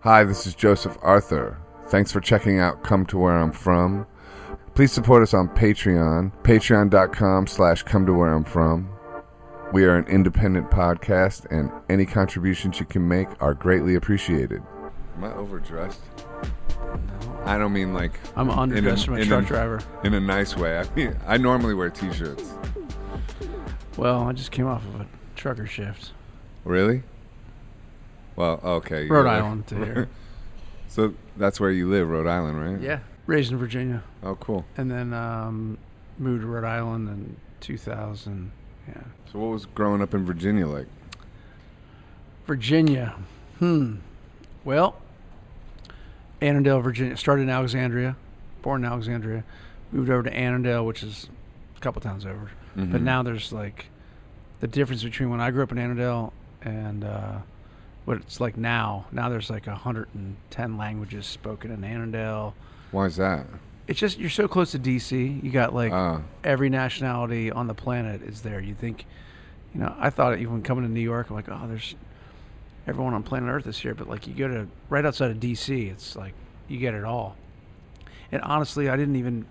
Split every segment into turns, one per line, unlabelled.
Hi, this is Joseph Arthur. Thanks for checking out Come to Where I'm From. Please support us on Patreon, patreon.com slash come to where I'm from. We are an independent podcast, and any contributions you can make are greatly appreciated. Am I overdressed? I don't mean like
I'm underdressed from a
in
truck
a-
driver.
in a nice way. I mean, I normally wear t-shirts.
Well, I just came off of a trucker shift,
Really? Well, okay. you're
Rhode
like-
Island to here.
So that's where you live, Rhode Island, right?
yeah, raised in Virginia,
Oh, cool.
and then um, moved to Rhode Island in 2000. Yeah,
So what was growing up in Virginia like?
Virginia. Hmm. Well, Annandale, Virginia. Started in Alexandria, born in Alexandria, moved over to Annandale, which is a couple towns over. But
Mhm.
now there's like the difference between when I grew up in Annandale and uh, what it's like now. Now there's like 110 languages spoken in Annandale.
Why is that?
It's just you're so close to DC. You got like
Ah,
every nationality on the planet is there. You think, you know, I thought even coming to New York, I'm like, oh, there's everyone on planet Earth is here. But like, you go to right outside of DC, it's like you get it all. And honestly, I didn't even.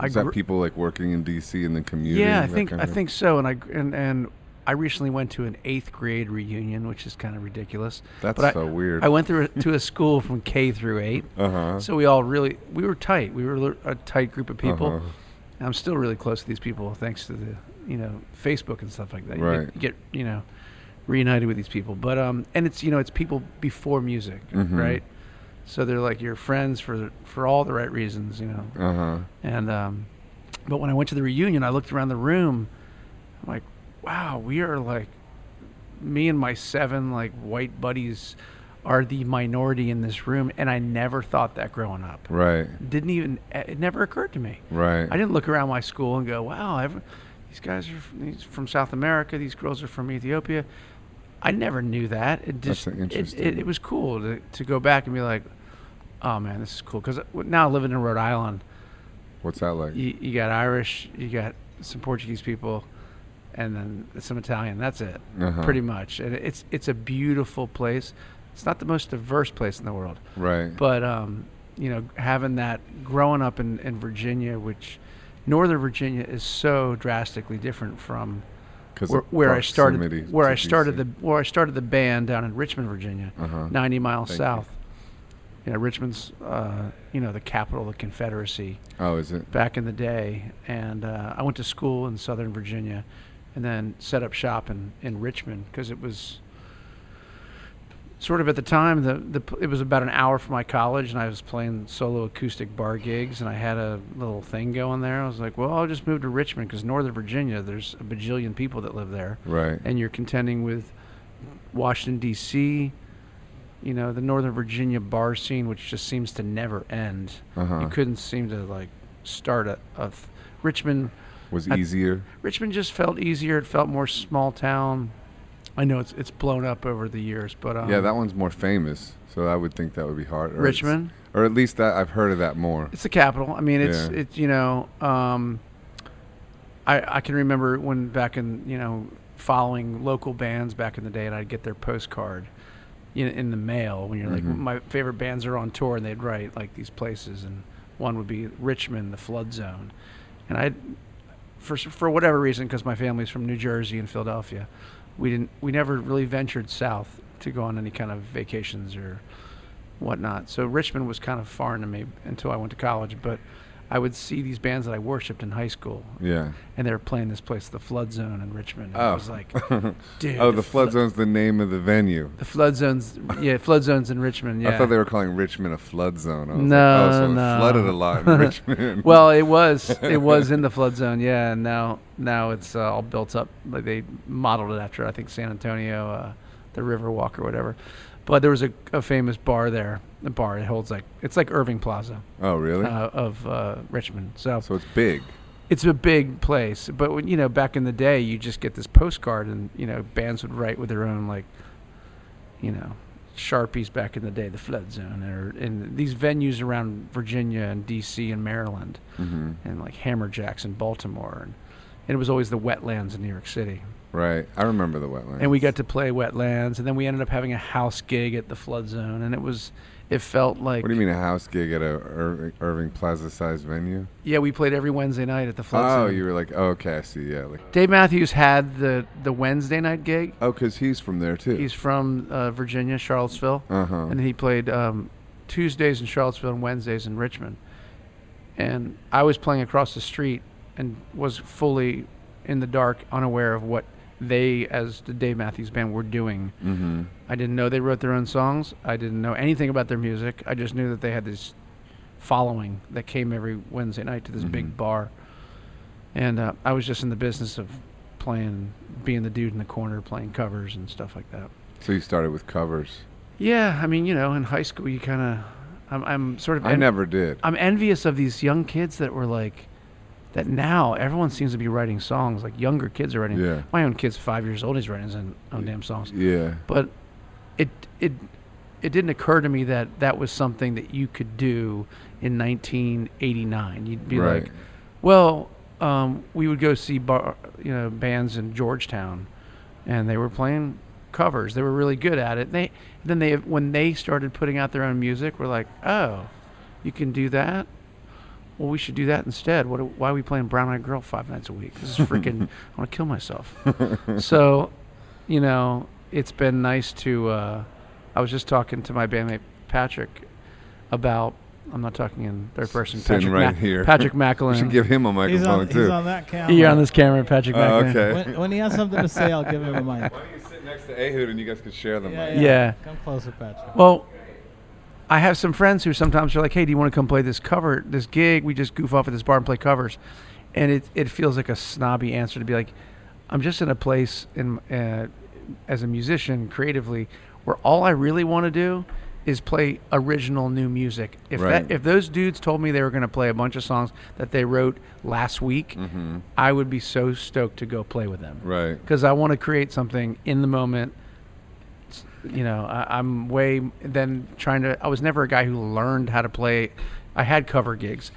I
is that
grew-
people like working in D.C. in the community?
yeah, I
that
think
kind
I
of-
think so. And I and and I recently went to an eighth grade reunion, which is kind of ridiculous.
that's
but I-
so weird.
I went through to a school from K through eight,
uh huh.
so we all really we were tight. We were li- a tight group of people.
Uh-huh.
And I'm still really close to these people thanks to the you know Facebook and stuff like that. You
Right.
get, you get, you know reunited with these people, but um and it's you know it's people before music,
Mhm.
right? So they're like your friends for for all the right reasons, you know.
Uh huh.
And um, but when I went to the reunion, I looked around the room. I'm like, wow, we are like, me and my seven like white buddies are the minority in this room, and I never thought that growing up.
Right.
Didn't even eh, it never occurred to me.
Right.
I didn't look around my school and go, wow, ever these guys are f- these from South America. These girls are from Ethiopia. I never knew that. It
That's
just it-
interesting.
It, it, was cool to, to go back and be like, oh man, this is cool. Because now living in Rhode Island,
What's that like?
you, you got Irish, you got some Portuguese people, and then some Italian. That's it,
Uh-huh.
pretty much. And it's it's a beautiful place. It's not the most diverse place in the world,
Right.
but um, you know, having that growing up in, in Virginia, which Northern Virginia is so drastically different from
'Cause
where,
of
where I
proximity
started. Where
to
I started the
DC.
where I started the band down in Richmond, Virginia,
Uh-huh.
ninety miles
Thank you.
south. You know, Richmond's uh, you know the capital of the Confederacy
Oh, is it?
back in the day, and uh, I went to school in Southern Virginia, and then set up shop in in Richmond because it was sort of at the time the, the p- it was about an hour from my college, and I was playing solo acoustic bar gigs, and I had a little thing going there. I was like, well, I'll just move to Richmond because Northern Virginia, there's a bajillion people that live there,
Right.
and you're contending with Washington D.C. You know the Northern Virginia bar scene, which just seems to never end
Uh huh.
you couldn't seem to like start a, a f- Richmond.
Was
I-
easier.
Richmond just felt easier. It felt more small town. I know it's it's blown up over the years, but um,
yeah, that one's more famous, so I would think that would be hard. or it's-
Richmond,
or at least that I've heard of that more.
it's the capital. I mean, it's
Yeah.
it's you know, um, I I can remember when back in you know following local bands back in the day, and I'd get their postcard. In, in the mail, when you're like,
Mhm.
my favorite bands are on tour, and they'd write like these places, and one would be Richmond, the flood zone, and I, for s- for whatever reason, because my family's from New Jersey and Philadelphia, we didn't we never really ventured south to go on any kind of vacations or whatnot. So Richmond was kind of foreign to me until I went to college, but I would see these bands that I worshipped in high school,
Yeah.
and they were playing this place, the Flood Zone in Richmond. And I
Oh.
was like, dude.
oh, the flood
Flo-
zone's the name of the venue.
The Flood Zone's yeah, Flood Zone's in Richmond. Yeah.
I thought they were calling Richmond a flood zone. I was
No,
like, oh, so it
no.
flooded a lot in Richmond.
well, it was it was in the flood zone, yeah. And now now it's uh, all built up. Like they modeled it after I think San Antonio, uh, the Riverwalk or whatever. But there was a, a famous bar there. A bar it holds like it's like Irving Plaza
oh, really?
uh, of uh, Richmond. So,
so it's big.
it's a big place. But when, you know, back in the day, you just get this postcard, and you know, bands would write with their own like, you know, sharpies back in the day, the flood zone, or and these venues around Virginia and D.C. and Maryland
Mm-hmm.
and like Hammerjacks in Baltimore and and it was always the wetlands in New York City.
Right. I remember the wetlands.
And we got to play wetlands, and then we ended up having a house gig at the flood zone, and it was, it felt like.
What do you mean a house gig at a Irving, Irving Plaza sized venue?
Yeah, we played every Wednesday night at the flood
Oh,
zone.
you were like, oh, okay, I see. Yeah. Like,
Dave Matthews had the the Wednesday night gig.
oh, because he's from there too.
He's from uh, Virginia, Charlottesville,
uh huh.
and he played um, Tuesdays in Charlottesville and Wednesdays in Richmond. And I was playing across the street and was fully in the dark, unaware of what they, as the Dave Matthews Band, were doing.
Mm-hmm.
I didn't know they wrote their own songs. I didn't know anything about their music. I just knew that they had this following that came every Wednesday night to this
Mhm.
big bar. And uh, I was just in the business of playing, being the dude in the corner playing covers and stuff like that.
So you started with covers.
Yeah, I mean, you know, in high school, you kind of, I'm, I'm sort of,
I
en-
never did.
I'm envious of these young kids that were like, that now everyone seems to be writing songs. Like younger kids are writing.
Yeah.
My own kid's five years old. He's writing his own, own damn songs
Yeah.
but it it it didn't occur to me that that was something that you could do in 1989. You'd be
right.
like, well, um, we would go see bar, you know bands in Georgetown, and they were playing covers. They were really good at it. They then they when they started putting out their own music, we're like, oh, you can do that. Well, we should do that instead. What? Why are we playing Brown Eyed Girl five nights a week? This is freaking. I want to kill myself. so, you know, it's been nice to. Uh, I was just talking to my bandmate Patrick about. I'm not talking in third person.
Sitting
Patrick
right
Ma-
here.
Patrick
we
Macklin.
should give him a
He's
microphone
on,
too.
he's on that count.
You're on this camera, Patrick.
Oh,
Macklin.
okay.
When, when he has something to say, I'll give him a mic.
Why don't you sit next to Ehud and you guys could share the mic?
Yeah.
Come closer, Patrick.
Well, I have some friends who sometimes are like, "Hey, do you want to come play this cover, this gig? We just goof off at this bar and play covers," and it it feels like a snobby answer to be like, "I'm just in a place in uh, as a musician creatively where all I really want to do." Is play original new music. If
Right.
that if those dudes told me they were going to play a bunch of songs that they wrote last week,
Mm.
I would be so stoked to go play with them
Mm-hmm. Right.
because I want to create something in the moment. It's- You know, I, I'm way then trying to. I was never a guy who learned how to play. I had cover gigs,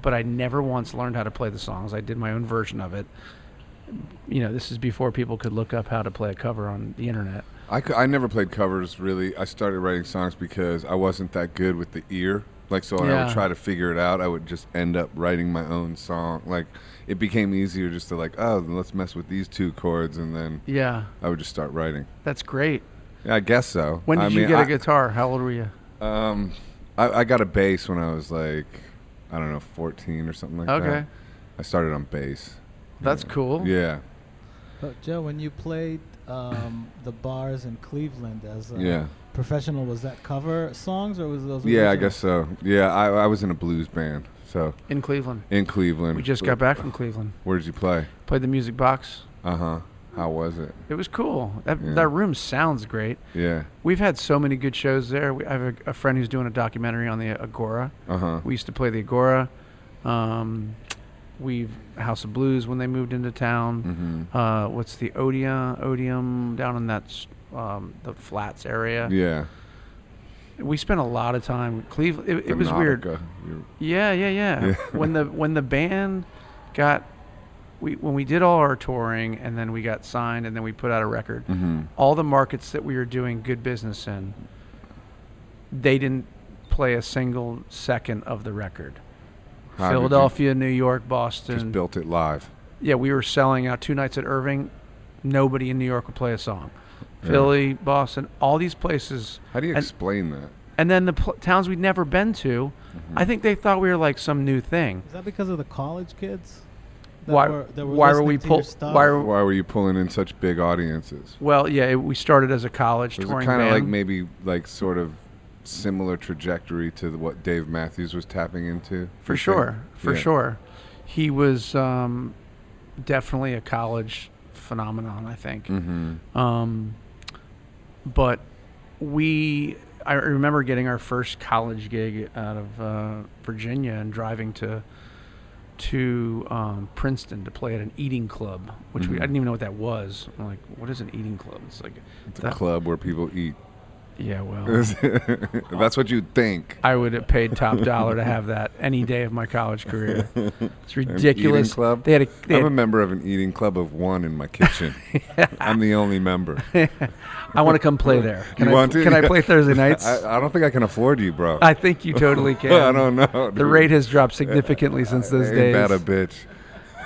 but I never once learned how to play the songs. I did my own version of it. You know, this is before people could look up how to play a cover on the internet.
I, cou- I never played covers really. I started writing songs because I wasn't that good with the ear. Like, so when I would
Yeah.
try to figure it out, I would just end up writing my own song. Like, it became easier just to, like, oh, then let's mess with these two chords, and then
Yeah,
I would just start writing.
that's great.
Yeah, I guess so.
When did
I
you
mean,
get a
I-
guitar? How old were you?
Um, I, I got a bass when I was like, I don't know, 14 or something like that.
okay,
I started on bass.
that's cool.
Yeah.
But Uh, Joe, when you played um, the bars in Cleveland as a
Yeah.
professional, was that cover songs or was those?
Yeah, I
original?
guess so. Yeah, I, I was in a blues band. So,
In Cleveland,
in Cleveland.
we just got back from Cleveland.
Where did you play?
Played the Music Box.
Uh huh. How was it?
It was cool. That
Yeah.
that room sounds great.
Yeah.
We've had so many good shows there. We, I have a, a friend who's doing a documentary on the Agora.
Uh huh.
We used to play the Agora. Um, we've House of Blues when they moved into town.
Mm
Uh, what's the Odeon? Odeum down in that s- um, the flats area.
hmm. Yeah.
We spent a lot of time. Cleveland. It, it was weird. Yeah, yeah, yeah.
Yeah.
when the when the band got we when we did all our touring and then we got signed and then we put out a record
Mm hmm.
all the markets that we were doing good business in, they didn't play a single second of the record.
How did you-
Philadelphia, New York,
Just
Boston.
built it live.
Yeah, we were selling out two nights at Irving. Nobody in New York would play a song.
Yeah.
Philly, Boston, all these places.
How do you
And-
explain that? Mm-hmm.
And then the pl- towns we'd never been to, I think they thought we were like some new thing.
Is that because of the college kids?
Why- why were we
listening to your
pull-
stuff?
why were-
Why were you pulling in such big audiences?
Well, yeah, it, we started as a college
Was it
touring
kind of
band.
like maybe like sort of similar trajectory to the- what Dave Matthews was tapping into?
For
you think?
sure, for
Yeah.
sure. He was um, definitely a college phenomenon, I think.
Mhm.
Um, but we, I remember getting our first college gig out of uh, Virginia and driving to to um, Princeton to play at an eating club, which we
Mhm.
I didn't even know what that Oh. was. I'm like, what is an eating club? It's like
It's a
That-
club where people eat.
Yeah, well,
That's what you think.
I would have paid top dollar to have that any day of my college career. It's
An
ridiculous.
Eating club.
They had a they
I'm a
had,
member of an eating club of one in my kitchen. I'm the only member.
I want to come play there. Can
You
I
want to?
can I
Yeah.
play Thursday nights? I,
I, I don't think I can afford you, bro.
think you totally can.
I don't know.
The rate has dropped significantly since those
Ain't
days.
that a bitch?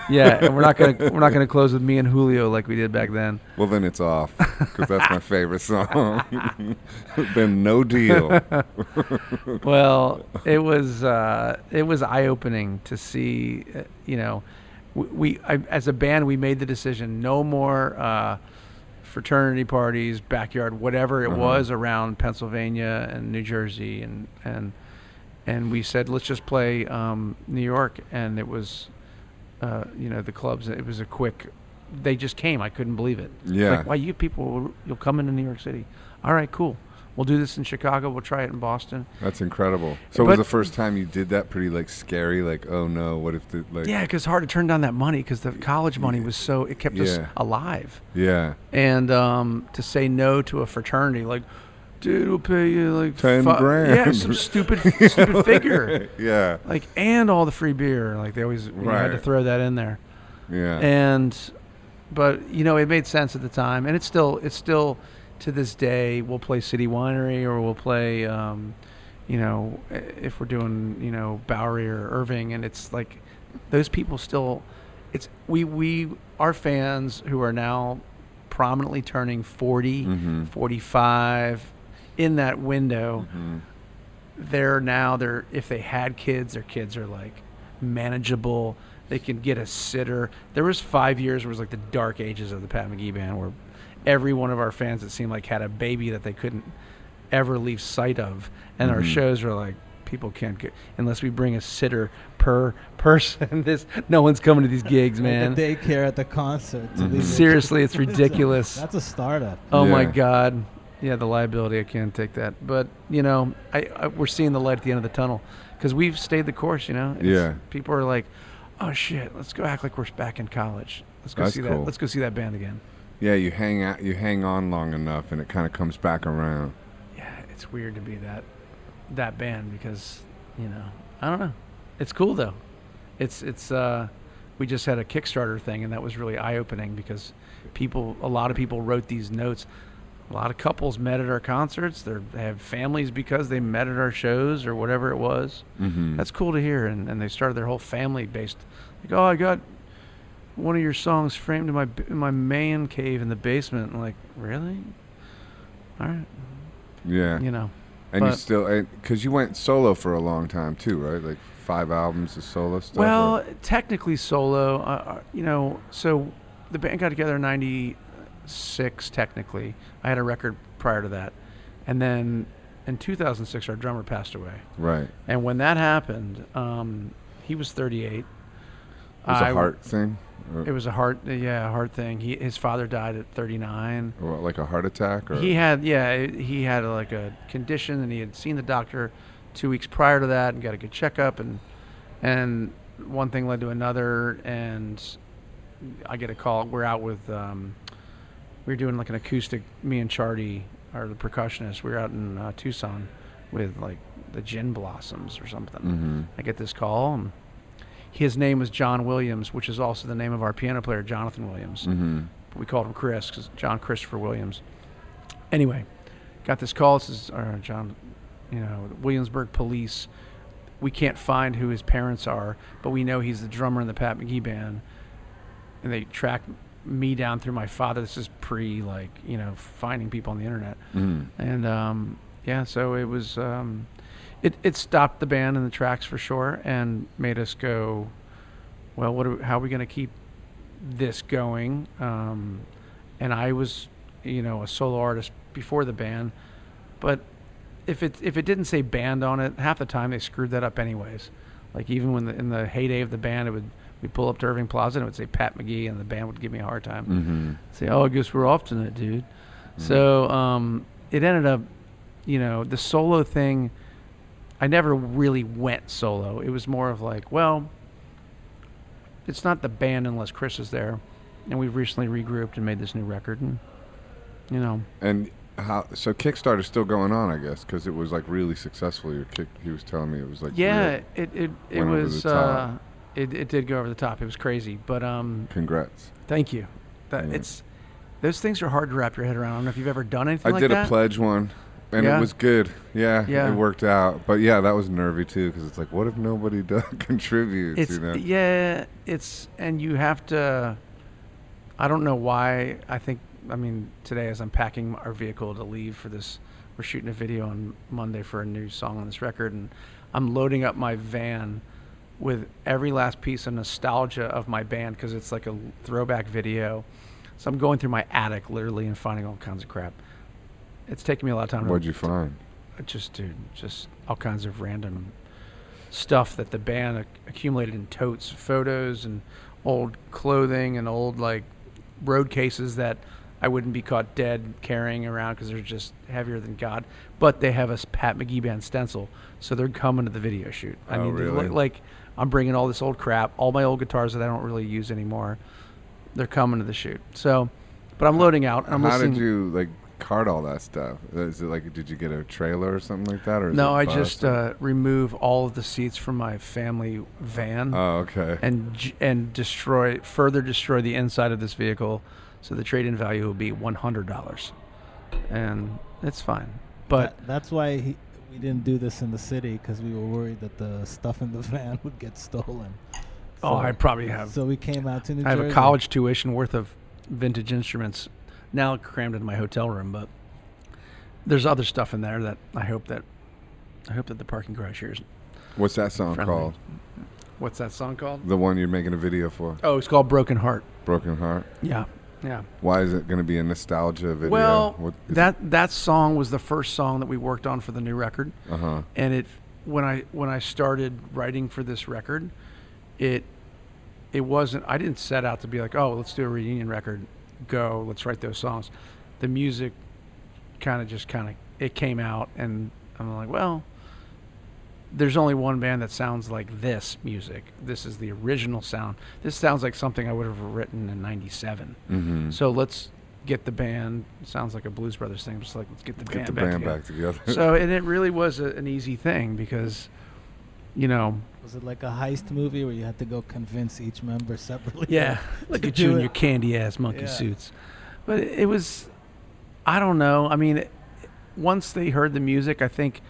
yeah, and we're not gonna we're not gonna close with me and Julio like we did back then.
Well, then it's off because that's my favorite song. then no deal.
well, it was uh, it was eye opening to see, uh, you know, we, we I, as a band we made the decision no more uh, fraternity parties, backyard, whatever it
Uh-huh.
was around Pennsylvania and New Jersey and and and we said let's just play um, New York, and it was, uh, you know, the clubs. It was a quick. They just came. I couldn't believe it. It's
Yeah.
like, why you people? will- You'll come into New York City. All right, cool. We'll do this in Chicago. We'll try it in Boston.
That's incredible. So it was
But-
the first time you did that pretty like scary, like oh no, what if the like
Yeah, because hard to turn down that money because the college money was so it kept us
Yeah.
alive.
yeah
And um, to say no to a fraternity, like, dude, we'll pay you like
10
fi-
grand.
yeah, some stupid stupid figure,
yeah
like, and all the free beer, like they always you know, had to
Right.
throw that in there.
yeah
And, but you know, it made sense at the time, and it's still it's still to this day. We'll play City Winery, or we'll play, um, you know, i- if we're doing you know Bowery or Irving, and it's like those people still. It's we we our fans who are now prominently turning 40,
Mhm.
45 in that window
Mhm.
they're now they're if they had kids, their kids are like manageable. They can get a sitter. There was five years where it was like the dark ages of the Pat McGee band, where every one of our fans it seemed like had a baby that they couldn't ever leave sight of, and our
Mhm.
shows were like people can't get unless we bring a sitter per person. this no one's coming to these gigs,
Like
man.
a daycare at the concert. to
Mhm.
leave your
Seriously, it's
kids.
ridiculous.
That's a startup.
Oh my
Yeah.
God. Yeah, the liability. I can't take that. But you know, I, I we're seeing the light at the end of the tunnel because we've stayed the course. You know. It's-
Yeah.
People are like, "Oh shit, let's go act like we're back in college. Let's go
That's
see
cool.
that. Let's go see that band again."
yeah you hang out you hang on long enough and it kind of comes back around
Yeah, it's weird to be that that band because you know I don't know. It's cool though. It's it's uh, we just had a Kickstarter thing and that was really eye opening because people a lot of people wrote these notes. A lot of couples met at our concerts. They're, they have families because they met at our shows or whatever it was.
mm-hmm.
That's cool to hear. And, and they started their whole family based. Like, oh, I got one of your songs framed in my b- in my man cave in the basement. And like, really? All right,
yeah
you know.
and you
but-
still because you went solo for a long time too right like five albums of solo stuff
Well,
or-
technically solo, uh, uh, you know. So the band got together in '96. Technically, I had a record prior to that, and then in 2006, our drummer passed away.
right
And when that happened, um, he was 38.
it was a
I-
heart thing or,
It was a heart, yeah, a heart thing. He, his father died at 39.
or like a heart attack or
He had, yeah, he had like a condition, and he had seen the doctor two weeks prior to that, and got a good checkup, and and one thing led to another, and I get a call. We're out with, um, we were doing like an acoustic. Me and Chardy are the percussionists. We were out in uh, Tucson with like the Gin Blossoms or something.
mm-hmm.
I get this call, and his name was John Williams, which is also the name of our piano player, Jonathan Williams
Mm-hmm.
we called him Chris because John Christopher Williams. Anyway, got this call. This is uh, John, you know, Williamsburg Police. We can't find who his parents are, but we know he's the drummer in the Pat McGee band. And they tracked me down through my father. This is pre, like, you know, finding people on the internet.
Mm-hmm.
And um, yeah, so it was. Um, it it stopped the band in the tracks for sure, and made us go. Well, what? Are we, how are we going to keep this going? Um, and I was, you know, a solo artist before the band, but if it if it didn't say band on it, half the time they screwed that up anyways. Like even when the, in the heyday of the band, it would we pull up to Irving Plaza and it would say Pat McGee, and the band would give me a hard time
Mm-hmm.
say, "Oh, I guess we're off tonight, dude." So um, it ended up, you know, the solo thing. I never really went solo. It was more of like, well, it's not the band unless Chris is there, and we've recently regrouped and made this new record, and you know,
And how so Kickstarter's still going on, I guess, because it was like really successful. Your kick, he was telling me it was like
yeah,
real-
it it, it
went over
was
the top.
uh, it it did go over the top. It was crazy, but um,
Congrats.
thank you. That
Yeah.
it's those things are hard to wrap your head around. I don't know if you've ever done anything
I
like
did
that.
a pledge one, and
Yeah?
it was good. Yeah,
Yeah.
it worked out. But yeah, that was nervy too, because it's like, what if nobody does contributes?
It's
you know,
yeah, it's and you have to. I don't know why. I think I mean today as I'm packing our vehicle to leave for this, we're shooting a video on Monday for a new song on this record, and I'm loading up my van with every last piece of nostalgia of my band because it's like a throwback video. So I'm going through my attic literally and finding all kinds of crap. It's taking me a lot of time. to-
what'd you find?
just dude, just all kinds of random stuff that the band ac- accumulated in totes, photos and old clothing and old like road cases that I wouldn't be caught dead carrying around because they're just heavier than God. But they have a s- Pat McGee band stencil, so they're coming to the video shoot. I
Oh,
mean, they're
really?
li- like I'm bringing all this old crap, all my old guitars that I don't really use anymore. They're coming to the shoot. So, but I'm loading out. And I'm
how
listening.
did you like cart all that stuff? Is it like, did you get a trailer or something like that, or is
No,
it
I
bus
just
or-
uh, remove all of the seats from my family van
Oh, okay.
and j- and destroy further destroy the inside of this vehicle, so the trade-in value will be one hundred dollars, and it's fine. But
That- that's why he, we didn't do this in the city because we were worried that the stuff in the van would get stolen.
oh, I probably have
So we came out to New
I have
Jersey.
a college tuition worth of vintage instruments now crammed in my hotel room, but there's other stuff in there that I hope that I hope that the parking garage here is
What's that song
friendly.
called?
What's that song called?
The one you're making a video for,
Oh, it's called Broken Heart.
Broken Heart.
Yeah, yeah.
Why is it going to be a nostalgia video?
Well,
is
that that song was the first song that we worked on for the new record,
it? uh-huh.
and it when I when I started writing for this record, it it wasn't I didn't set out to be like oh let's do a reunion record, go let's write those songs, the music kind of just kind of it came out and I'm like well there's only one band that sounds like this music this is the original sound this sounds like something I would have written in '97
Mm-hmm.
so let's get the band. Sounds like a Blues Brothers thing. Just like let's get the
Get
band
the
back.
band
together.
back together.
so and it really was a, an easy thing because, you know,
Was it like a heist movie where you had to go convince each member separately?
yeah, look
To
at you
do
in
it.
your candy ass monkey
Yeah.
suits. But it, it was, I don't know. I mean, it, once they heard the music, I think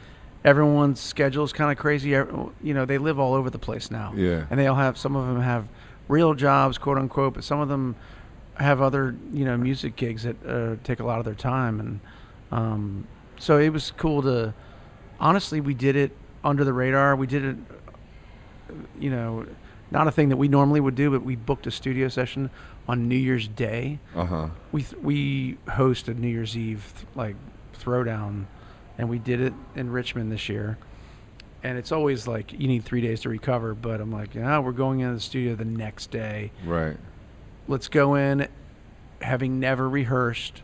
everyone's schedule's kind of crazy. Ev- You know, they live all over the place now.
yeah.
and they all have some of them have real jobs quote unquote but some of them have other you know music gigs that uh, take a lot of their time and um, so it was cool to honestly we did it under the radar we did it uh, you know not a thing that we normally would do but we booked a studio session on new year's day
Uh huh.
we th- we hosted New Year's Eve th- like throwdown, and we did it in Richmond this year. And it's always like you need three days to recover, but I'm like, yeah, we're going into the studio the next day.
Right.
Let's go in, having never rehearsed.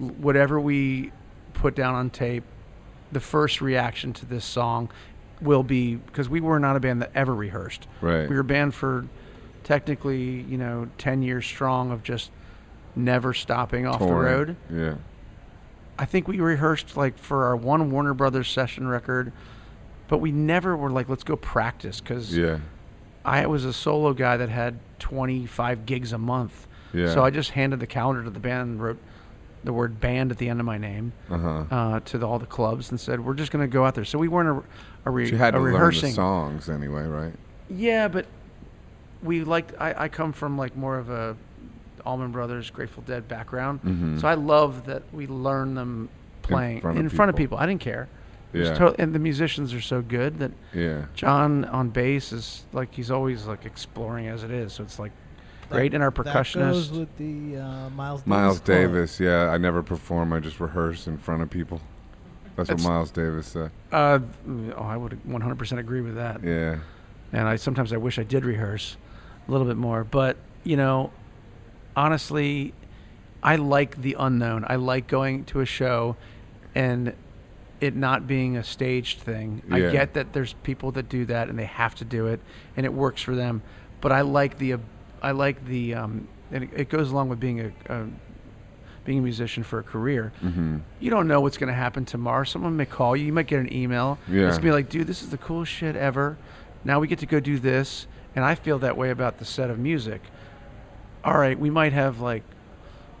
L- Whatever we put down on tape, the first reaction to this song will be because we were not a band that ever rehearsed.
Right.
We were banned for technically, you know, 10 years strong of just never stopping off the
Touring.
road.
Yeah.
I think we rehearsed like for our one Warner Brothers session record, but we never were like, let's go practice because
Yeah.
I was a solo guy that had 25 gigs a month.
Yeah.
So I just handed the calendar to the band and wrote the word band at the end of my name
Uh huh.
uh, to the, all the clubs and said, we're just going to go out there. So we weren't a, a, re-
She had
a
to
rehearsing.
learn the songs anyway, right?
Yeah, but we liked. I, I come from like more of a Allman Brothers, Grateful Dead background,
Mm-hmm.
so I love that we learn them playing in front of, people. I didn't care. It was
yeah.
tot- and the musicians are so good that
yeah.
John on bass is like he's always like exploring as it is. So it's like great, and our
That goes
percussionist.
with the uh, Miles Davis.
Miles
chorus.
Davis. Yeah. I never perform. I just rehearse in front of people. That's what
That's-
Miles Davis said.
Uh, oh, I would 100% agree with that.
Yeah.
and I sometimes I wish I did rehearse a little bit more. But you know, honestly, I like the unknown. I like going to a show and it not being a staged thing.
Yeah.
I get that there's people that do that and they have to do it and it works for them. But I like the I like the um, and it, it goes along with being a, a being a musician for a career.
hmm
You don't know what's going to happen tomorrow. Someone may call you. You might get an email.
Yeah.
It's going to be like, dude, this is the coolest shit ever. Now we get to go do this. And I feel that way about the set of music. All right, we might have like,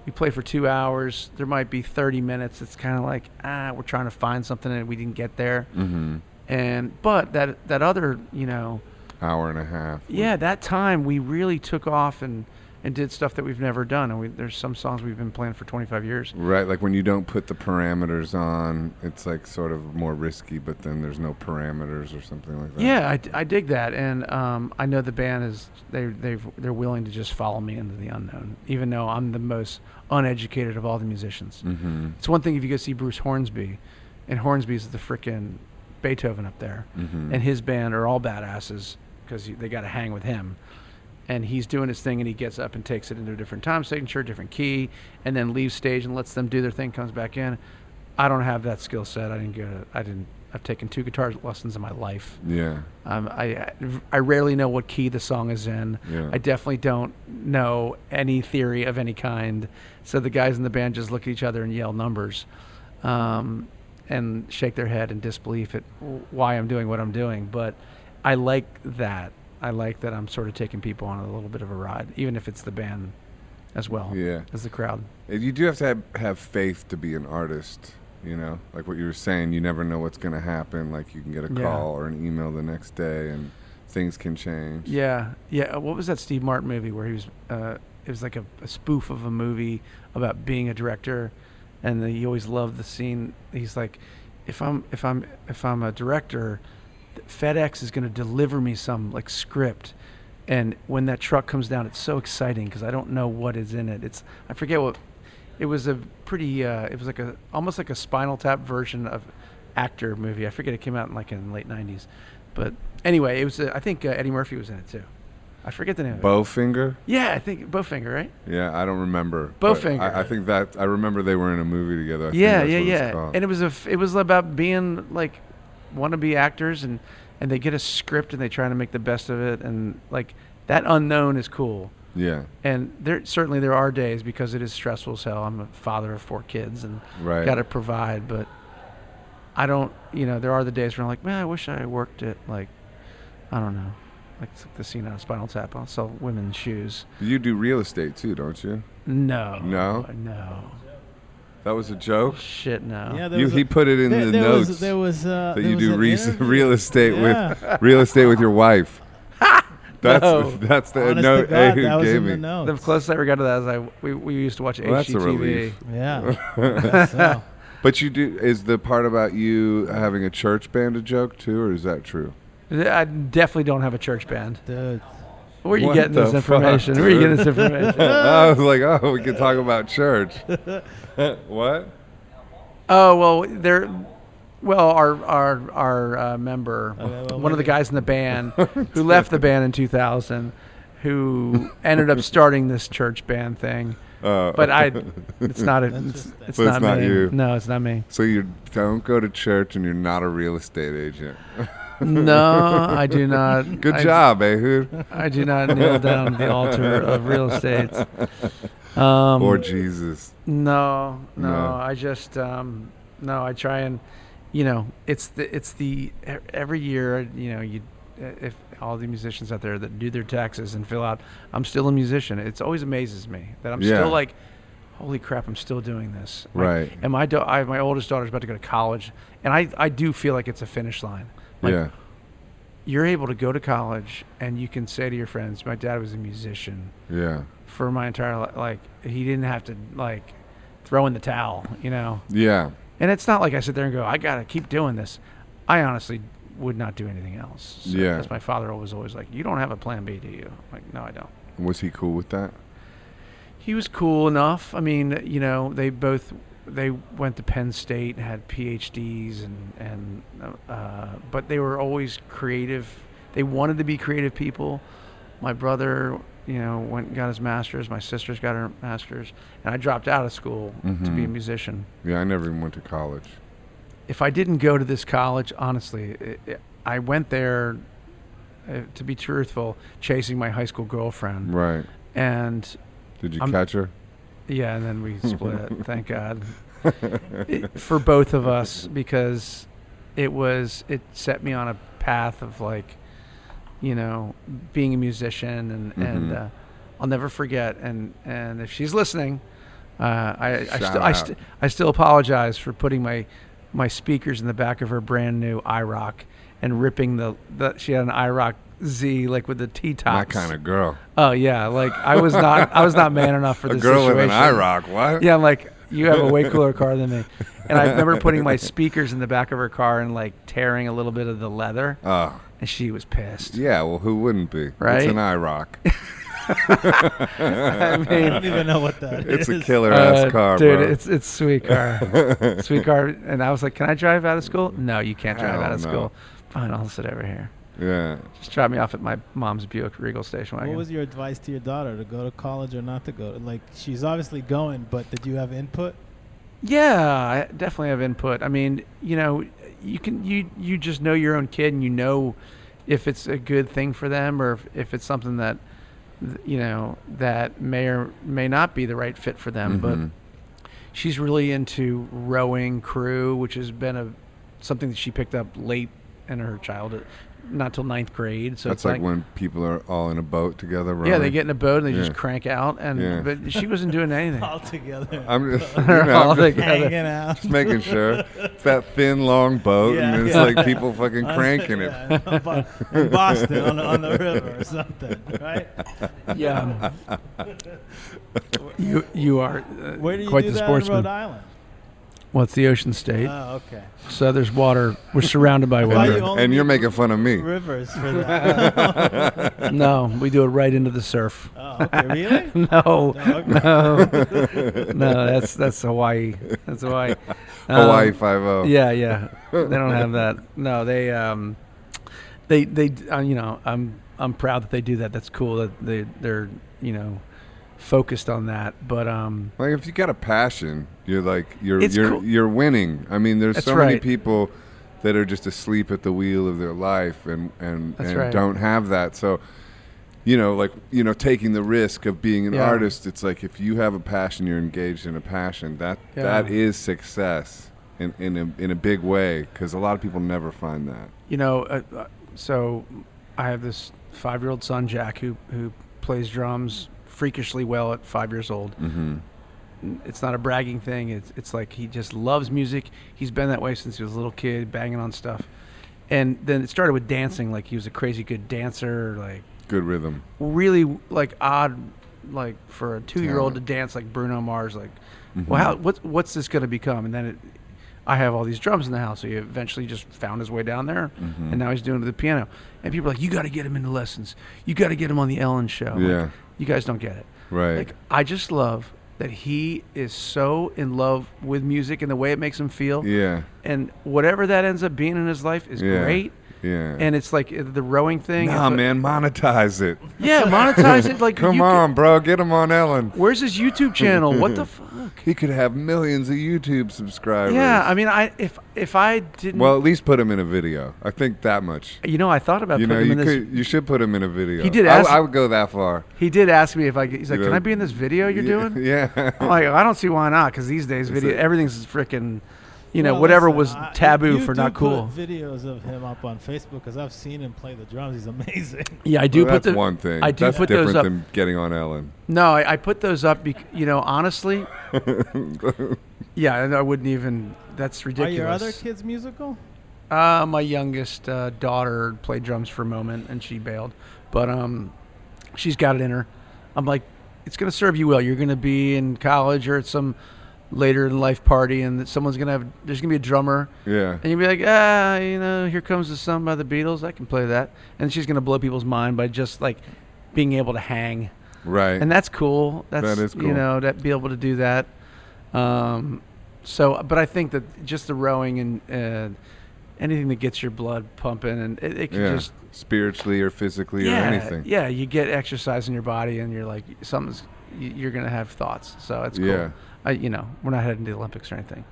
we play for two hours. There might be 30 minutes. It's kind of like, ah, we're trying to find something and we didn't get there.
hmm
And, but that, that other, you know,
Hour and a half.
yeah, that time we really took off and, and did stuff that we've never done. And we, there's some songs we've been playing for 25 years.
Right, like when you don't put the parameters on, it's like sort of more risky, but then there's no parameters or something like that.
Yeah, I, d- I dig that, and um, I know the band is they they've they're willing to just follow me into the unknown, even though I'm the most uneducated of all the musicians.
Mm-hmm.
It's one thing if you go see Bruce Hornsby, and Hornsby's the frickin' Beethoven up there,
Mm-hmm.
and his band are all badasses because they got to hang with him. And he's doing his thing, and he gets up and takes it into a different time signature, different key, and then leaves stage and lets them do their thing. Comes back in. I don't have that skill set. I didn't get. A, I didn't. I've taken two guitar lessons in my life.
yeah,
Um, I I rarely know what key the song is in.
yeah.
I definitely don't know any theory of any kind. So the guys in the band just look at each other and yell numbers, um, and shake their head in disbelief at w- why I'm doing what I'm doing. But I like that. I like that I'm sort of taking people on a little bit of a ride, even if it's the band as well
yeah.
as the crowd.
And You do have to have, have faith to be an artist, you know? Like what you were saying, you never know what's going to happen. Like you can get a
Yeah.
call or an email the next day and things can change.
Yeah, yeah. uh, What was that Steve Martin movie where he was? Uh, it was like a, a spoof of a movie about being a director, and the, he always loved the scene. He's like, if I'm if I'm if I'm a director, th- FedEx is going to deliver me some like script, and when that truck comes down, it's so exciting because I don't know what is in it. It's I forget what. It was a pretty. Uh, it was like a almost like a Spinal Tap version of actor movie. I forget it came out in like in the late '90s, but anyway, it was. Uh, I think uh, Eddie Murphy was in it too. I forget the name. of it.
Bowfinger?
Yeah, I think Bowfinger, right?
Yeah, I don't remember. but
Bowfinger.
I, I think that, I remember they were in a movie together. I think
yeah,
that's
yeah,
what it's
yeah.
called.
And it was a. F- it was about being like wannabe actors, and and they get a script and they try to make the best of it, and like that unknown is cool.
yeah,
And there certainly there are days because it is stressful as hell. I'm a father of four kids and
right.
got to provide, but I don't. You know, there are the days where I'm like, man, I wish I worked at like, I don't know, like it's like the scene out of Spinal Tap. I'll sell women's shoes.
You do real estate too, don't you?
No.
No? Oh.
No.
That was a joke.
Shit, no.
Yeah, there
You,
was a-
he put it in
there,
the
there
notes.
Was, there was uh,
that
there
you
was
do
an
re-
interview.
real estate
yeah.
with real estate with your wife. that's
No.
that's the
Honest
note
to God,
Ehud
that was
gave
in the
me.
The
notes.
closest I ever got to that is I we, we used to watch
Well, that's a
HGTV.
relief.
yeah. I guess so.
But you do is the part about you having a church band a joke too, or is that true?
I definitely don't have a church band.
Dude,
Where are you
What
getting
the
this
fuck,
information? Where are you getting this
Uh.
information?
I was like, oh, we could talk about church. what?
oh well, there. Well, our our our uh, member,
Oh,
Okay, well,
one of the
maybe-
guys in the band, who left the band in 2000, who ended up starting this church band thing.
Uh,
But I, it's not a,
That's
it's,
just-
it's
But
not,
it's not
me.
you.
No, it's not me.
so you don't go to church and you're not a real estate agent.
No, I do not.
Good
I-
job, eh, Ehud.
I do not kneel down at the altar of real estate. Um,
or Jesus.
no, no,
No.
I just um, no. I try and you know, it's the it's the e- every year. You know, you e, if all the musicians out there that do their taxes and fill out, I'm still a musician. It's always amazes me that I'm
Yeah.
still like, holy crap, I'm still doing this. Like,
Right.
and my do- I, my oldest daughter's about to go to college, and I I do feel like it's a finish line. Like,
yeah.
You're able to go to college, and you can say to your friends, "My dad was a musician."
Yeah.
for my entire life. Like he didn't have to like throw in the towel, you know.
Yeah.
And it's not like I sit there and go, I gotta keep doing this. I honestly would not do anything else.
Yeah.
'cause my father was always like, you don't have a plan B, do you? I'm like, no, I don't.
Was he cool with that?
He was cool enough. I mean, you know, they both they went to Penn State and had PhDs and and uh, uh, but they were always creative. They wanted to be creative people. My brother, you know, went and got his master's. My sister's got her master's, and I dropped out of school to be a
Mhm.
musician.
Yeah, I never even went to college.
If I didn't go to this college, honestly, it, it, I went there. Uh, to be truthful, chasing my high school girlfriend,
Right.
and
Did you
Mm-hmm. I'm-
catch her?
Yeah, and then we split it. Thank God It- for both of us because it was it set me on a path of like, you know, being a musician and and
Mhm.
uh, I'll never forget. And and if she's listening, uh, I I,
Shout
st- I,
out.
st- I still apologize for putting my my speakers in the back of her brand new iRock and ripping the, the she had an iRock Z like with the T
My
tops.
kind of girl.
Oh yeah, like I was not I was not man enough for
a
this
girl
situation.
with an eye rock. What?
Yeah, I'm like you have a way cooler car than me. And I remember putting my speakers in the back of her car and like tearing a little bit of the leather,
Oh,
and she was pissed.
yeah. Well, who wouldn't be?
Right?
It's an eye rock.
I
I don't
mean,
even know what that
It's a
is.
killer ass
uh,
car,
dude,
bro.
it's it's sweet car, sweet car. And I was like, "Can I drive out of school?" No, you can't drive
Hell
out of
no.
school. Fine, I'll sit over here.
yeah.
Just drop me off at my mom's Buick Regal station wagon.
What was your advice to your daughter to go to college or not to go? Like she's obviously going, but did you have input?
Yeah, I definitely have input. I mean, you know, you can you you just know your own kid and you know if it's a good thing for them or if, if it's something that th- you know that may or may not be the right fit for them.
Mhm.
Um, But she's really into rowing crew, which has been a something that she picked up late in her childhood, not till ninth grade. So
that's
it's
like, when people are all in a boat together. Rowing.
yeah, they get in a boat and they
Yeah.
just crank out. And
Yeah.
but she wasn't doing anything.
All together.
I'm just, you know,
They're all
I'm just
together.
hanging out.
just making sure it's that thin, long boat,
Yeah.
and it's
Yeah.
like people fucking
On-
cranking it.
yeah, in Bo- in Boston on, the- on the river or something, right?
Yeah. you you are uh,
Where do you
quite
do
the
that in
sportsman.
Rhode Island?
Well, it's the ocean state,
Oh, okay.
so there's water. We're surrounded by
And,
Why
water.
you
you're,
only
and you're
need
making fun of me.
Rivers for that.
no, we do it right into the surf.
oh, okay, really?
No,
Dog.
no, no. That's that's Hawaii. That's Hawaii. Um,
Hawaii Five oh.
oh.
O.
Yeah, yeah. They don't have that. No, they um, they they uh, you know I'm I'm proud that they do that. That's cool that they they're you know focused on that. But um,
Like if you got a passion, you're like you're
It's
you're
cool.
you're winning. I mean, there's
That's
so many
right.
people that are just asleep at the wheel of their life and and,
That's
and
right.
don't have that. So you know, like you know, taking the risk of being an
Yeah.
artist, it's like if you have a passion, you're engaged in a passion. That
Yeah.
that is success in in a, in a big way because a lot of people never find that.
you know, uh, uh, so I have this five-year-old son, Jack, who who plays drums freakishly well at five years old.
Mm-hmm.
N- It's not a bragging thing. It's it's like he just loves music. He's been that way since he was a little kid, banging on stuff. And then it started with dancing. Like he was a crazy good dancer. Like
Good rhythm.
really like odd, like for a two-year-old to
Talent.
dance like Bruno Mars. Like
Mm-hmm.
well, how, what's what's this going to become? And then it, I have all these drums in the house. So he eventually just found his way down there,
Mhm.
and now he's doing it with the piano. And people are like, you got to get him into lessons. You got to get him on the Ellen show. I'm like,
Yeah.
you guys don't get it.
Right.
Like I just love that he is so in love with music and the way it makes him feel,
yeah.
and whatever that ends up being in his life is
Yeah.
great.
Yeah.
And it's like uh, the rowing thing.
nah,
it's like-
man, monetize it.
Yeah, monetize it. Like,
Come
you
on, bro, get him on Ellen.
Can, where's his YouTube channel? What the fuck?
He could have millions of YouTube subscribers.
Yeah, I mean, I if if I didn't
well, at least put him in a video. I think that much.
You know, I thought about
you know,
putting
you
him in this.
could, you should put him in a video.
He did
I-
ask-
I, would go that far.
He did ask me if I. could- He's like,
You
"Can
know,
I be in this video you're
Yeah,
doing?" Oh,
Yeah.
I'm like, "I don't see why not," because these days,
It's
video
a-
everything's freaking. You know,
Well,
whatever was
listen, I-
taboo
you
for
do
not cool.
Put videos of him up on Facebook because I've seen him play the drums. He's amazing.
Yeah, I do
Well, Oh,
put
that's
the.
one thing.
I do
that's
put
different
those up.
than getting on Ellen.
No, I, I put those up. Bec- you know, honestly, yeah, and I wouldn't even. That's
Are your other
ridiculous.
kids musical?
Uh, my youngest uh, daughter played drums for a moment, and she bailed, but um, she's got it in her. I'm like, it's gonna serve you well. You're gonna be in college or at some later in life party, and someone's gonna have. There's gonna be a drummer.
Yeah.
And you'd be like, ah, you know, here comes the song by the Beatles. I can play that. And she's gonna blow people's mind by just like being able to hang,
Right.
and that's cool. That's
That is
you
cool.
know that be able to do that. Um, so, but I think that just the rowing and uh, anything that gets your blood pumping and it, it can
yeah.
just
Spiritually or physically
yeah
or anything.
yeah you get exercise in your body and you're like something's y- you're gonna have thoughts. So it's cool.
Yeah.
I, you know, we're not heading to the Olympics or anything.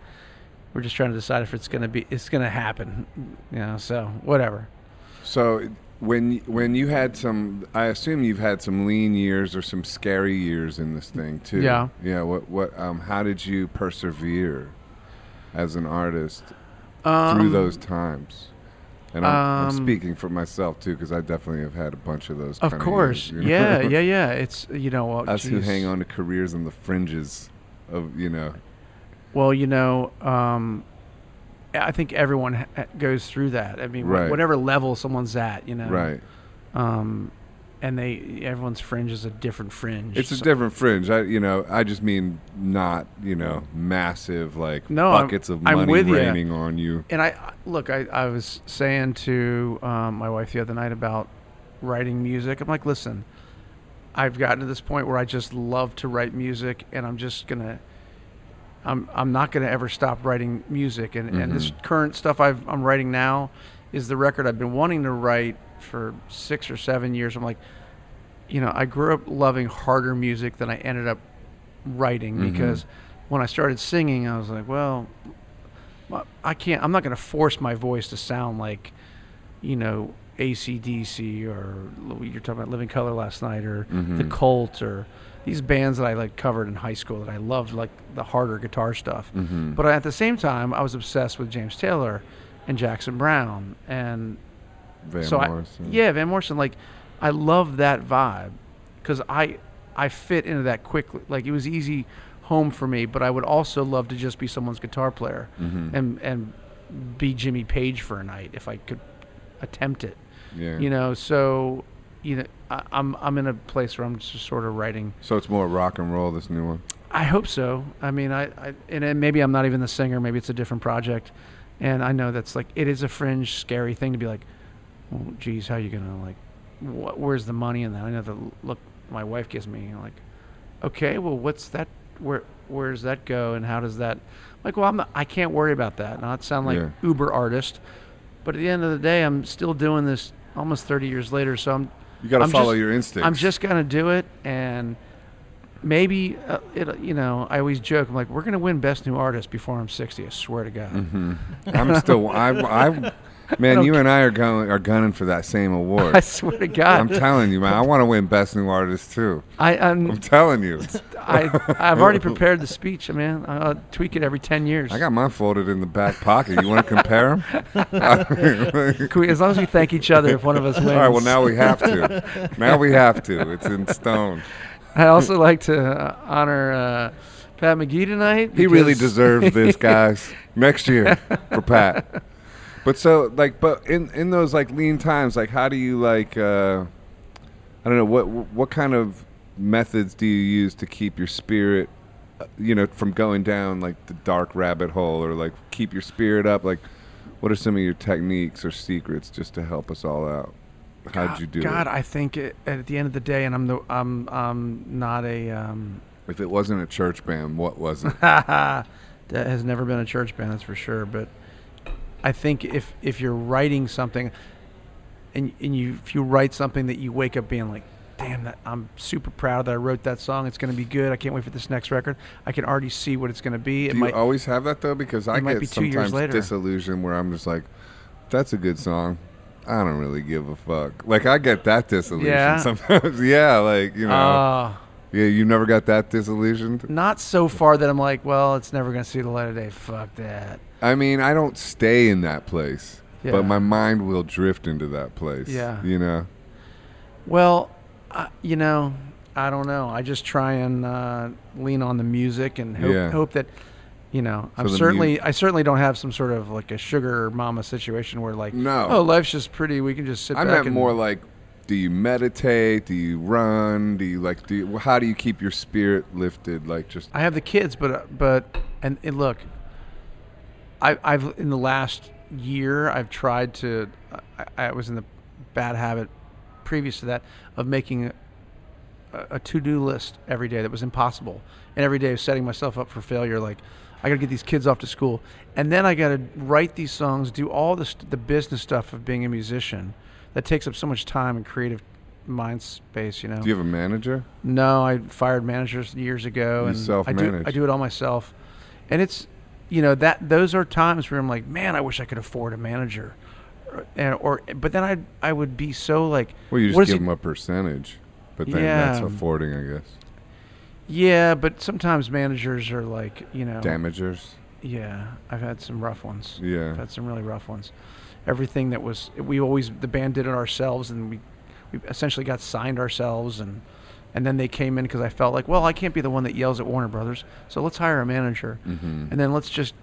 We're just trying to decide if it's going to be, it's going to happen. You know, so whatever.
So When when you had some, I assume you've had some lean years or some scary years in this thing too.
Yeah.
Yeah. What what? Um, how did you persevere as an artist
Um,
through those times? And I'm, I'm
um,
speaking for myself too, because I definitely have had a bunch of those.
Of
kinda
course.
years, you know?
Yeah, yeah, yeah. It's you know well,
Us who
geez.
hang on to careers on the fringes of you know.
Well, you know, um, I think everyone ha- ha- goes through that. I mean, wh-
Right.
whatever level someone's at, you know,
Right.
Um, and they everyone's fringe is a different fringe.
It's a
So-
different fringe. I, you know, I just mean not, you know, massive like
No, I'm-
buckets of
I'm
money
with ya.
raining on you.
and I I- look, I, I was saying to um, my wife the other night about writing music. I'm like, listen, I've gotten to this point where I just love to write music, and I'm just gonna, I'm I'm not gonna ever stop writing music. And and this
Mhm.
current stuff I've, I'm writing now is the record I've been wanting to write for six or seven years. I'm like, you know, I grew up loving harder music than I ended up writing
Mhm.
because when I started singing, I was like, well, well, I can't. I'm not going to force my voice to sound like, you know, ACDC or you're talking about Living Color last night or the
Mhm.
Cult or these bands that I like covered in high school that I loved, like the harder guitar stuff.
Mhm.
But at the same time, I was obsessed with James Taylor and Jackson Brown and
Van
so
Morrison.
I, yeah, Van Morrison. Like, I love that vibe because I I fit into that quickly. Like, it was easy home for me. But I would also love to just be someone's guitar player
Mhm.
and and be Jimmy Page for a night if I could attempt it.
yeah.
You know, so you know, I, I'm I'm in a place where I'm just sort of writing.
So it's more rock and roll. This new one.
I hope so. I mean, I, I and then maybe I'm not even the singer. Maybe it's a different project. And I know that's like it is a fringe, scary thing to be like, well, geez, how you gonna like, wh- where's the money in that? I know the l- look my wife gives me like, okay, well, what's that? Where where does that go? And how does that? Like, well, I'm not, I can't worry about that. Not sound like
Yeah.
uber artist, but at the end of the day, I'm still doing this almost 30 years later. So I'm
You got to
I'm
follow
just-
your instincts.
I'm just gonna do it, and maybe uh, it. You know, I always joke. I'm like, we're gonna win Best New Artist before I'm 60. I swear to God.
Mhm. I'm still. I. I. Man, you and I are going are gunning for that same
I
award.
swear to
I'm
God.
telling you, man. I want to win Best New Artist too.
I, I'm,
I'm telling you.
I I've already prepared the speech, man. I will tweak it every 10 years.
I got mine folded in the back pocket. You want to compare them?
Can we- as long as we thank each other if one of us wins.
All right. Well, now we have to. Now we have to. It's in stone.
I also like to uh, honor uh, Pat McGee tonight.
He really
because-
deserves this, guys. Next year for Pat. But so like, but in in those like lean times, like how do you like? uh I don't know what what kind of methods do you use to keep your spirit, uh, you know, from going down like the dark rabbit hole, or like keep your spirit up? Like, what are some of your techniques or secrets just to help us all out? How'd you do
God,
it?
I think it, at the end of the day, and I'm the I'm I'm not a um,
If it wasn't a church band, what was it?
that has never been a church band, that's for sure. But I think if if you're writing something, and and you if you write something that you wake up being like, damn, that I'm super proud that I wrote that song. It's going to be good. I can't wait for this next record. I can already see what it's going to be. It
Do you
might.
always have that though? Because I
It might
get
be two years
sometimes
later.
disillusioned where I'm just like, "That's a good song. I don't really give a fuck." Like I get that disillusioned
Yeah.
sometimes. yeah, like you know,
Ah,
yeah, you never got that disillusioned.
not so far that I'm like, well, it's never going to see the light of day. Fuck that.
I mean, I don't stay in that place,
Yeah.
but my mind will drift into that place.
Yeah.
you know.
Well, I, you know, I don't know. I just try and uh, lean on the music and hope,
Yeah.
hope that, you know, I'm
the mu-
certainly, I certainly don't have some sort of like a sugar mama situation where like,
No.
oh, life's just pretty. We can just sit.
I
back
meant
and,
more like, do you meditate? Do you run? Do you like? Do you, how do you keep your spirit lifted? Like just
I have the kids, but uh, but and, and look, I, I've in the last year I've tried to. I, I was in the bad habit previous to that of making a, a to-do list every day that was impossible, and every day was setting myself up for failure. Like I got to get these kids off to school, and then I got to write these songs, do all this the business stuff of being a musician that takes up so much time and creative mind space. You know.
do you have a manager?
No, I fired managers years ago,
You
and I do
self-manage.
I do it all myself, and it's you know that those are times where I'm like, man, I wish I could afford a manager, or, and- or but then I I would be so like
Well, you just
What is
give
he-
them a percentage, but then
Yeah.
that's affording, I guess.
yeah, but sometimes managers are like you know
Damagers.
yeah I've had some rough ones I've
Yeah.
had some really rough ones. Everything that was we always the band did it ourselves and we we essentially got signed ourselves and and then they came in because I felt like well I can't be the one that yells at Warner Brothers so let's hire a manager
Mm-hmm.
and then let's just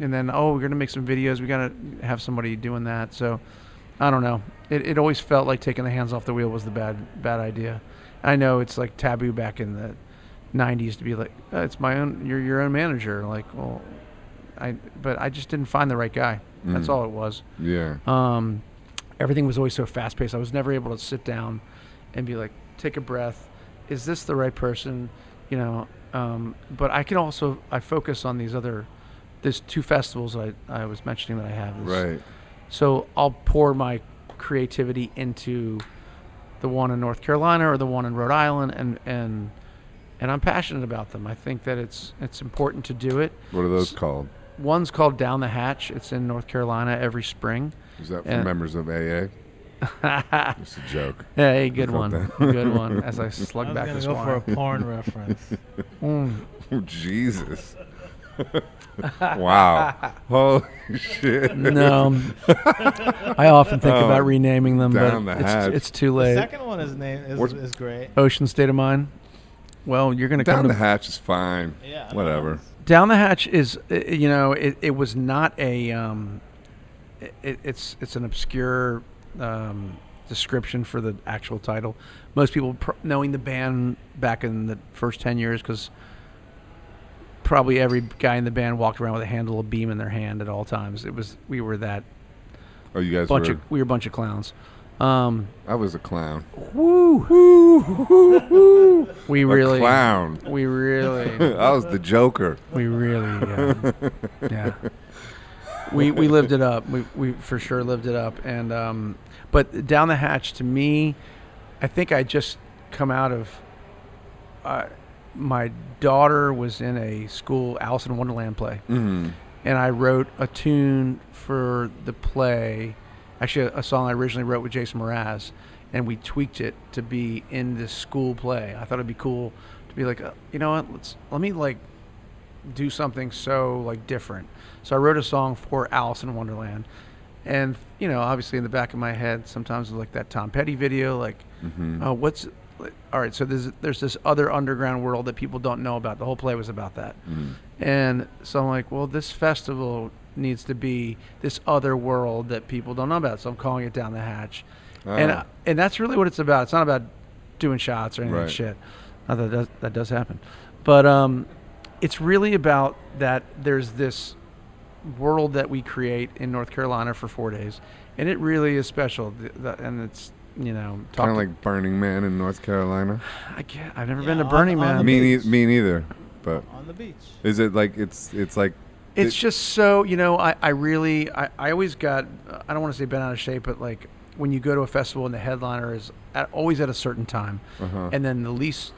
and then oh we're gonna make some videos we gotta have somebody doing that so i don't know it, it always felt like taking the hands off the wheel was the bad bad idea i know it's like taboo back in the 90s to be like "Oh, it's my own you're your own manager like well i but i just didn't find the right guy that's all it was
Yeah.
um, everything was always so fast paced. I was never able to sit down and be like, take a breath. Is this the right person? You know, um, but I can also I focus on these other there's two festivals that I, I was mentioning that I have. This-
Right.
So I'll pour my creativity into the one in North Carolina or the one in Rhode Island and and and I'm passionate about them. I think that it's it's important to do it.
What are those called?
One's called Down the Hatch. It's in North Carolina every spring.
Is that for
Yeah.
members of AA? It's a joke.
Hey, good
Look
one.
up
good one. As I
I
slug
was
back
gonna
this
go for
water.
a porn reference.
Mm.
Oh, Jesus. wow. Holy shit.
mm,
No, I often think
Oh,
about renaming them,
down the
but it's,
hatch.
it's too
The
late.
second one is name is,
What's-
is great.
Ocean State of Mind. Well, you're going to
Down
come
the
to
hatch is fine.
Yeah.
Whatever.
Down the Hatch is uh, you know it, it was not a um, i- it, it's it's an obscure um, description for the actual title. Most people pr- knowing the band back in the first ten years because probably every guy in the band walked around with a handle of beam in their hand at all times. It was we were that
Oh, you guys
bunch
were.
of we were a bunch of clowns. Um,
I was a clown.
woo, we
A
really,
clown.
we really,
I was the Joker.
we really, uh, yeah. We we lived it up. We we for sure lived it up. And um, but down the hatch to me, I think I just come out of. Uh, my daughter was in a school Alice in Wonderland play,
Mm-hmm.
and I wrote a tune for the play. Actually, a song I originally wrote with Jason Mraz, and we tweaked it to be in this school play. I thought it'd be cool to be like, uh, you know what? Let's let me like do something so like different. So I wrote a song for Alice in Wonderland, and you know, obviously in the back of my head, sometimes like that Tom Petty video, like
Mm-hmm.
Oh, what's all right? So there's there's this other underground world that people don't know about. The whole play was about that,
Mhm.
and so I'm like, well, this festival needs to be this other world that people don't know about. So I'm calling it down the hatch, and
Ah.
and that's really what it's about. It's not about doing shots or any of
Right.
that shit. Not that does, that does happen, but um, it's really about that. There's this world that we create in North Carolina for four days, and it really is special. The, the, and it's you know
kind
talk-
of like Burning Man in North Carolina.
I can't. I've never
Yeah,
been to
on-
Burning
on the
Man.
Me,
beach.
nei- me neither. But
On the beach.
is it like it's it's like
it's just so you know. I, I really I, I always got. I don't want to say bent out of shape, but like when you go to a festival and the headliner is at, always at a certain time,
uh-huh.
and then the least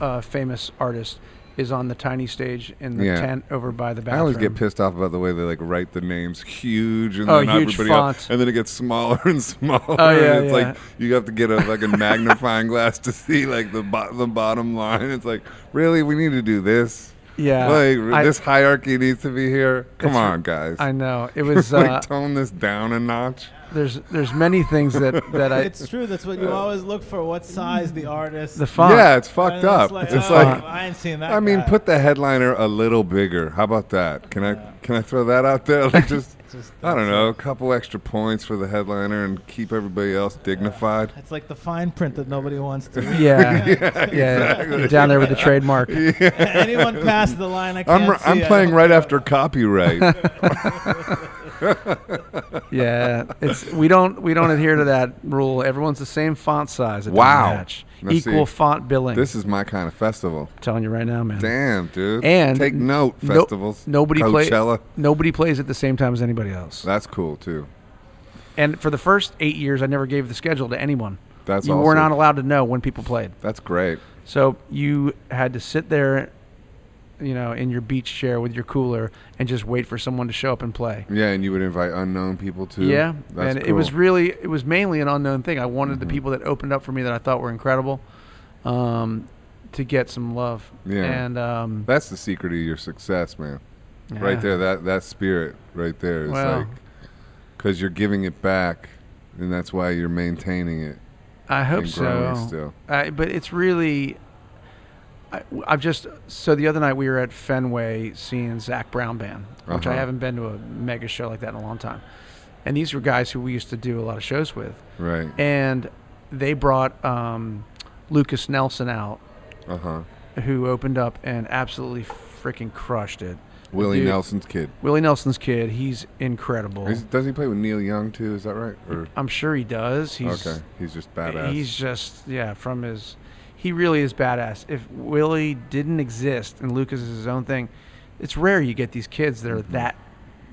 uh, famous artist is on the tiny stage in the
Yeah.
tent over by the
I
bathroom.
always get pissed off about the way they like write the names huge and
Oh,
then
huge
everybody else-
font.
and then it gets smaller and smaller.
Oh, yeah,
and it's
yeah.
like you have to get a like a magnifying glass to see like the bo- the bottom line. It's like really we need to do this.
Yeah,
like r-
I-
this hierarchy needs to be here. Come
It's-
on, guys.
I know it was.
like
Uh,
tone this down a notch.
there's there's many things that that I
it's true. That's
Uh,
what you always look for. What size the artist?
the font.
Yeah, it's fucked
And
up.
Like,
it's
oh,
like
I ain't seen that.
I mean,
guy.
put the headliner a little bigger. How about that? Can I
Yeah.
can I throw that out there? Like just
Just-
I don't
that's
know, a couple extra points for the headliner and keep everybody else dignified.
It's like the fine print that nobody wants to read.
Yeah, yeah,
exactly.
down there with the trademark.
Anyone past the line, I can't
I'm r-
see.
I'm
I
playing
don't
right
know.
after copyright.
yeah, it's we don't we don't adhere to that rule. Everyone's the same font size. At
Wow.
wow, match.
Now see,
equal font billing.
this is my kind of festival.
I'm telling you right now, man.
Damn, dude.
And
take note,
no-
festivals.
nobody play-
Coachella.
Nobody plays at the same time as anybody else.
That's cool too.
And for the first eight years, I never gave the schedule to anyone.
That's
you
also,
were not allowed to know when people played,
That's great.
so you had to sit there you know, in your beach chair with your cooler and just wait for someone to show up and play.
Yeah, and you would invite unknown people too.
Yeah,
That's
and it
cool.
was really it was mainly an unknown thing. I wanted the
Mhm.
people that opened up for me that I thought were incredible, um, to get some love.
Yeah.
and um,
That's the secret of your success, man.
yeah.
Right there, that that spirit right there is
Well-
like because you're giving it back, and that's why you're maintaining it
I hope
and growing
so.
still.
I, but it's really, I, I've just so the other night we were at Fenway seeing Zach Brown band, which I
Uh-huh.
haven't been to a mega show like that in a long time, and these were guys who we used to do a lot of shows with,
Right.
and they brought um, Lucas Nelson out,
Uh huh.
who opened up and absolutely freaking crushed it.
Willie
Dude.
Nelson's kid.
Willie Nelson's kid, he's incredible.
Is- doesn't he play with Neil Young too? Is that right? Or
I'm sure he does. He's
okay, he's just badass.
He's just yeah, from his he really is badass. If Willie didn't exist and Lucas is his own thing, it's rare you get these kids that are
Mhm.
that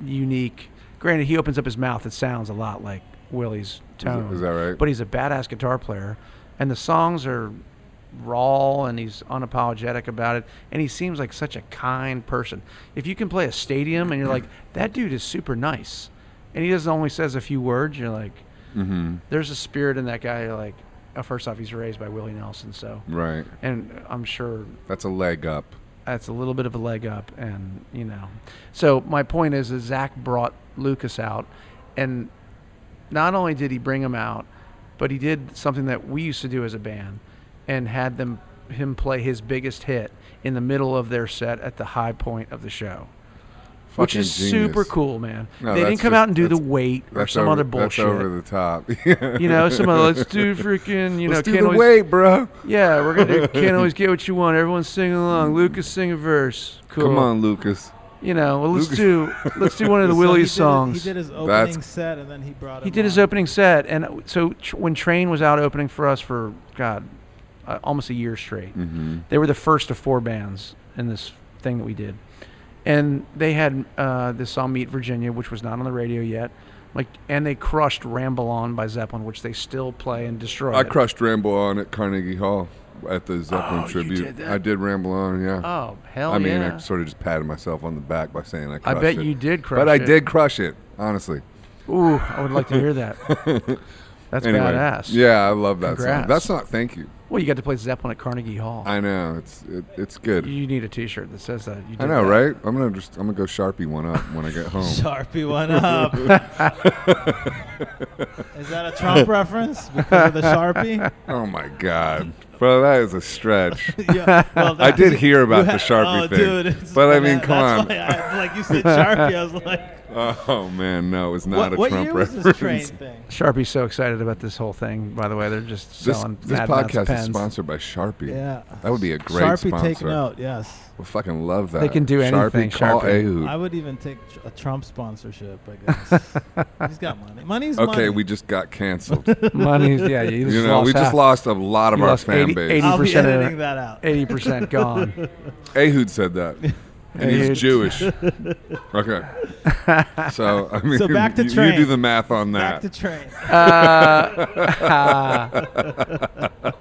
unique. Granted, he opens up his mouth; it sounds a lot like Willie's
is, that-
tone,
is that right?
but he's a badass guitar player, and the songs are raw and he's unapologetic about it and he seems like such a kind person if you can play a stadium and you're like that dude is super nice and he doesn't only says a few words you're like
mm-hmm.
there's a spirit in that guy. Like, uh, first off, he's raised by Willie Nelson, so
Right.
and I'm sure
That's a leg up.
that's a little bit of a leg up, and you know. So my point is, is Zach brought Lucas out, and not only did he bring him out, but he did something that we used to do as a band, and had them him play his biggest hit in the middle of their set at the high point of the show. which
Fucking
is
genius.
super cool, man.
No,
they didn't
that's
come
just-
out and do the
that's-
weight or
That's
some
over,
other bullshit.
That's over the top.
You know, some of the, let's do freaking, you know,
Let's do
can't
the
always,
weight, bro.
Yeah, we're gonna can't always get what you want. Everyone sing along. Lucas sing a verse. Cool.
Mm. Come on, Lucas.
You know, well, let's
Lucas.
do let's do one of the
So he did
Willie
his-
songs.
He did his opening
That's-
set, and then he brought.
He
him
did his
on.
opening set, and so tr- when Train was out opening for us for God, uh, almost a year straight,
Mm-hmm.
they were the first of four bands in this thing that we did, and they had uh, this song "Meet Virginia," which was not on the radio yet. Like, and they crushed "Ramble On" by Zeppelin, which they still play and destroy.
I
it.
crushed Ramble On at Carnegie Hall at the Zeppelin
Oh, you
tribute.
did that?
I did Ramble On, yeah.
Oh hell
I mean,
yeah!
I sort of just patted myself on the back by saying I
I
crushed
bet
it.
you did crush
But I
it.
did crush it, honestly.
Ooh, I would like to hear that. That's
anyway,
badass.
Yeah, I love that
Congrats.
song. That's not thank you.
Well, you got to play Zeppelin at Carnegie Hall.
I know it's it, it's good.
you need a T-shirt that says that. You
I
did
know,
that.
right? I'm gonna just I'm gonna go sharpie one up when I get home.
Sharpie one up. Is that a Trump reference because of the Sharpie?
oh my god, bro, that is a stretch.
yeah, well,
I
that-
did hear about
you
the
ha-
Sharpie
oh,
thing,
Dude, it's-
but I mean, come on.
that's why I, like you said, Sharpie. I was like,
Oh man, no, it's not
what,
a
what
Trump
year
reference.
was this train thing?
Sharpie's so excited about this whole thing. By the way, they're just
This,
selling
this
Mad Max
podcast
pens.
is sponsored by Sharpie.
Yeah,
That would be a great
Sharpie.
sponsor.
Take note. Yes,
We fucking love that.
They can do anything,
Sharpie, call
Sharpie.
Ehud.
I would even take tr- a Trump sponsorship. I guess he's got money. Money's
Okay,
money.
we just got canceled.
Money's yeah, you, just
you know,
lost
we just
half.
lost a lot of
You
our
lost
fan
80
base.
I'll be
80% of it.
editing that out.
eighty percent gone.
Ehud said that, and
Ehud.
he's Jewish. Okay, so I mean,
So back to
you, you
train.
do the math on
Back
that.
to train.
Uh,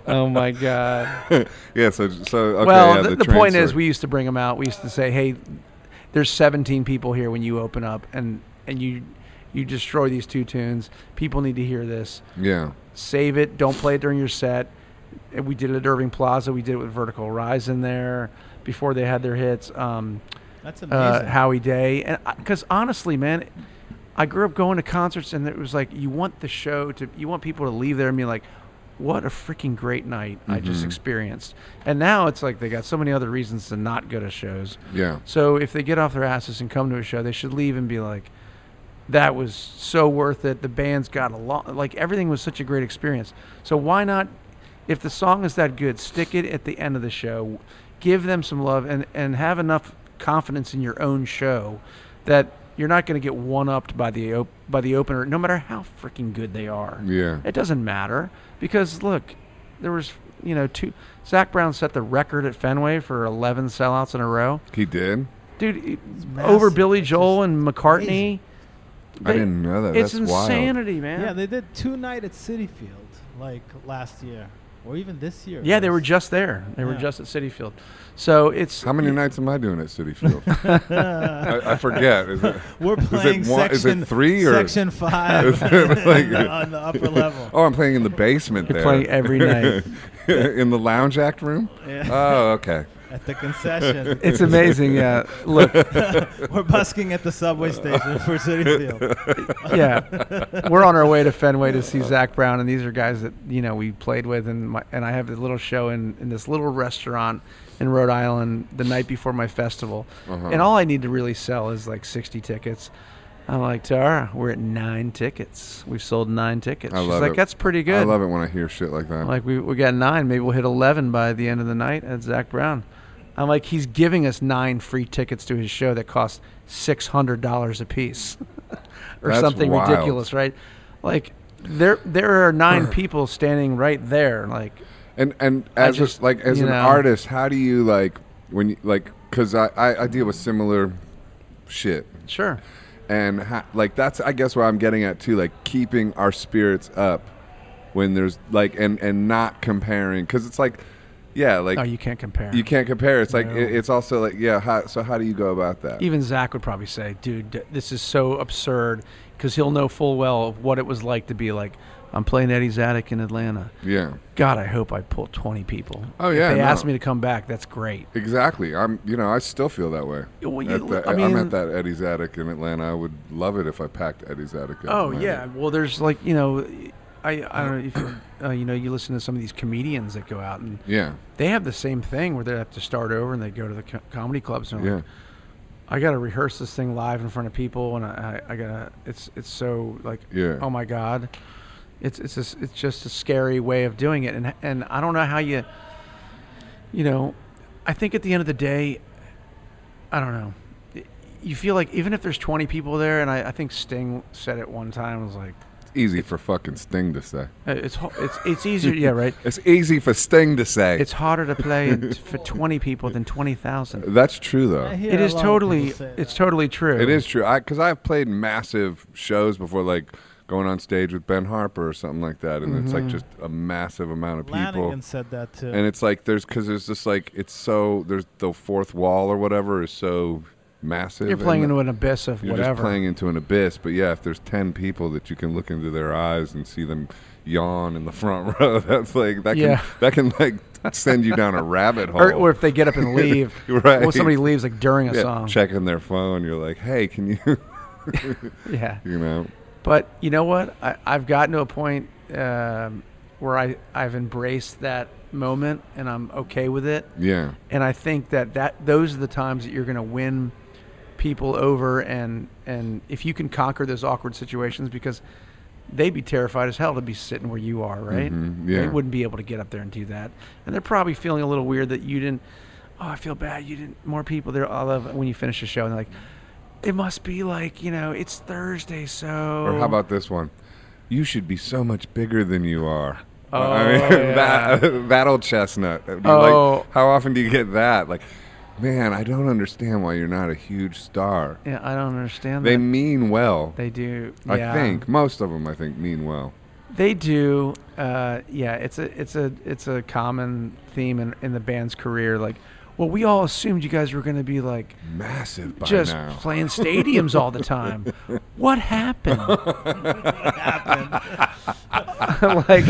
oh my god.
yeah, so so okay,
well,
yeah,
th-
the,
the,
train
point is,
story.
we used to bring them out. We used to say, "Hey, there's 17 people here when you open up, and and you you destroy these two tunes. People need to hear this.
yeah,
Save it. Don't play it during your set." And we did it at Irving Plaza. We did it with Vertical Rise in there before they had their hits. Um,
That's amazing.
uh, Howie Day, and because honestly, man, I grew up going to concerts, and it was like you want the show to, you want people to leave there and be like, "What a freaking great night I just
Mhm.
experienced." And now it's like they got so many other reasons to not go to shows.
yeah,
So if they get off their asses and come to a show, they should leave and be like, "That was so worth it. The band's got a lot. Like everything was such a great experience. So why not? If the song is that good, stick it at the end of the show. Give them some love and and have enough confidence in your own show that you're not going to get one upped by the op- by the opener, no matter how freaking good they are.
yeah.
It doesn't matter because look, there was you know two. Zach Brown set the record at Fenway for 11 sellouts in a row.
He did.
Dude, it-
It's massive.
over Billy
It's
Joel
just
and McCartney.
crazy.
I
They-
didn't know that.
It's
That's wild.
insanity, man.
yeah, they did two night at City Field like last year. or even this year.
Yeah, they were
was-
just there. They were
Yeah.
just at City Field. So it's
How many nights am I doing at City Field? I, I forget. Is it?
we're playing
it one-
section
is it three or-
section five
Is it like-
on, the, on the upper level.
Oh, I'm playing in the basement
You're
there.
playing every night.
in the lounge act room?
Yeah,
Oh, okay.
at the concession.
it's amazing. Yeah, look,
we're busking at the subway station for City Field.
yeah, we're on our way to Fenway to see Zach Brown, and these are guys that you know we played with, and my, and I have a little show in in this little restaurant in Rhode Island the night before my festival,
Uh-huh.
and all I need to really sell is like sixty tickets. I'm like Tara, we're at nine tickets. We've sold nine tickets.
I
She's
love
like,
it.
that's pretty good.
I love it when I hear shit like that.
I'm Like we we got nine, maybe we'll hit eleven by the end of the night at Zach Brown. I'm like he's giving us nine free tickets to his show that cost six hundred dollars a piece, or
That's
something
wild.
ridiculous, right? Like there there are nine people standing right there, like
and and
I
as
just-
a, like as
you
an
know.
artist, how do you like when you like because I, I I deal with similar shit
sure,
and ha- like that's I guess where I'm getting at too, like keeping our spirits up when there's like and and not comparing because it's like yeah like
no, you can't compare.
you can't compare. It's like
No.
it, it's also like yeah. How, so how do you go about that?
Even Zach would probably say, "Dude, d- this is so absurd," because he'll know full well of what it was like to be like, "I'm playing Eddie's Attic in Atlanta."
yeah,
God, I hope I pull twenty people.
Oh,
If
yeah,
they
no.
asked me to come back. That's great.
exactly. I'm you know I still feel that way.
Well,
At
you-
the-
I
I'm
mean-
at that Eddie's attic in Atlanta. I would love it if I packed Eddie's attic. in
Oh
Atlanta.
yeah, well, there's like you know, I I don't know if you, uh, you know you listen to some of these comedians that go out and
yeah,
they have the same thing where they have to start over and they go to the co- comedy clubs and they're
yeah.
like, I got to rehearse this thing live in front of people and I I, I gotta it's it's so like
Yeah.
oh my god, it's it's just, it's just a scary way of doing it and and I don't know how you, you know, I think at the end of the day, I don't know. You feel like even if there's 20 people there, and I, I think Sting said it one time, was like,
It's easy for fucking Sting to say.
Uh, It's ho- it's it's easier. Yeah, right.
It's easy for Sting to say.
It's harder to play in- for twenty people than twenty thousand.
That's true
I
though.
hear
It
a
is
lot of
totally
people say
it's
that.
totally true.
It is true. I because I've played massive shows before, like going on stage with Ben Harper or something like that, and it's like
Mhm.
just a massive amount of people.
Lanigan said that too.
And it's like there's because there's just like it's so there's the fourth wall or whatever is so massive.
You're playing
and
into an abyss of
you're
whatever.
just playing into an abyss. But yeah, if there's ten people that you can look into their eyes and see them yawn in the front row, that's like that can
Yeah.
that can like send you down a rabbit hole.
or, or if they get up and leave,
right?
well, somebody leaves like during a
yeah,
song.
checking their phone. You're like, hey, can you?
Yeah,
you know.
but you know what? I, I've gotten to a point um, where I I've embraced that moment and I'm okay with it.
Yeah.
and I think that, that those are the times that you're going to win people over, and and if you can conquer those awkward situations, because they'd be terrified as hell to be sitting where you are, right?
Mhm, yeah.
They wouldn't be able to get up there and do that, and they're probably feeling a little weird that you didn't. Oh, I feel bad. You didn't. More people there. I love when you finish a show and they're like, it must be like you know, it's Thursday, so.
Or how about this one? You should be so much bigger than you are.
Oh,
that, that old chestnut. Do you like-
Oh.
how often do you get that? Like, man, I don't understand why you're not a huge star.
Yeah, I don't understand
They
that.
mean well.
They do.
I
yeah.
think most of them, I think, mean well.
They do. Uh, yeah, it's a it's a it's a common theme in, in the band's career. Like, well, we all assumed you guys were going to be like
Massive by
just
now.
playing stadiums all the time. What happened? like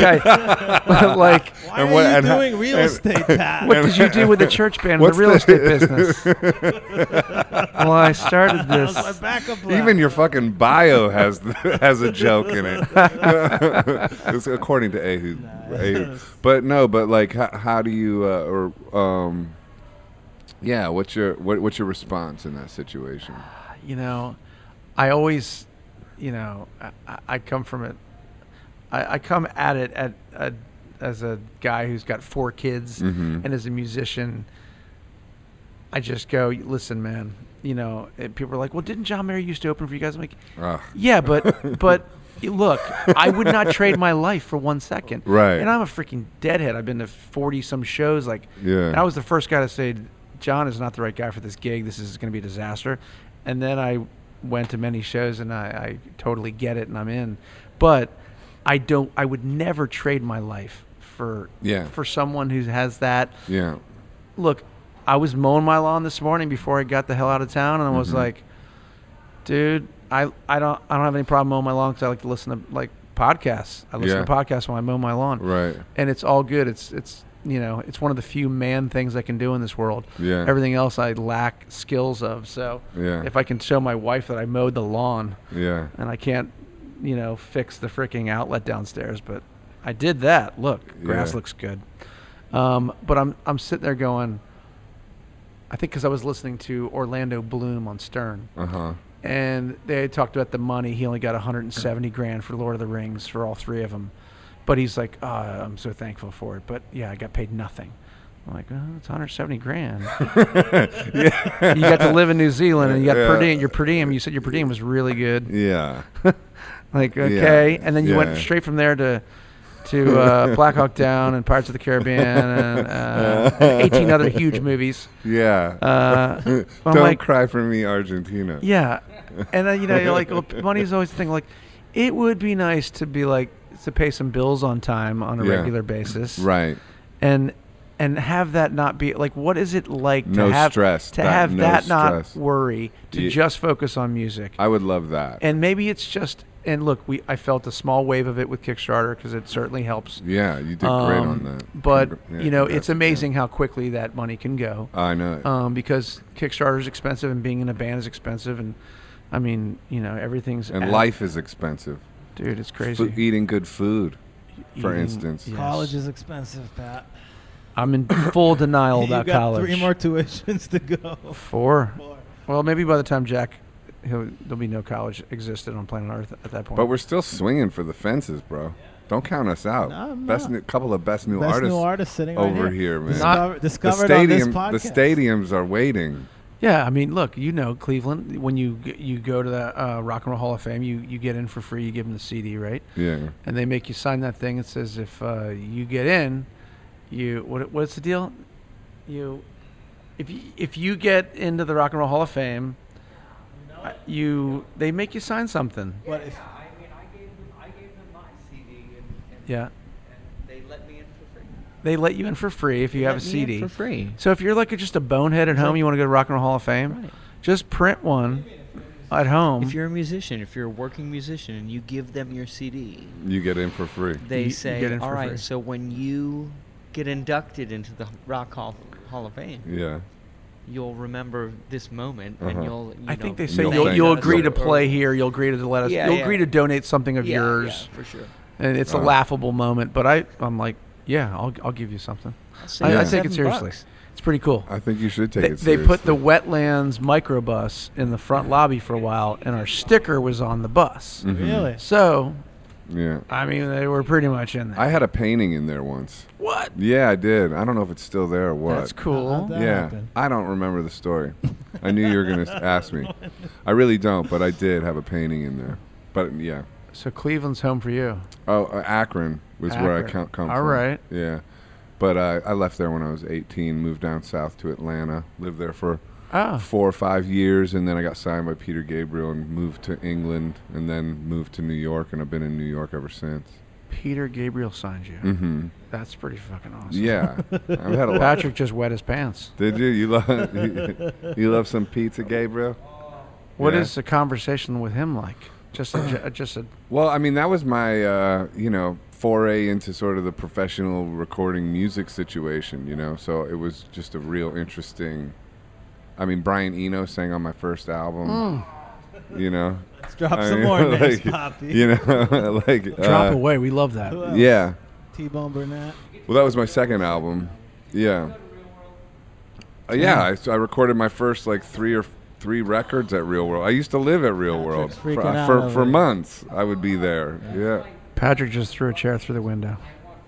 I like.
Why
And
are
what-
you
and how-
doing real
and-
estate, Pat?
What did you do with the church band and
What's
the real
the-
estate business? well, I started
That was my
this.
backup plan.
Even your fucking bio has has a joke in it. it's according to Ahu.
Nah.
Ahu. But no, but like, how, how do you uh, or um, yeah, what's your what, what's your response in that situation?
you know, I always, you know, I, I- I come from it. I, I come at it at, at as a guy who's got four kids
Mhm.
and as a musician. I just go, listen, man. You know, and people are like, well, didn't John Mayer used to open for you guys? I'm like,
Ugh.
yeah, but but y- look, I would not trade my life for one second.
Right.
And I'm a freaking deadhead. I've been to forty some shows. Like,
Yeah.
and I was the first guy to say, John is not the right guy for this gig. This is going to be a disaster. And then I went to many shows, and I, I totally get it, and I'm in. But I don't. I would never trade my life for
Yeah.
for someone who has that
Yeah.
look, I was mowing my lawn this morning before I got the hell out of town, and I was
Mhm.
like, dude, I, I don't I don't have any problem mowing my lawn because I like to listen to like podcasts. I listen
Yeah.
to podcasts when I mow my lawn,
Right.
and it's all good. It's it's you know it's one of the few man things I can do in this world.
Yeah.
Everything else I lack skills of. So
yeah.
if I can show my wife that I mowed the lawn,
yeah.
and I can't you know fix the freaking outlet downstairs, but I did that. Look, grass
Yeah.
looks good. Um, but I'm I'm sitting there going, I think because I was listening to Orlando Bloom on Stern,
Uh huh.
and they talked about the money. He only got 170 grand for Lord of the Rings for all three of them, but he's like, oh, I'm so thankful for it. But yeah, I got paid nothing. I'm like, oh, it's 170 grand.
yeah.
you got to live in New Zealand, and you got per
Yeah.
diem. Your per diem, you said your per diem was really good.
Yeah.
Like okay, and then you
yeah.
went straight from there to to uh, Black Hawk Down and Pirates of the Caribbean and, uh, and 18 other huge movies.
Yeah.
Uh,
Don't
I'm like-
cry for me, Argentina.
Yeah, and then you know you're like, well, money's always the thing. Like, it would be nice to be like to pay some bills on time on a
Yeah.
regular basis,
Right.
And and have that not be like, what is it like
No
to have
stress.
to have
no
that
stress.
not worry to
Ye-
just focus on music?
I would love that.
and maybe it's just and look we i felt a small wave of it with kickstarter because it certainly helps
yeah, you did great
Um,
on that.
but
Congr- yeah,
you know
congrats,
it's
yeah.
amazing how quickly that money can go
I know. it.
um, because kickstarter is expensive and being in a band is expensive and i mean you know everything's
and
add-
life is expensive.
dude it's crazy
Fu- eating good food. e- for
Eating-
instance.
yes.
College is expensive, Pat.
i'm in full denial
you
about
got
college
three more tuitions to go.
four
More.
well maybe by the time jack he'll, there'll be no college existed on planet earth at that point
But we're still swinging for the fences, bro. Don't count us out.
No, I'm
best
not.
Oh, new, couple of best new
Best
artists
new artist sitting right
over
here.
here, man.
Not-
Discover,
the
discovered
stadium,
on
the
this podcast.
stadiums are waiting.
Yeah, I mean, look, you know, Cleveland. When you g- you go to the uh, Rock and Roll Hall of Fame, you you get in for free. You give them the CD, right?
Yeah,
And they make you sign that thing that says if uh, you get in, you what what's the deal? You if you, if you get into the Rock and Roll Hall of Fame, uh, you they make you sign something.
What if
I mean, I gave them, I gave them my CD and, and,
Yeah,
and they let me in for free.
they let you in for free if you have a CD.
for free.
So if you're like a, just a bonehead at home, you want to go to Rock and Roll Hall of Fame,
Right.
just print one at home.
If you're a musician, if you're a working musician, and you give them your CD,
you get in for free.
they
You- you
say,
get in
"All
for
right,
free."
so when you get inducted into the Rock Hall Hall of Fame,
Yeah,
you'll remember this moment,
Uh-huh.
and you'll." You
I
know,
think they
and
say
you'll
you'll,
thank
you'll,
us
agree
or-
to play here. You'll agree to let us.
Yeah,
you'll
yeah.
agree to donate something of
Yeah,
yours,
yeah, for sure.
and it's a
Uh.
laughable moment. But I, I'm like, yeah, I'll, I'll give you something.
I'll
I,
save
Yeah.
I
you
take it
seven
seriously.
bucks.
It's pretty cool.
I think you should take
They,
it.
they put the
seriously.
wetlands microbus in the front lobby for a while, and our sticker was on the bus.
Mhm.
really?
So
Yeah,
I mean, they were pretty much in there.
I had a painting in there once.
what?
Yeah, I did. I don't know if it's still there or what.
That's cool.
Uh-huh.
That
yeah,
happened.
I don't remember the story. I knew you were gonna s- ask me. I really don't, but I did have a painting in there. But yeah,
So Cleveland's home for you.
Oh, uh, Akron was where I
Akron.
come, come
All
from.
right.
Yeah. But uh, I left there when I was 18, moved down south to Atlanta, lived there for
Oh,
four or five years, and then I got signed by Peter Gabriel and moved to England, and then moved to New York, and I've been in New York ever since.
Peter Gabriel signed you.
Mm-hmm.
That's pretty fucking awesome.
Yeah. I've had a lot.
Patrick just wet his pants.
Did you? You love, you, love some pizza, Gabriel?
What is
Yeah.
the conversation with him like? Just a, ju- just a
Well, I mean, that was my, uh, you know, foray into sort of the professional recording music situation, you know. So it was just a real interesting. I mean, Brian Eno sang on my first album,
Oh. mm,
you know.
Let's drop
I
some
mean,
more names,
like,
Poppy.
You know, like.
drop
uh,
away. We love that.
Who else?
Yeah.
T-Bone Burnett.
Well, that was my second album. Yeah. Uh, yeah, I, so I recorded my first like three or three records at Real World. I used to live at Real World
Patrick's
for,
freaking out
for,
over
for
it.
months. I would be there. Yeah.
Patrick just threw a chair through the window.
I want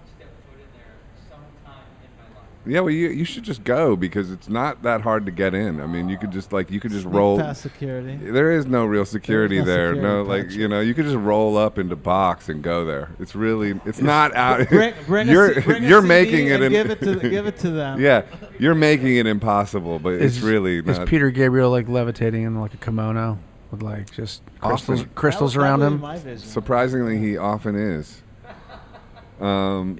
to step foot in there sometime in my life.
Yeah, well, you, you should just go because it's not that hard to get in. I mean, you could just like you could just roll.
Past security.
There is no real security
no
there.
security,
no, like
Patrick.
you know, you could just roll up into box and go there. It's really, it's not out.
Bring, bring
you're
a, C- bring a
you're
CD
making it.
and
in-
give it to give it to them.
yeah, you're making it impossible, but it's
Is-
really
Is
not.
Peter Gabriel like levitating in like a kimono with like just crystals
Often.
crystals around him?
That was probably my vision.
surprisingly, he often is. Um,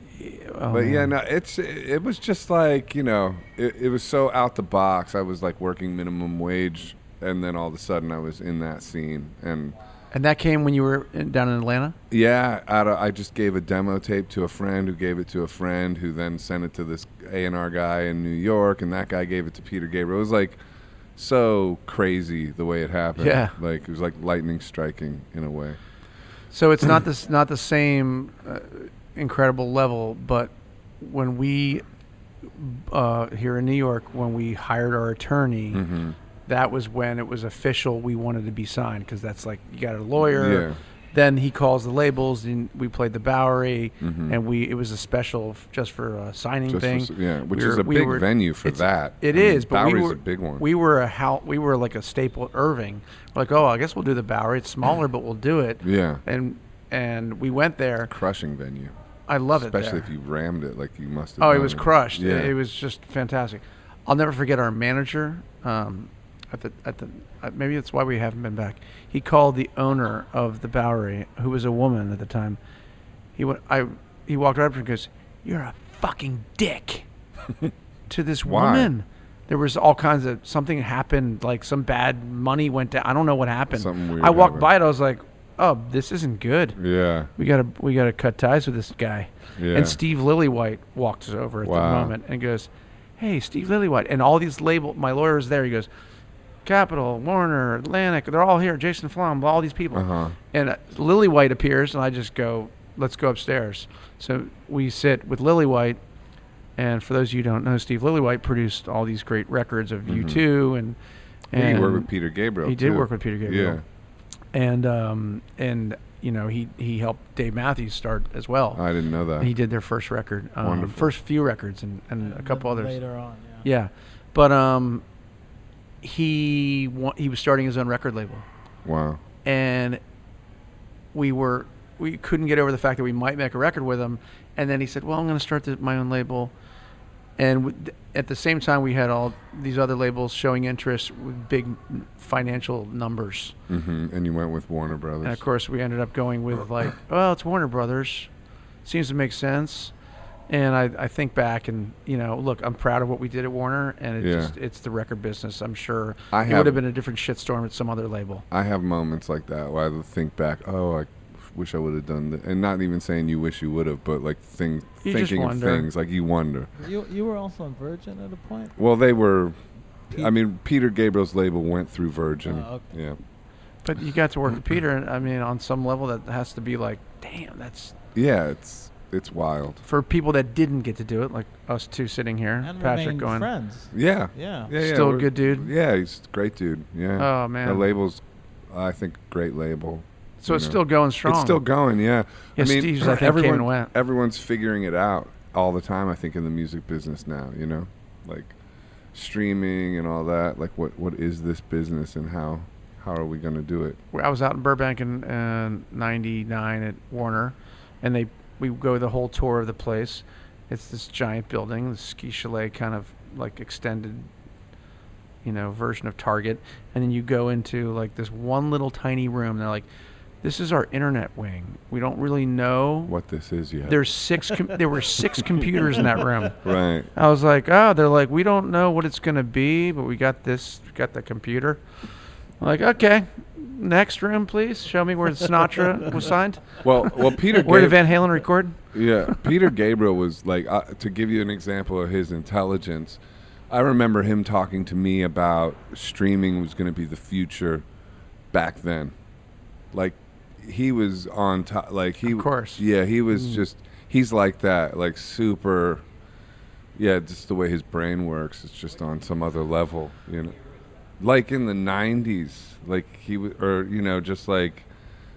Oh,
but yeah,
man.
no, it's it was just like you know, it, it was so out the box. I was like working minimum wage, and then all of a sudden I was in that scene, and
And that came when you were in, down in Atlanta.
yeah, out of, I just gave a demo tape to a friend who gave it to a friend who then sent it to this A and R guy in New York, and that guy gave it to Peter Gabriel. It was like so crazy the way it happened.
Yeah.
like it was like lightning striking in a way.
So it's not this not the same uh, incredible level, but when we uh, here in New York, when we hired our attorney,
Mm-hmm.
that was when it was official. We wanted to be signed because that's like you got a lawyer.
Yeah.
Then he calls the labels, and we played the Bowery,
Mhm.
and we it was a special f- just for a signing
Just
thing.
for s- yeah, which
We
is
were-
a
we
big
were-
venue for
it's-
that.
It
I mean,
is, but we
Bowery's
were
a big one.
We were a how we were like a staple at Irving. We're like, oh, I guess we'll do the Bowery. It's smaller, but we'll do it.
yeah,
And and we went there.
crushing venue.
I love it.
Especially
there.
if you rammed it like you must have.
Oh, it
done
was crushed.
Yeah.
It, it was just fantastic. I'll never forget our manager. Um, at the at the uh, maybe that's why we haven't been back. He called the owner of the Bowery, who was a woman at the time. He went. I he walked right up to her and goes, "You're a fucking dick." to this
Why?
woman. There was all kinds of something happened, like some bad money went down. I don't know what happened.
Something weird
I walked
happened.
by it. I was like, "Oh, this isn't good."
Yeah.
we gotta we gotta cut ties with this guy.
Yeah.
And Steve Lillywhite walks over at
Wow.
the moment and goes, Hey, Steve Lillywhite and all these label my lawyer is there, he goes, Capital, Warner, Atlantic, they're all here, Jason Flom, all these people.
Uh huh.
And uh, Lillywhite appears and I just go, Let's go upstairs. So we sit with Lillywhite and for those of you who don't know, Steve Lillywhite produced all these great records of
Mhm.
U two and and
He worked with Peter Gabriel.
he did
too.
work with Peter Gabriel.
Yeah.
and um and you know, he, he helped Dave Matthews start as well.
I didn't know that.
He did their first record, um,
Wonderful.
first few records, and, and a couple others.
Later on, yeah.
Yeah, but um, he wa- he was starting his own record label,
Wow.
and we were we couldn't get over the fact that we might make a record with him, and then he said, "Well, I'm going to start th- my own label," and w- th- at the same time, we had all these other labels showing interest with big financial numbers.
hmm And you went with Warner Brothers.
And of course, we ended up going with like, well, it's Warner Brothers. Seems to make sense. And I, I think back and you know, look, I'm proud of what we did at Warner, and it
Yeah.
just it's the record business. I'm sure
I
it
have-
would have been a different shitstorm at some other label.
I have moments like that where I think back, oh, I wish I would have done that. And not even saying you wish you would have, but like thing,
You just
thinking of
wonder.
things. Like you wonder.
You you were also on Virgin at a point.
Well, they were.
Pete-
I mean, Peter Gabriel's label went through Virgin.
Oh, okay.
Yeah.
But you got to work with Peter, and I mean, on some level, that has to be like, damn, that's
Yeah, it's it's wild.
for people that didn't get to do it, like us two sitting here,
and
Patrick
remained
going,
friends.
Yeah.
Yeah.
Yeah, yeah,
still a
we're-
good dude.
Yeah, he's a great dude. Yeah.
Oh man,
The label's, I think, great label.
so
you
it's
know.
still going strong.
It's still going, yeah.
yeah,
I mean,
Steve's I think
everyone,
came and went.
everyone's figuring it out all the time. I think in the music business now, you know, like streaming and all that. Like, what what is this business and how how are we going to do it?
I was out in Burbank in uh, '99 at Warner, and they we go the whole tour of the place. It's this giant building, the ski chalet kind of like extended, you know, version of Target, and then you go into like this one little tiny room. they're like, "This is our internet wing. We don't really know."
What this is yet?
There's six. Com- there were six computers in that room.
right.
I was like, oh, they're like, we don't know what it's gonna be, but we got this, we got the computer. I'm like, okay, next room, please. Show me where Sinatra was signed.
Well, well, Peter.
Where did
Gab-
Van Halen record?
yeah, Peter Gabriel was like uh, to give you an example of his intelligence. I remember him talking to me about streaming was going to be the future back then. Like he was on top. Like he,
Of course. Mm.
yeah, he was just. He's like that, like super. Yeah, just the way his brain works, it's just on some other level, you know. Like in the '90s, like he w- or you know, just like.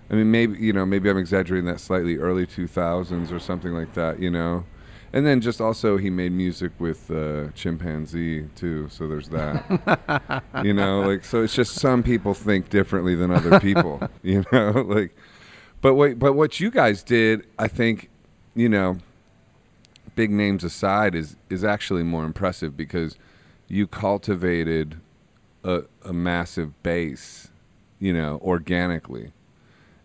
I mean, maybe you know, maybe I'm exaggerating that slightly. Early 2000s or something like that, you know. And then just also, he made music with uh, chimpanzee too, so there's that. you know, like so, it's just some people think differently than other people. you know, like, but what but what you guys did, I think, you know, big names aside, is is actually more impressive because you cultivated a, a massive base, you know, organically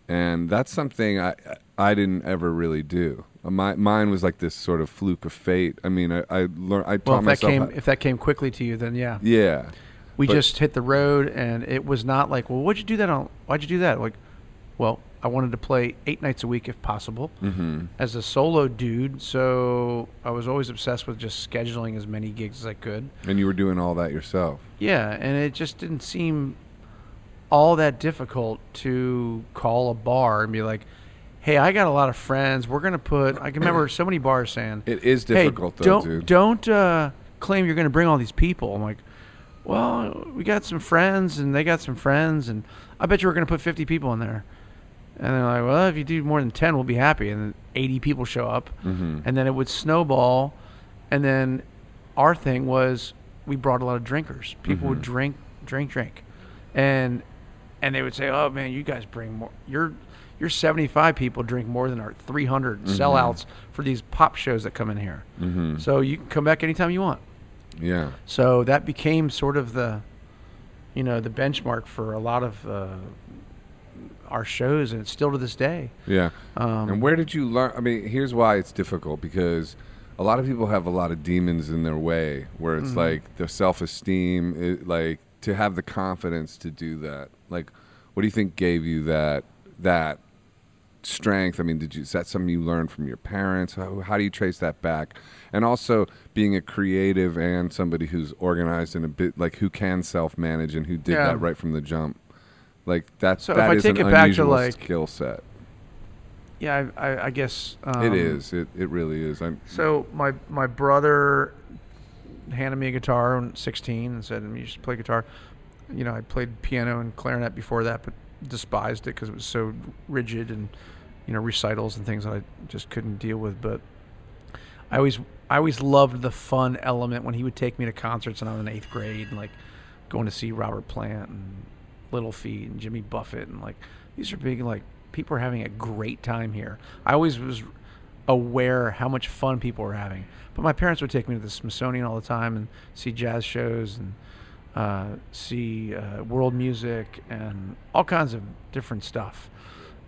and that's something I I didn't ever really do. Uh, My mine was like this sort of fluke of fate. I mean, I I, learned, I taught
Well, if that
myself.
came
how-
if that came quickly to you, then yeah,
yeah,
we
but-
just hit the road, and it was not like, well, what'd you do that on? Why'd you do that? Like, well, I wanted to play eight nights a week if possible
hmm
as a solo dude, so I was always obsessed with just scheduling as many gigs as I could.
and you were doing all that yourself.
Yeah, and it just didn't seem all that difficult to call a bar and be like, "Hey, I got a lot of friends. We're gonna put." I can remember so many bars saying,
It is
"Hey,
difficult though,
don't
dude.
don't uh, claim you're gonna bring all these people." I'm like, "Well, we got some friends, and they got some friends, and I bet you we're gonna put 50 people in there." And they're like, "Well, if you do more than 10, we'll be happy." And then 80 people show up
hmm
and then it would snowball and then our thing was we brought a lot of drinkers people would
Mhm.
drink drink drink and and they would say oh man you guys bring more your your 75 people drink more than our 300
Mhm.
sellouts for these pop shows that come in here
hmm
so you can come back anytime you want
yeah,
so that became sort of the you know the benchmark for a lot of uh, our shows and it's still to this day
yeah.
um,
and where did you learn? I mean, here's why it's difficult because a lot of people have a lot of demons in their way, where it's
Mhm.
like their self-esteem, it, like to have the confidence to do that. Like, what do you think gave you that that strength? I mean, did you is that something you learned from your parents? How, how do you trace that back? And also being a creative and somebody who's organized and a bit like who can self-manage and who did
Yeah.
that right from the jump. Like that's
So if
that
I
is
take
an
it back to,
unusual
like-
skill set.
yeah i, I, I guess um,
It is. It, it really is. I'm,
So my my brother handed me a guitar when I was 16 and said, "You should play guitar." You know, I played piano and clarinet before that, but despised it because it was so rigid and you know recitals and things that I just couldn't deal with. But I always I always loved the fun element when he would take me to concerts and I was in eighth grade and like going to see Robert Plant and Little Feet and Jimmy Buffett and like these are big like people are having a great time here. I always was aware how much fun people were having. But my parents would take me to the Smithsonian all the time and see jazz shows and uh, see uh, world music and all kinds of different stuff,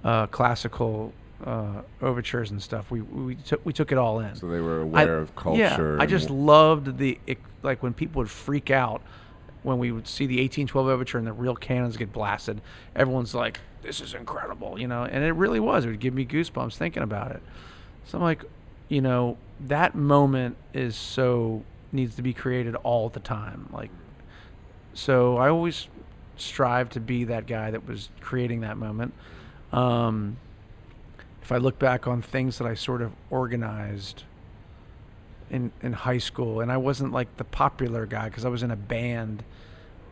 uh, classical uh, overtures and stuff. We we took we took it all in.
so they were aware
I-
of culture.
Yeah, I
and
just
w-
loved the it, like when people would freak out when we would see the 1812 overture and the real cannons get blasted. Everyone's like, "This is incredible," you know, and it really was. It would give me goosebumps thinking about it. So I'm like, you know, that moment is so needs to be created all the time. Like, so I always strive to be that guy that was creating that moment. Um, if I look back on things that I sort of organized in in high school, and I wasn't like the popular guy because I was in a band,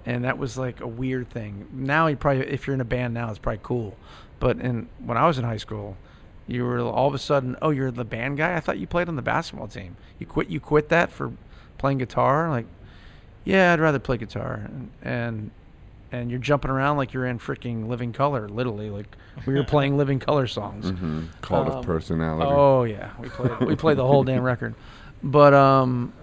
and that was like a weird thing. Now you probably, if you're in a band now, it's probably cool, but in when I was in high school, you were all of a sudden, oh, you're the band guy. I thought you played on the basketball team. You quit. You quit that for playing guitar. Like, yeah, I'd rather play guitar, and and, and you're jumping around like you're in freaking Living Color, literally. Like we were playing Living Color songs.
Mhm. cult
Um,
of personality.
Oh yeah, we played we played the whole damn record, but um,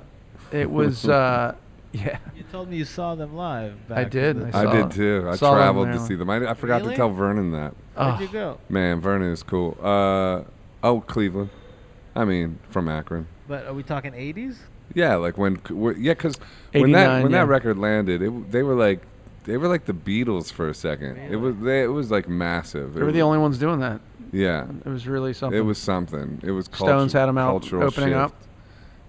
it was uh, yeah.
You told me you saw them live. Back in
did,
the
I
I
saw-
did too. I
saw them
traveled
there.
to see them. I, I forgot
Really?
to tell Vernon that.
Where'd
Ugh.
you go?
Man, Vernon is cool. Uh, oh, Cleveland. I mean, from Akron.
But are we talking 80s?
Yeah, like when, c- wh- yeah, because when that
89,
when
yeah.
that record landed, it, w- they were like they were like the Beatles for a second. It was they, it was like massive.
They
It
were the
was-
only ones doing that.
Yeah,
It was really something.
it was something. It was
Stones
cultu-
had 'em out
cultural
opening
shift.
up.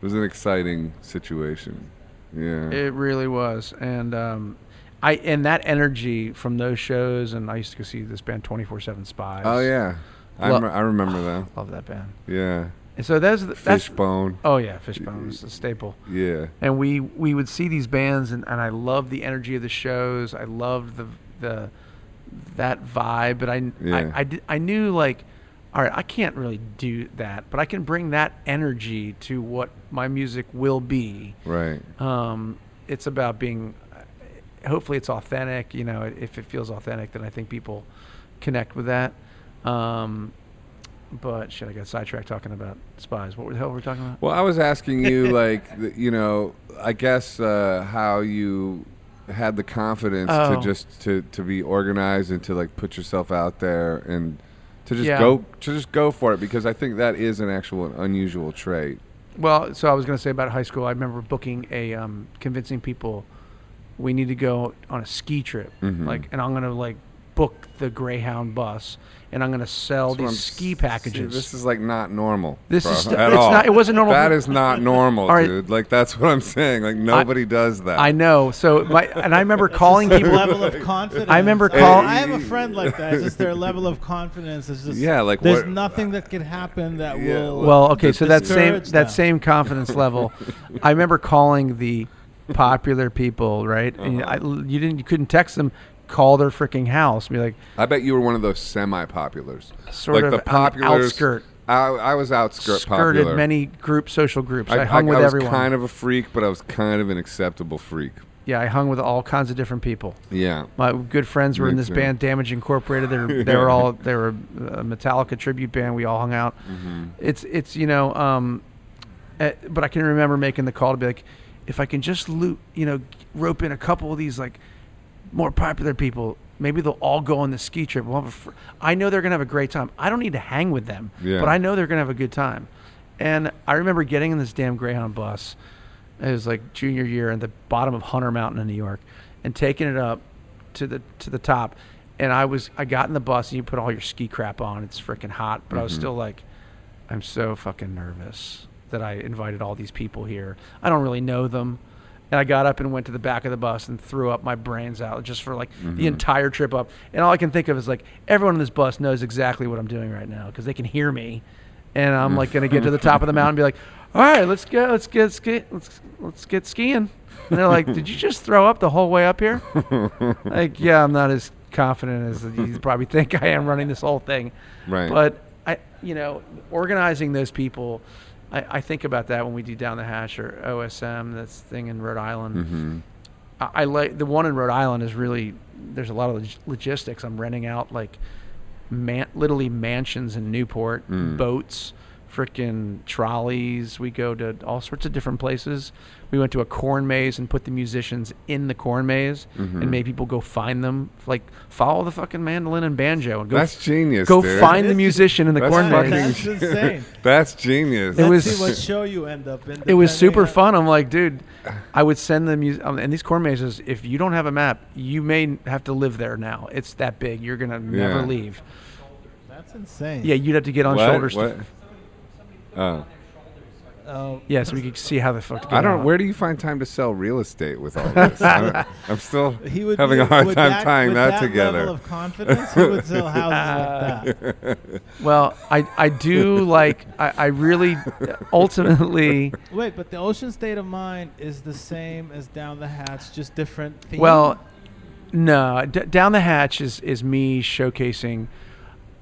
It was an exciting situation. Yeah.
It really was, and um, I and that energy from those shows, and I used to go see this band Twenty Four Seven Spies.
Oh yeah, I,
Lo-
rem- I remember that.
love that band.
Yeah,
And so that's the, oh. that's
Fishbone.
oh yeah, Fishbone was a staple.
Yeah,
and we we would see these bands and, and I loved the energy of the shows. I loved the the that vibe, but I
Yeah.
I I, did, I knew like all right, I can't really do that, but I can bring that energy to what my music will be.
right.
Um, it's about being uh, hopefully it's authentic, you know, if it feels authentic then I think people connect with that. Um, but shit, I got sidetracked talking about spies. What the hell were we talking about?
Well, I was asking you, like, th- you know, I guess uh, how you had the confidence
Oh.
to just to, to be organized and to like put yourself out there and to just
Yeah.
go to just go for it because I think that is an actual unusual trait.
Well, so I was going to say about high school. I remember booking a um, convincing people we need to go on a ski trip,
Mhm.
like, and I'm going to like book the Greyhound bus, and I'm going to sell
That's what I'm
these ski
s-
packages.
see, this is like not normal.
This
bro,
is st-
at
it's
all.
not- it wasn't normal
That
for-
is not normal,
All right.
dude. Like that's what I'm saying. Like nobody does that.
I know. So my and I remember calling
Their
people.
level of confidence.
I remember
I-
call-
I have a friend like that. It's just their level of confidence is just.
Yeah, like
there's
what-
nothing that can happen that
Yeah,
will.
Well, okay, so that same
discourage them.
that same confidence level. I remember calling the popular people, right?
Uh-huh.
And I, you didn't, you couldn't text them. Call their freaking house. and Be like,
I bet you were one of those semi-populars,
Sort
like
of
the
on the
populars.
outskirt.
I, I was outskirt
skirted
popular.
many group social groups. I,
I
hung
I
with
was
everyone.
kind of a freak, but I was kind of an acceptable freak.
yeah, I hung with all kinds of different people.
Yeah.
My good friends were
Me
in this
too.
band, Damage Incorporated. They were, they were all they were a Metallica tribute band. We all hung out.
Mm.
It's it's you know, um, eh, but I can remember making the call to be like, if I can just loot, you know, rope in a couple of these like more popular people. Maybe they'll all go on the ski trip. We'll have a fr- I know they're gonna have a great time. I don't need to hang with them,
Yeah.
but I know they're gonna have a good time. And I remember getting in this damn Greyhound bus. It was like junior year in the bottom of Hunter Mountain in New York, and taking it up to the to the top. And I was I got in the bus and you put all your ski crap on. It's freaking hot, but I was still like, I'm so fucking nervous that I invited all these people here. I don't really know them. And I got up and went to the back of the bus and threw up my brains out just for like the entire trip up. And all I can think of is like everyone on this bus knows exactly what I'm doing right now because they can hear me. And I'm like gonna get to the top of the mountain and be like, "All right, let's go, let's get ski, let's let's get skiing." And they're like, "Did you just throw up the whole way up here?" like, yeah, I'm not as confident as you probably think I am running this whole thing.
Right.
But I, you know, organizing those people, I, I think about that when we do down the hash or OSM, that's thing in Rhode Island.
Mm-hmm.
I, I like the one in Rhode Island is really there's a lot of log- logistics. I'm renting out like man, literally mansions in Newport,
Mm.
boats, freaking trolleys. We go to all sorts of different places. We went to a corn maze and put the musicians in the corn maze and
Mm-hmm.
made people go find them. Like follow the fucking mandolin and banjo and go
That's genius,
Go
dude.
find
That
the
is-
musician in the
That's
corn maze.
That's insane.
That's genius.
It
Let's
was-
see what show you end up in.
It was
depending
super
on-
fun. I'm like, dude, I would send the music. Um, and these corn mazes, if you don't have a map, you may have to live there now. It's that big. You're gonna never
Yeah.
leave.
That's insane.
Yeah, you'd have to get on
What?
shoulders.
What?
To,
Oh.
Oh,
yeah, so we could see how the fuck. To get
I don't.
out.
Where do you find time to sell real estate with all this? I don't- I'm still
he would
having
be,
a hard
with
time
that,
tying
with
that,
that Level
together.
of confidence, he would sell houses like that.
Well, I I do like I, I really ultimately.
Wait, but the ocean state of mind is the same as down the hatch, just different theme.
Well, no, d- down the hatch is is me showcasing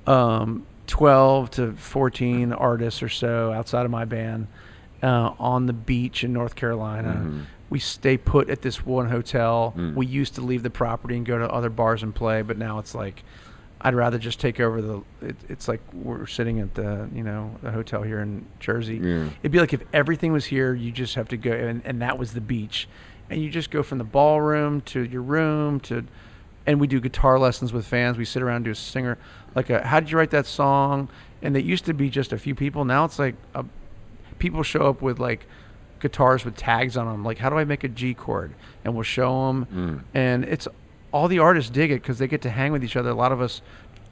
um, twelve to fourteen artists or so outside of my band uh, on the beach in North Carolina. We stay put at this one hotel. We used to leave the property and go to other bars and play, but now it's like I'd rather just take over the. It, it's like we're sitting at the you know the hotel here in Jersey.
Yeah.
It'd be like if everything was here, you just have to go, and, and that was the beach, and you just go from the ballroom to your room to, and we do guitar lessons with fans. We sit around and do a singer, like a how did you write that song? And it used to be just a few people. Now it's like a, people show up with like guitars with tags on them. Like how do I make a G chord? And we'll show
Mm.
them, and it's all the artists dig it because they get to hang with each other. A lot of us.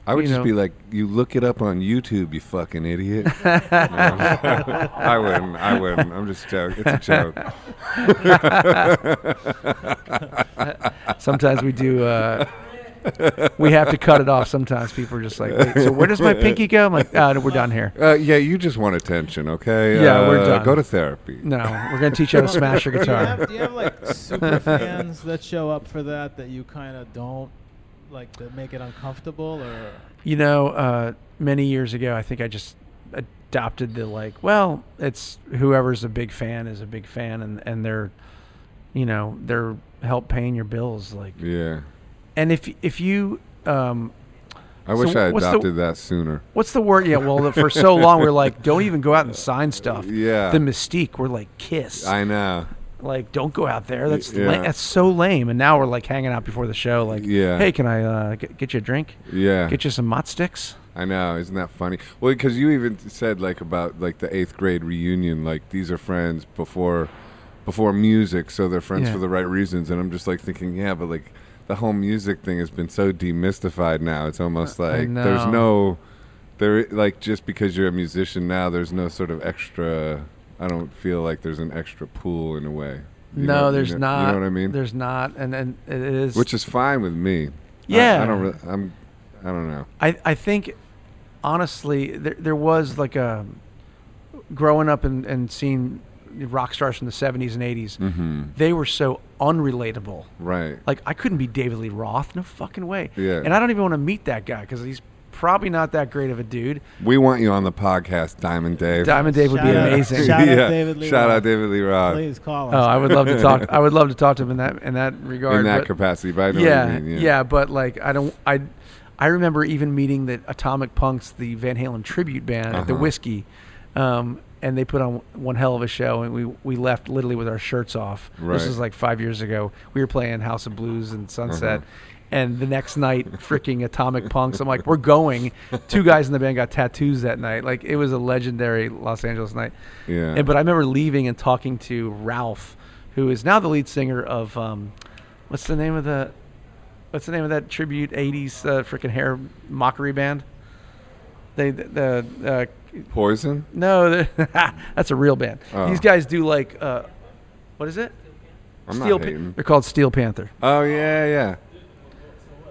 I would
you
just
know-
be like, you look it up on YouTube, you fucking idiot. No, I wouldn't. I wouldn't. I'm just joking. It's a joke.
Sometimes we do. Uh, we have to cut it off. Sometimes people are just like, Wait, "So where does my pinky go?" I'm like, "Ah, no, "We're done here."
Uh, yeah, you just want attention, okay?
Yeah, we're
Uh,
done.
Go to therapy.
No, we're gonna teach you how to smash your
do you,
guitar.
have, do you have like super fans that show up for that that you kind of don't like that make it uncomfortable or
You know, uh, many years ago, I think I just adopted the like, well, it's whoever's a big fan is a big fan, and and they're, you know, they're help paying your bills. Like,
Yeah.
and if if you um,
I wish I
what's the-
adopted that sooner.
What's the word? Yeah, well, for so long we're like, don't even go out and sign stuff.
Yeah.
The mystique, we're like, kiss.
I know.
like, don't go out there. That's
yeah.
la- that's so lame. And now we're like hanging out before the show, like,
Yeah.
hey, can I uh, get, get you a drink?
Yeah.
Get you some mott sticks?
I know, isn't that funny? Well, because you even said like about like the eighth grade reunion, like these are friends before, before music, so they're friends
Yeah.
for the right reasons. And I'm just like thinking, yeah, but like the whole music thing has been so demystified now. It's almost
I- Uh, I
like there's
know.
no, there like just because you're a musician now, there's no sort of extra. I don't feel like there's an extra pool in a way. You
no,
know- you
there's
know-
not.
You know what I mean?
There's not, and and it is.
Which is fine with me.
yeah,
I, I don't. Really, I'm. I don't know.
I, I think honestly there, there was like a growing up and, and seeing rock stars from the 70s and 80s
Mm-hmm.
they were so unrelatable
Right.
like i couldn't be david lee roth no fucking way
Yeah.
and i don't even want to meet that guy because he's probably not that great of a dude
We want you on the podcast, Diamond Dave.
diamond dave would be
Shout out-
amazing
shout out David Lee
Shout out
Roth.
David Lee Roth
Please call us.
oh i would love to talk i would love to talk to him in that in that regard
in that
but-
capacity. But I know
yeah,
what you mean.
yeah,
Yeah.
but like I don't I I remember even meeting the Atomic Punks, the Van Halen tribute band at the
Uh-huh.
Whiskey, um, and they put on one hell of a show, and we we left literally with our shirts off.
Right.
This was like five years ago. We were playing House of Blues and Sunset.
Uh-huh.
And the next night, freaking Atomic Punks. I'm like, we're going. Two guys in the band got tattoos that night. Like, it was a legendary Los Angeles night.
Yeah.
And, but I remember leaving and talking to Ralph, who is now the lead singer of um, what's the name of the what's the name of that tribute '80s uh, freaking hair mockery band? They the, the uh,
Poison.
no, the- that's a real band.
Oh.
These guys do like uh, what is it?
I'm
Steel.
not hating.
they're called Steel Panther.
Oh yeah, yeah.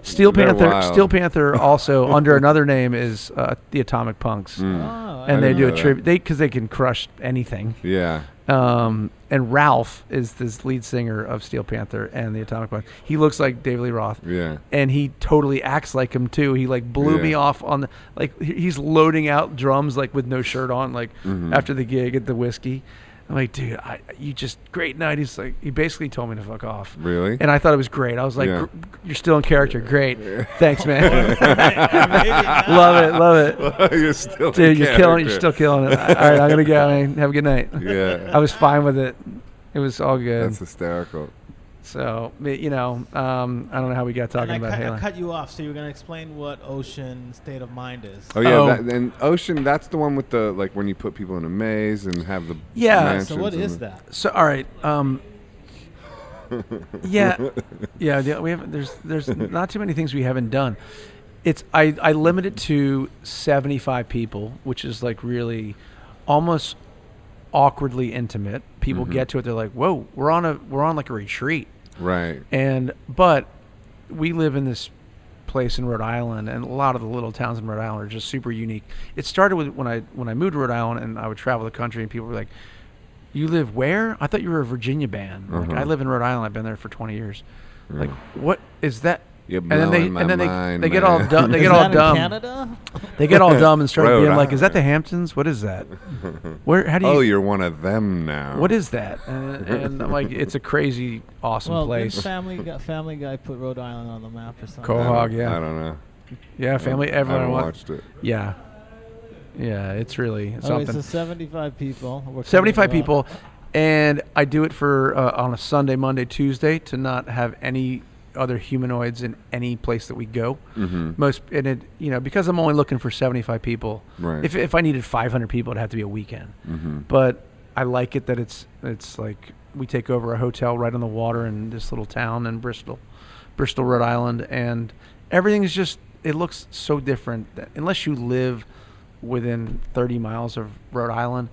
Steel
They're
Panther.
wild.
Steel Panther also under another name is uh, the Atomic Punks,
Mm.
Oh, I
and they
didn't
do
know
a
that.
tribute. They because they can crush anything.
Yeah.
Um, and Ralph is this lead singer of Steel Panther and the Atomic Punks. He looks like David Lee Roth,
Yeah.
and he totally acts like him too. He like blew me
Yeah.
off on the like he- he's loading out drums like with no shirt on, like
Mhm.
after the gig at the whiskey. I'm like, dude, I, you just great night. He's like, he basically told me to fuck off.
Really?
And I thought it was great. I was like,
Yeah.
"Gr- you're still in character. Great. Thanks, man.
Maybe not.
love it. Love it.
you're still.
Dude,
a
you're killing it. You're still
character.
killing it. All right, I'm going to go. man. Have a good night.
Yeah.
I was fine with it. It was all good.
That's hysterical.
so but, you know, um, I don't know how we got talking
and I
about
cut, I
Halen.
cut you off, so you were gonna explain what ocean state of mind is.
Oh yeah,
Oh.
That, and Ocean. That's the one with the like when you put people in a maze and have the
Yeah.
Yeah,
mansions
so what
and
is
the-
that?
So all right, um, yeah, yeah. the- We have there's there's not too many things we haven't done. It's I I limit it to seventy five people, which is like really almost awkwardly intimate. People
Mhm.
get to it, they're like, "Whoa, we're on a we're on like a retreat."
Right.
And but we live in this place in Rhode Island, and a lot of the little towns in Rhode Island are just super unique. It started with when I when I moved to Rhode Island, and I would travel the country, and people were like, "You live where? I thought you were a Virginia band. Like
Uh-huh.
I live in Rhode Island. I've been there for 20 years. Like
Yeah.
what is that?"
You're
and then they
blowing my
and then
mind,
they, they get all
man.
dumb. They
Is
get all
that in
dumb.
Canada?
They get all dumb and start
Rhode
being like, "Is that
Island.
the Hamptons? What is that? Where? How do you?"
Oh, you're one of them now.
what is that? And, and I'm like, it's a crazy, awesome
well, didn't
place.
Family Guy, Family Guy put Rhode Island on the map or something.
I
Cool.
don't-
Hog, yeah.
I don't know.
Yeah, family.
I
Everyone
haven't
wants.
watched it.
Yeah. Yeah, it's really
Okay,
something.
Oh, so 75 people. We're coming
75
up.
people, and I do it for uh, on a Sunday, Monday, Tuesday to not have any other humanoids in any place that we go.
Mm-hmm.
Most and it, you know, because I'm only looking for 75 people.
Right.
If if I needed 500 people, it'd have to be a weekend.
Mm-hmm.
But I like it that it's it's like we take over a hotel right on the water in this little town in Bristol, Bristol, Rhode Island, and everything is just it looks so different. That unless you live within 30 miles of Rhode Island,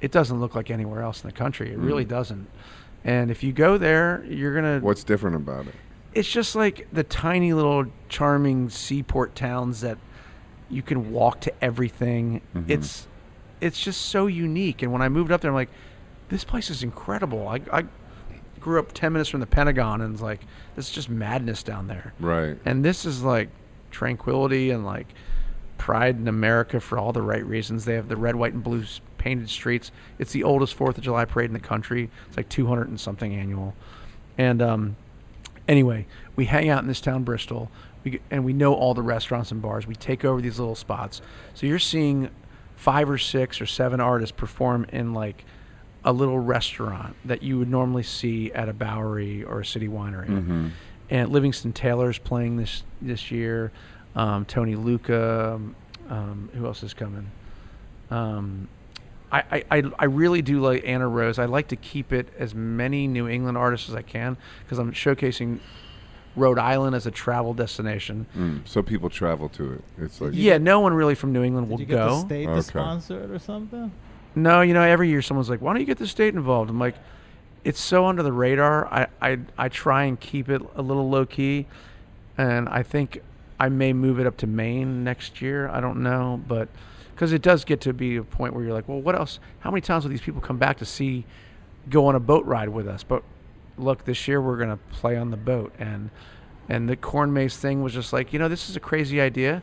it doesn't look like anywhere else in the country. It really
Mm.
doesn't. And if you go there, you're gonna.
What's different about it?
It's just like the tiny little charming seaport towns that you can walk to everything.
Mhm.
It's it's just so unique. And when I moved up there, I'm like, this place is incredible. I, I grew up ten minutes from the Pentagon, and it's like it's just madness down there.
Right.
And this is like tranquility and like pride in America for all the right reasons. They have the red, white, and blue s- painted streets. It's the oldest Fourth of July parade in the country. It's like 200 and something annual. And um, anyway, we hang out in this town, Bristol, we, g- and we know all the restaurants and bars. We take over these little spots. So you're seeing five or six or seven artists perform in like a little restaurant that you would normally see at a Bowery or a City Winery
Mm-hmm.
and Livingston Taylor's playing this this year. Um, Tony Luca, um, Um, who else is coming? Um, I, I, I- I really do like Anna Rose. I like to keep it as many New England artists as I can because I'm showcasing Rhode Island as a travel destination.
Mm, so people travel to it. It's like
Yeah, no one really from New England
Did
will
you get the
go.
state
Okay.
to sponsor it or something?
No, you know, every year someone's like, "Why don't you get the state involved?" I'm like, "It's so under the radar. I I, I try and keep it a little low key, and I think I may move it up to Maine next year. I don't know, but because it does get to be a point where you're like, "Well, what else? How many times will these people come back to see, go on a boat ride with us?" But look, this year we're gonna play on the boat, and and the corn maze thing was just like, you know, this is a crazy idea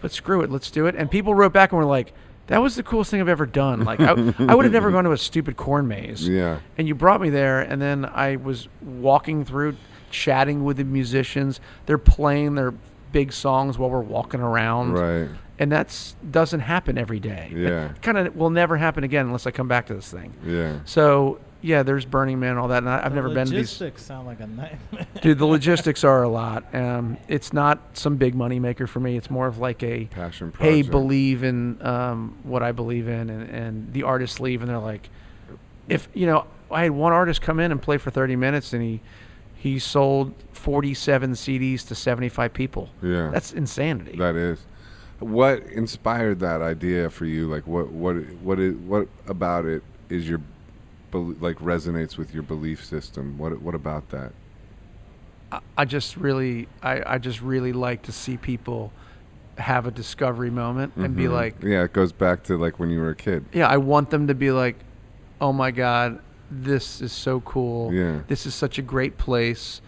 but screw it, let's do it. And people wrote back and were like, that was the coolest thing I've ever done. Like, I, I would have never gone to a stupid corn maze.
yeah.
And you brought me there, and then I was walking through, chatting with the musicians. They're playing their big songs while we're walking around.
Right.
And that's doesn't happen every day.
Yeah.
kind of will never happen again unless I come back to this thing.
Yeah.
So, yeah, there's Burning Man and all that. And I, I've
The
never been to these.
Logistics sound like a nightmare.
Dude, the logistics are a lot. Um, it's not some big money maker for me. It's more of like a
Passion project.
hey, believe in um, what I believe in, and, and the artists leave, and they're like, if you know, I had one artist come in and play for 30 minutes, and he he sold 47 CDs to 75 people.
Yeah.
That's insanity.
That is. What inspired that idea for you? Like, what, what, what, is, what about it is your, bel like, resonates with your belief system? What, what about that?
I, I just really, I, I just really like to see people have a discovery moment and be
Mhm.
like,
yeah, it goes back to like when you were a kid.
yeah, I want them to be like, oh my god, this is so cool.
Yeah.
this is such a great place.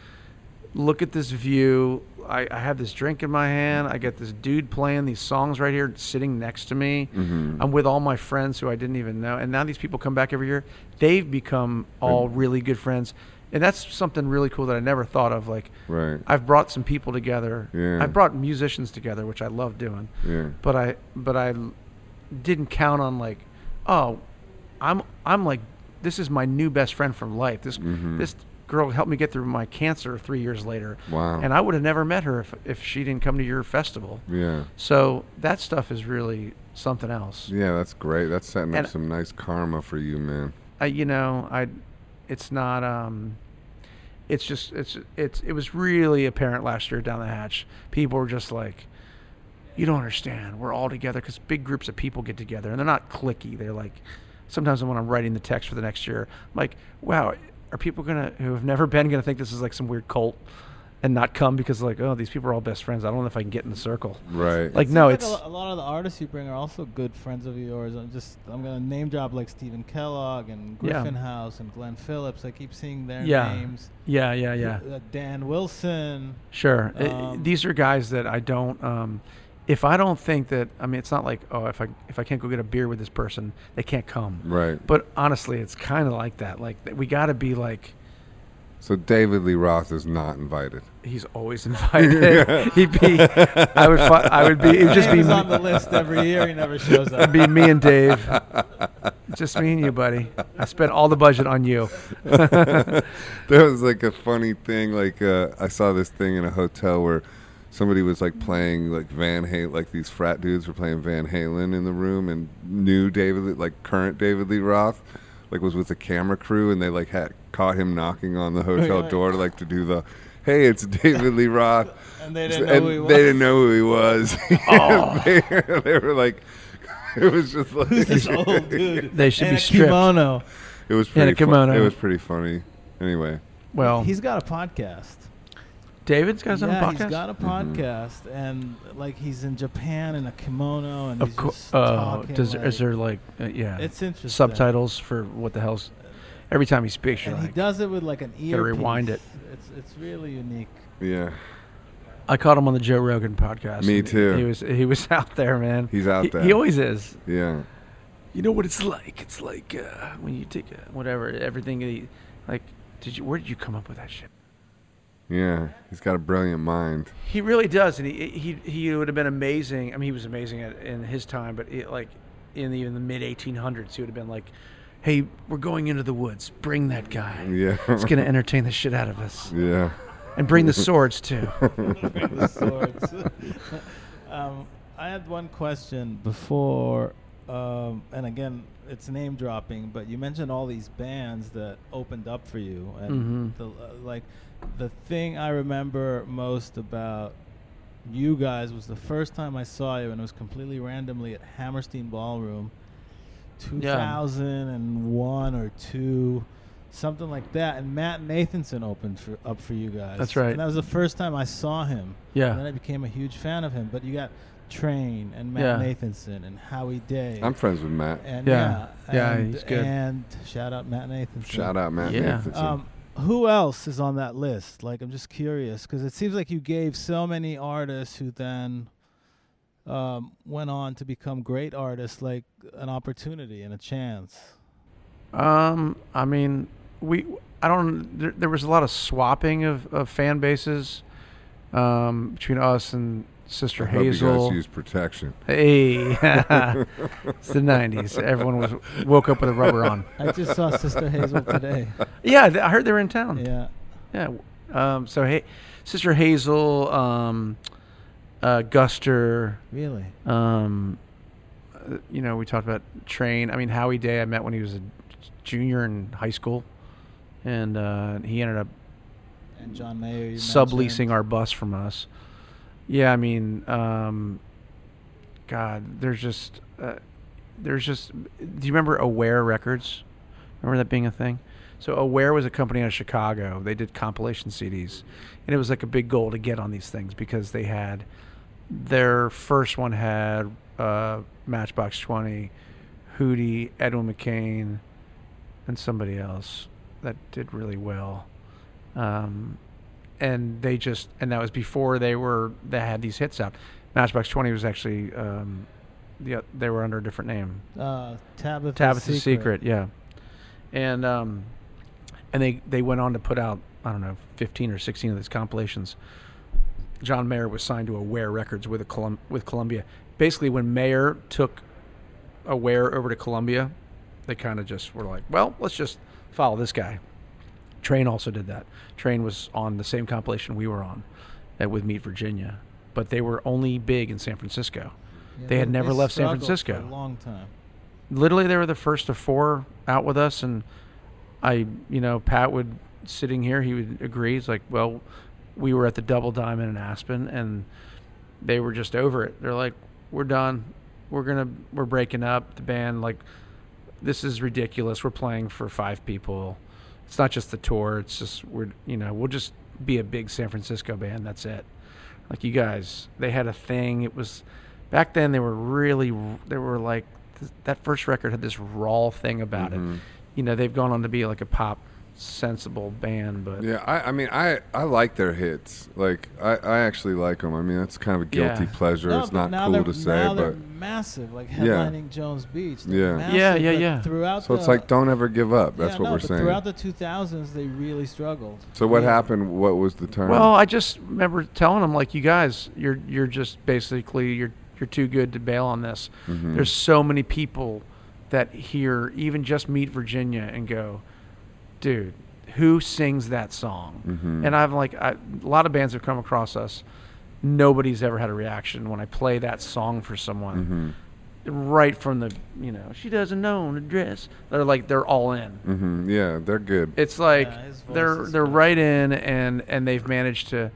Look at this view. I, I have this drink in my hand. I get this dude playing these songs right here, sitting next to me.
Mhm.
I'm with all my friends who I didn't even know, and now these people come back every year. They've become all really good friends, and that's something really cool that I never thought of. Like,
Right.
I've brought some people together.
Yeah.
I've brought musicians together, which I love doing
yeah.
but I but I l- didn't count on like, oh, I'm I'm like this is my new best friend from life. This
Mhm.
this girl helped me get through my cancer three years later.
Wow.
And I would have never met her if if she didn't come to your festival.
Yeah.
So that stuff is really something else.
Yeah, that's great. That's setting up
And-
some nice karma for you, man.
I, you know, I, it's not. Um, it's just it's it's it was really apparent last year down the hatch. People were just like, you don't understand. We're all together because big groups of people get together, and they're not clicky. They're like, sometimes when I'm writing the text for the next year, I'm like, wow, are people gonna who have never been gonna think this is like some weird cult? And not come because like oh these people are all best friends. I don't know if I can get in the circle.
Right.
Like
Seems
no,
like
it's
a, lo- a lot of the artists you bring are also good friends of yours. I'm just I'm gonna name drop like Stephen Kellogg and
Yeah.
Griffin House and Glenn Phillips. I keep seeing their
Yeah.
names.
yeah yeah yeah.
Uh, Dan Wilson.
Sure. I- I-
Um,
These are guys that I don't. Um, if I don't think that, I mean, it's not like oh, if I if I can't go get a beer with this person, they can't come.
Right.
But honestly, it's kind of like that. Like that we got to be like
So David Lee Roth is not invited.
he's always invited. He'd be. I would. Fi- I would be. It would just
Name
be.
is
me-
on the list every year. He never shows up.
It'd be me and Dave. Just me and you, buddy. I spent all the budget on you.
there was like a funny thing. Like uh, I saw this thing in a hotel where somebody was like playing like Van Halen. Like these frat dudes were playing Van Halen in the room, and new David, Lee- like current David Lee Roth, like was with the camera crew, and they like had caught him knocking on the hotel
Right.
door to like to do the, hey, it's David Lee Roth.
and they
S-
didn't know who he
and
was.
They didn't know who he was. they, they were like, it was just like
Who's this old dude?
They should
in
be
a
stripped.
Kimono.
It was
In a
pretty. fu-
kimono.
it was pretty funny. Anyway,
Well,
He's got a podcast.
David's got his own
yeah,
podcast.
he's got a
Mhm.
podcast, and like he's in Japan in a kimono, and
of
he's
course.
just
Uh,
talking,
does
like,
is there like uh, yeah?
It's interesting.
subtitles for what the hell's every time he speaks you're
and he
like
does it with like an ear.
Gotta rewind it.
It's it's really unique.
yeah,
I caught him on the Joe Rogan podcast.
Me
and
too.
He was he was out there, man.
He's out
He- He
there.
always is.
yeah.
You know what it's like? It's like uh, when you take a, whatever everything that he- like did you where did you come up with that shit?
Yeah, he's got a brilliant mind.
He really does and he he he would have been amazing. I mean he was amazing at, in his time, but it, like in the, in the mid 1800s he would have been like hey, we're going into the woods. Bring that guy.
Yeah.
It's going to entertain the shit out of us.
Yeah.
And bring the swords too.
Bring the swords. um, I had one question before, um, and again, it's name dropping, but you mentioned all these bands that opened up for you, and
Mhm.
the, uh, like the thing I remember most about you guys was the first time I saw you, and it was completely randomly at Hammerstein Ballroom, two thousand and one or two. Something like that, and Matt Nathanson opened for, up for you guys.
That's right.
And that was the first time I saw him.
Yeah.
And then I became a huge fan of him. But you got Train and Matt
Yeah.
Nathanson and Howie Day.
I'm friends with Matt.
and
Yeah. Yeah,
and,
he's good.
And shout out Matt Nathanson.
Shout out Matt
Yeah.
Nathanson.
Um, who else is on that list? Like, I'm just curious because it seems like you gave so many artists who then um, went on to become great artists, like an opportunity and a chance.
Um, I mean, we I don't there, there was a lot of swapping of, of fan bases um, between us and Sister
I hope you guys
Hazel.
use protection.
hey, it's the '90s. Everyone was woke up with a rubber on.
I just saw Sister Hazel today.
Yeah, th- I heard they were in town.
Yeah.
Yeah. w- Um, so hey, Sister Hazel, um, uh, Guster,
Really?
um, uh, you know, we talked about Train. I mean, Howie Day, I met when he was a junior in high school, and uh, he ended up
And John Mayer. You
subleasing
mentioned.
our bus from us. Yeah, I mean, um, God, there's just, uh, there's just. Do you remember Aware Records? Remember that being a thing? So Aware was a company out of Chicago. They did compilation CDs, and it was like a big goal to get on these things because they had their first one had uh, Matchbox Twenty, Hootie, Edwin McCain, and somebody else that did really well. Um, and they just and that was before they were they had these hits out. Matchbox Twenty was actually um, the, they were under a different name.
uh, Tabitha's,
Tabitha's Secret. yeah. And um, and they they went on to put out I don't know fifteen or sixteen of these compilations. John Mayer was signed to Aware Records with a Colum- with Columbia. Basically, when Mayer took Aware over to Columbia, they kind of just were like, well, let's just follow this guy. Train also did that. Train was on the same compilation we were on, uh, with Meet Virginia, but they were only big in San Francisco.
Yeah,
They had never left San
struggled
Francisco.
For a long time.
literally they were the first of four out with us and i you know pat would sitting here he would agree he's like well we were at the double diamond in aspen and they were just over it they're like we're done we're gonna we're breaking up the band like this is ridiculous we're playing for five people it's not just the tour it's just we're you know we'll just be a big san francisco band that's it like you guys they had a thing it was back then they were really they were like th- that first record had this raw thing about
Mhm.
it you know they've gone on to be like a pop sensible band but
Yeah, I, I mean, I, I like their hits. Like, I, I actually like them. I mean, that's kind of a guilty
Yeah.
pleasure.
No,
it's
but
not
now
cool
they're-
to say,
now they're
but
massive, like
Yeah.
headlining Jones Beach. They're
Yeah.
massive,
Yeah, yeah,
but
yeah.
Throughout
so
the,
it's like don't ever give up. That's
yeah,
what
no,
we're
but
saying.
Throughout the 2000s, they really struggled.
so what
Yeah.
happened? What was the turn?
Well, I just remember telling them like, you guys, you're you're just basically you're you're too good to bail on this.
Mhm.
There's so many people that hear even just meet Virginia and go, dude, who sings that song?
Mhm.
And I'm like, I, a lot of bands have come across us. Nobody's ever had a reaction when I play that song for someone
Mhm.
right from the, you know, she doesn't own a dress. They're like, they're all in.
Mhm. Yeah, they're good.
It's like
Yeah, his voice
they're
is
they're
good.
right in and and they've managed to,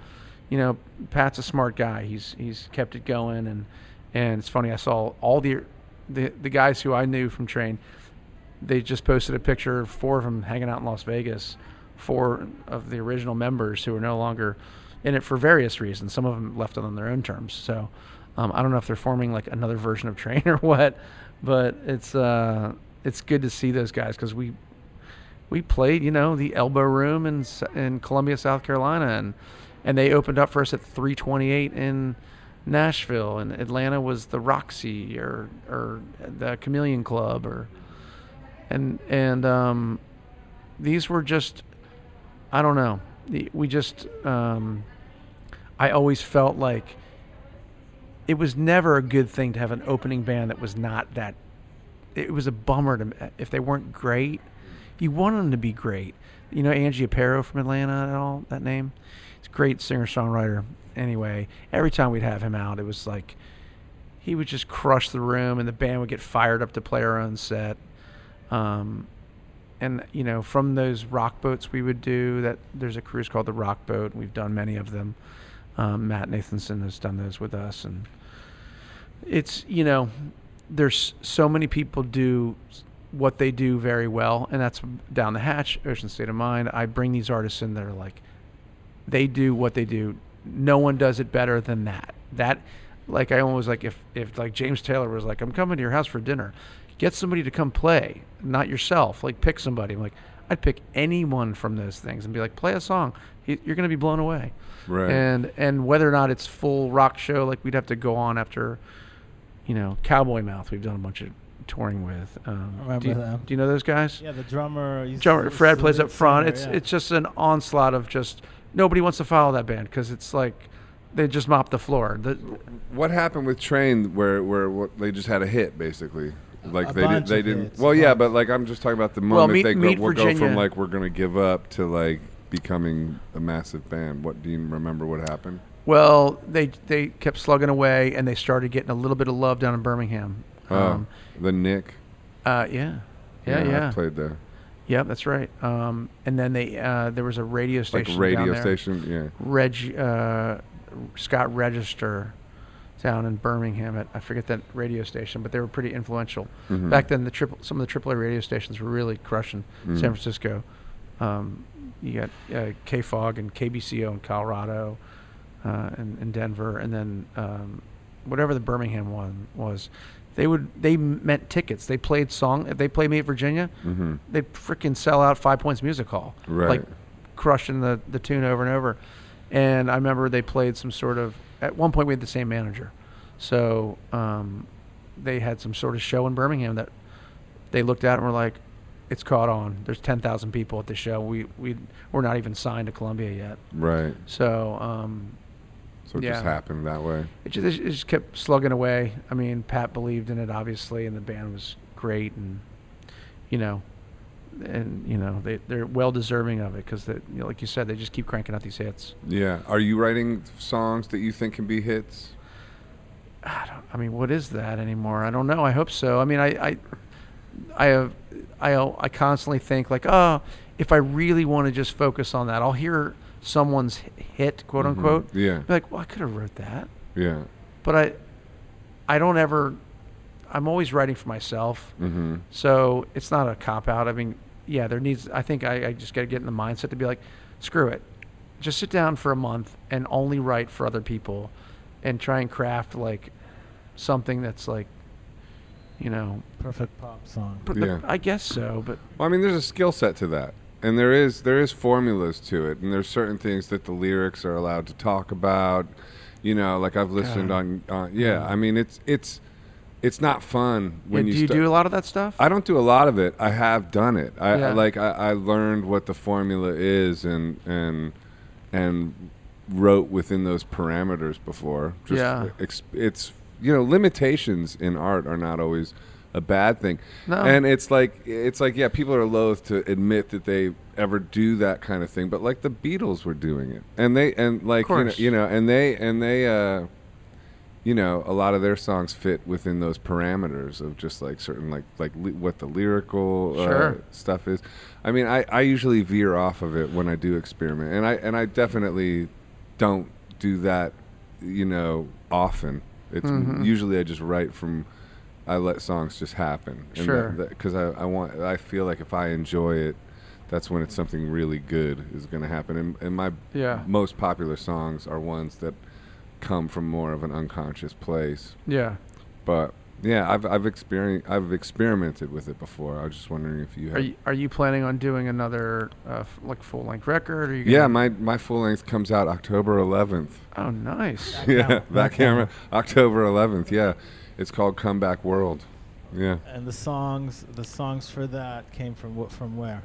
you know, Pat's a smart guy. He's he's kept it going and and it's funny. I saw all the the the guys who I knew from Train. They just posted a picture of four of them hanging out in Las Vegas. Four of the original members who are no longer in it for various reasons. Some of them left on their own terms. So um, I don't know if they're forming like another version of Train or what, but it's uh it's good to see those guys because we we played, you know, the Elbow Room in S- in Columbia, South Carolina, and and they opened up for us at 328 in Nashville, and Atlanta was the Roxy or or the Chameleon Club or and and um, these were just I don't know, The- we just um, I always felt like it was never a good thing to have an opening band that was not that. It was a bummer to uh, if they weren't great. You want them to be great. You know Angie Aparo from Atlanta and all that name. He's a great singer songwriter. Anyway, every time we'd have him out, it was like he would just crush the room, and the band would get fired up to play our own set. Um, and you know, from those rock boats we would do that. There's a cruise called the Rock Boat. And we've done many of them. Um, Matt Nathanson has done those with us, and it's you know, there's so many people do what they do very well, and that's down the hatch. Ocean State of Mind. I bring these artists in that are like, they do what they do. No one does it better than that. That, like I always like if if like James Taylor was like, I'm coming to your house for dinner, get somebody to come play, not yourself. Like pick somebody. I'm like, I'd pick anyone from those things and be like, play a song. Y- You're gonna be blown away.
Right.
And and whether or not it's full rock show, like we'd have to go on after, you know, Cowboy Mouth. We've done a bunch of touring with. Um,
I remember
do you,
them.
Do you know those guys?
Yeah, the drummer. he's-
drummer
he's
Fred
the
plays
lead
up front.
singer,
It's
yeah.
it's just an onslaught of just nobody wants to follow that band because it's like they just mop the floor. The,
What happened with Train where where what, they just had a hit basically? Like
A
they did,
bunch
they
of
didn't.
hits,
well,
a
yeah,
bunch.
but like I'm just talking about the moment
Meet-
they
Meet
go, will go from
Virginia-
like we're gonna give up to like becoming a massive band. What do you remember? What happened?
well, they they kept slugging away and they started getting a little bit of love down in Birmingham. Um,
oh, the Nick.
uh, yeah, yeah, yeah,
I played there.
yeah. That's right. Um, and then they uh, there was a radio
Like
station down
radio
there.
station. Yeah.
Reg uh, Scott Register down in Birmingham at I forget that radio station, but they were pretty influential
Mhm.
back then. The triple some of the AAA radio stations were really crushing
Mhm.
San Francisco. Um, you got uh, KFOG and KBCO in Colorado uh, and, and Denver, and then um, whatever the Birmingham one was. They would they meant tickets. They played song. If they play Meet Virginia,
Mhm.
they freaking sell out Five Points Music Hall.
Right.
Like crushing the, the tune over and over. And I remember they played some sort of, at one point we had the same manager. So um, they had some sort of show in Birmingham that they looked at and were like, it's caught on. There's 10,000 people at the show. We, we, we're not even signed to Columbia yet.
Right.
So um,
So it just
Yeah.
happened that way.
it just, it just kept slugging away. I mean, Pat believed in it, obviously, and the band was great, and you know, and you know, they they're well deserving of it because, you know, like you said, they just keep cranking out these hits.
Yeah. Are you writing songs that you think can be hits?
I don't. I mean, what is that anymore? I don't know. I hope so. I mean, I, I, I have, I, I constantly think like, oh, if I really want to just focus on that, I'll hear someone's h- hit, quote
Mhm.
unquote.
Yeah.
Be like, well, I could have wrote that.
Yeah.
but I, I don't ever. I'm always writing for myself,
Mm-hmm.
so it's not a cop out. I mean, yeah, there needs. I think I, I just got to get in the mindset to be like, screw it, just sit down for a month and only write for other people, and try and craft like something that's like, you know,
perfect pop song.
but the-
Yeah.
I guess so. But
Well, I mean, there's a skill set to that, and there is there is formulas to it, and there's certain things that the lyrics are allowed to talk about. You know, like I've listened
God.
on, on. Yeah, I mean, it's it's it's not fun when you
yeah, do you
sta-
do a lot of that stuff?
I don't do a lot of it. I have done it. I,
Yeah.
I like I, I learned what the formula is and and and wrote within those parameters before.
Yeah.
ex- it's you know limitations in art are not always a bad thing.
No.
And it's like it's like yeah, people are loath to admit that they ever do that kind of thing, but like the Beatles were doing it. And they and like you know,
course.
you know and they and they uh you know, a lot of their songs fit within those parameters of just like certain like like li- what the lyrical uh,
Sure.
stuff is. I mean, I, I usually veer off of it when I do experiment, and I and I definitely don't do that. You know, often it's
Mhm.
usually I just write from. I let songs just happen.
Sure.
Because I, I want I feel like if I enjoy it, that's when it's something really good is going to happen. And and my
Yeah.
most popular songs are ones that come from more of an unconscious place.
yeah.
But yeah, I've I've experienced I've experimented with it before. I was just wondering if you
Are
had.
you are you planning on doing another uh, f- like full length record? Or are you
yeah,
gonna-
my my full length comes out October 11th.
Oh, nice.
yeah,
camera.
that camera. October 11th. Yeah, it's called Comeback World. Yeah.
And the songs, the songs for that came from what? From where?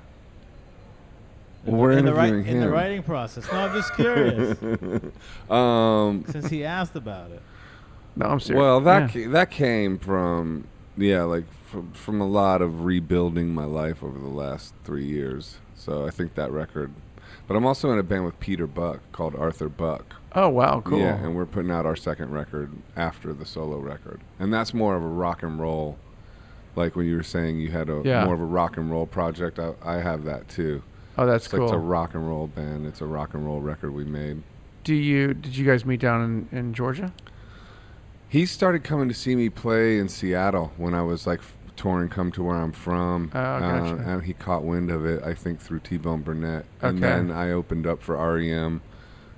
Well, we're
in the, wri-
interviewing
in the
him.
writing process. No, I'm just curious
um.
since he asked about it.
No, I'm serious.
Well, that
Yeah.
ca- that came from yeah, like from, from a lot of rebuilding my life over the last three years. So I think that record But I'm also in a band with Peter Buck called Arthur Buck.
Oh wow, cool.
Yeah, and we're putting out our second record after the solo record, and that's more of a rock and roll. Like when you were saying you had a
Yeah.
more of a rock and roll project, I, I have that too.
oh, that's
it's like
cool.
it's a rock and roll band. It's a rock and roll record we made.
Do you did you guys meet down in, in Georgia?
He started coming to see me play in Seattle when I was like f- touring Come to Where I'm From.
Oh, gotcha.
Uh, and he caught wind of it, I think, through T Bone Burnett. And
Okay.
then I opened up for REM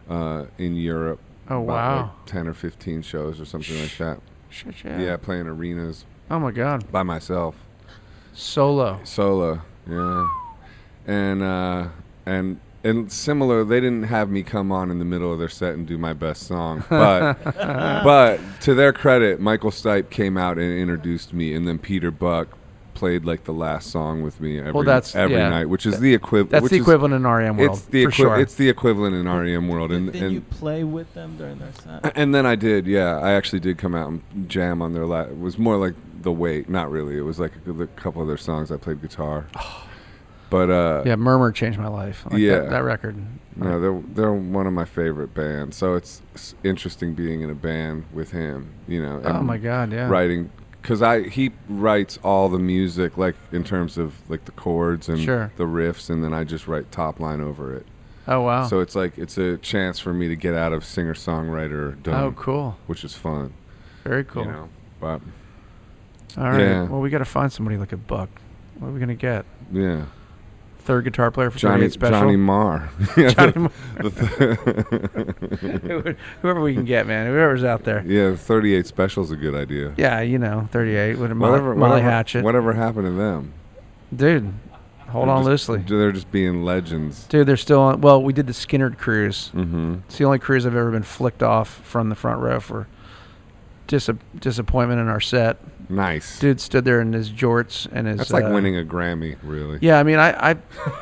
uh, in Europe.
Oh
about,
wow.
Like 10 or 15 shows or something like that.
Shit,
Yeah.
yeah.
playing arenas
Oh my god.
by myself,
Solo.
solo. Yeah. And, uh, and, and similar, they didn't have me come on in the middle of their set and do my best song, but but to their credit, Michael Stipe came out and introduced me, and then Peter Buck played like the last song with me every,
Well, that's-
every
yeah.
night, which is the equivalent.
That's the equivalent in REM world
It's the equi-
for sure.
it's the equivalent in REM world, and
Did, did you
and,
play with them during their set?
and then I did. Yeah, I actually did come out and jam on their. La- it was more like the wait, not really. It was like a, good- a couple of their songs. I played guitar, but uh,
Oh. yeah, Murmur changed my life. Like
Yeah.
that, that record.
No, they're they're one of my favorite bands. So it's, it's interesting being in a band with him. You know.
Oh
and
my god, yeah.
writing because I he writes all the music like in terms of like the chords and
Sure.
the riffs, and then I just write top line over it.
Oh wow.
So it's like it's a chance for me to get out of singer songwriter dome,
oh cool.
which is fun.
Very
um, you
cool.
know. But
All right.
Yeah.
Well, we got to find somebody like a buck. What are we gonna get?
yeah,
Third guitar player for
Johnny
38 Special.
Johnny Marr.
Johnny Marr.
The th-
Whoever we can get, man. Whoever's out there.
yeah, thirty eight special's a good idea.
Yeah, you know, 38 with a Molly, Molly
whatever,
Hatchet.
whatever happened to them?
Dude, hold
They're
on
just-
loosely.
They're just being legends.
Dude, they're still on. Well, we did the Skinner cruise.
Mm-hmm.
It's the only cruise I've ever been flicked off from the front row for dis- disappointment in our set.
Nice.
Dude stood there in his jorts and his.
That's like
uh,
winning a Grammy, really.
Yeah, I mean, I, I,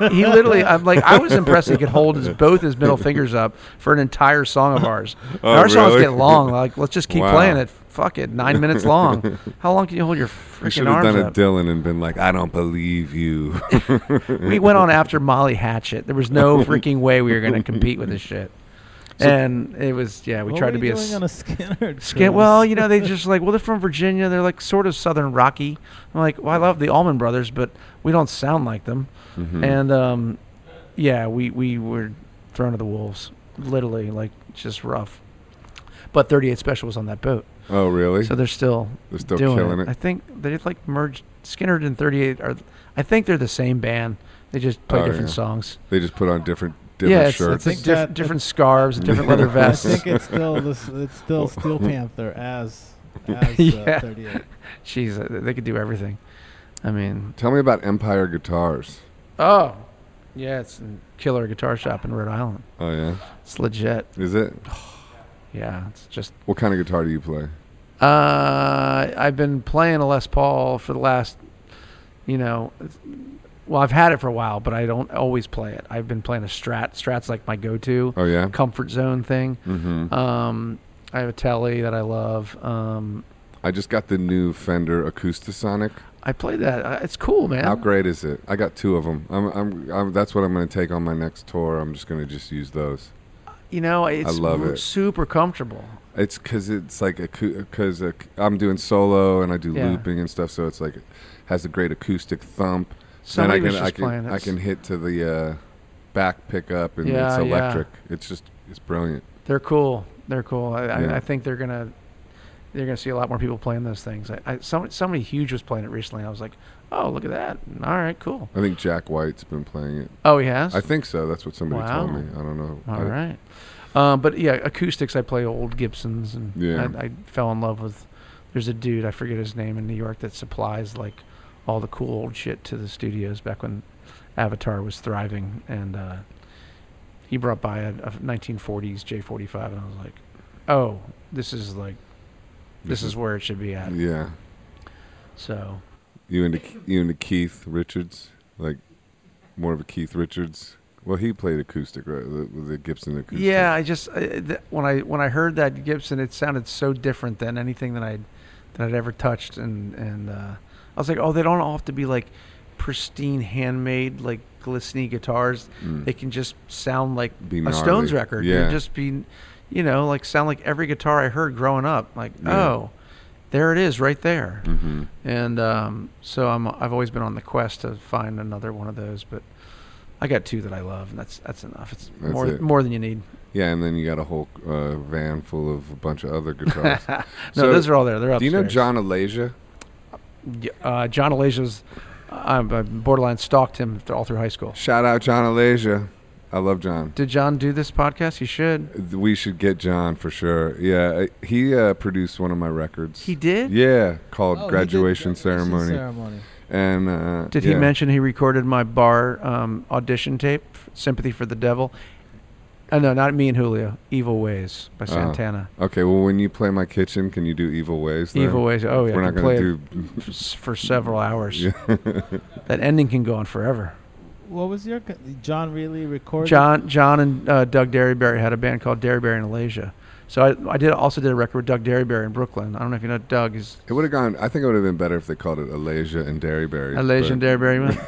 he literally, I'm like, I was impressed he could hold his both his middle fingers up for an entire song of ours.
Oh,
Our songs
really?
get long. Like, let's just keep
Wow.
playing it. Fuck it, nine minutes long. How long can you hold your
We
freaking
should have
arms
done a
up?
Dylan and been like, "I don't believe you."
we went on after Molly Hatchet. There was no freaking way we were going to compete with this shit. and it was yeah, we
What
tried
were
to be a
you doing
s-
on a Skinner.
skin. Well, you know, they just like well, they're from Virginia. They're like sort of Southern Rocky. I'm like, well, I love the Allman Brothers, but we don't sound like them.
Hmm.
Mhm.
And um, yeah, we we were thrown to the wolves, literally, like just rough. But 38 Special was on that boat,
oh, really?
so they're still
They're still
doing
killing it.
I think they like merged Skinner and 38 are. I think they're the same band. They just play
Oh,
different
yeah.
songs.
They just put on different
yeah,
different
it's,
shirts.
it's
I
a
think
diff-
that-
different scarves, and different leather
I
vests.
think it's still this, it's still Steel Panther as as
Yeah.
uh, 38.
Oh,
Jeez, uh, they could do everything. I mean,
Tell me about Empire Guitars.
oh, yeah, it's a killer guitar shop in Rhode Island.
Oh yeah,
It's legit.
is it?
Yeah, it's just.
What kind of guitar do you play?
Uh, I've been playing a Les Paul for the last, you know, it's- well, I've had it for a while, but I don't always play it. I've been playing a Strat. Strat's like my go-to
Oh yeah.
comfort zone thing.
Mm-hmm.
Um, I have a Telly that I love. Um,
I just got the new Fender Acoustasonic.
I played that. Uh, It's cool, man.
How great is it? I got two of them. I'm, I'm, I'm, that's what I'm going to take on my next tour. I'm just going to just use those.
You know, it's
love
r-
it.
super comfortable.
It's because it's like because ac- I'm doing solo and I do
Yeah.
looping and stuff, so it's like it has a great acoustic thump. Then
Somebody was just
I can,
playing.
I
this.
can hit to the uh, back pickup, and
Yeah,
it's
yeah.
electric. It's just it's brilliant.
They're cool. They're cool. I,
Yeah.
I, I think they're gonna they're gonna see a lot more people playing those things. I, I some, somebody huge was playing it recently. I was like, oh look at that. All right, cool.
I think Jack White's been playing it.
Oh, he has.
I think so. That's what somebody told
Wow.
me. I don't know.
All
I-
right. Um, but yeah, acoustics. I play old Gibsons, and
Yeah.
I, I fell in love with. There's a dude I forget his name in New York that supplies like all the cool old shit to the studios back when Avatar was thriving, and uh, he brought by a, a 1940s J45, and I was like, oh, this is like this, is, where it should be at.
yeah.
So
You into you into Keith Richards, like more of a Keith Richards. Well, he played acoustic, right? The, the Gibson acoustic.
yeah, I just I, th- when I when I heard that Gibson, it sounded so different than anything that I'd that I'd ever touched, and and uh, I was like, oh, they don't all have to be like pristine handmade like glistening guitars
Mm.
they can just sound like
Be
a
gnarly.
stones record
Yeah.
They're just be you know like sound like every guitar i heard growing up like
Yeah.
oh there it is right there
hmm
and um, so i'm i've always been on the quest to find another one of those but i got two that i love and that's that's enough it's
That's
more
it.
more than you need
Yeah, and then you got a whole uh, van full of a bunch of other guitars.
no
So,
those are all there they're upstairs.
Do you know John Alasia?
Y- uh, John Alasia's. I I borderline stalked him th- all through high school.
Shout out John Alasia. I love John.
Did John do this podcast? He should.
We should get John for sure. Yeah, uh, he uh, produced one of my records.
He did.
yeah, called
Oh, he did
Graduation
graduation
Ceremony.
ceremony.
And uh,
Did he
yeah.
mention he recorded my bar um, audition tape, "Sympathy for the Devil"? Uh, no, not me and Julio. "Evil Ways" by
Oh.
Santana.
Okay, well, when you play my kitchen, can you do Evil Ways? Then?
"Evil Ways." Oh yeah,
We're
I
not
can play
gonna
it
do.
f- s- for several hours.
Yeah.
That ending can go on forever.
What was your co- John really recorded?
John, John, and uh, Doug Derryberry had a band called Derryberry and Alasia. So I, I did also did a record with Doug Derryberry in Brooklyn. I don't know if you know Doug. He's
It would have gone. I think it would have been better if they called it Alasia and Dairyberry.
A legendary
but
Barry White.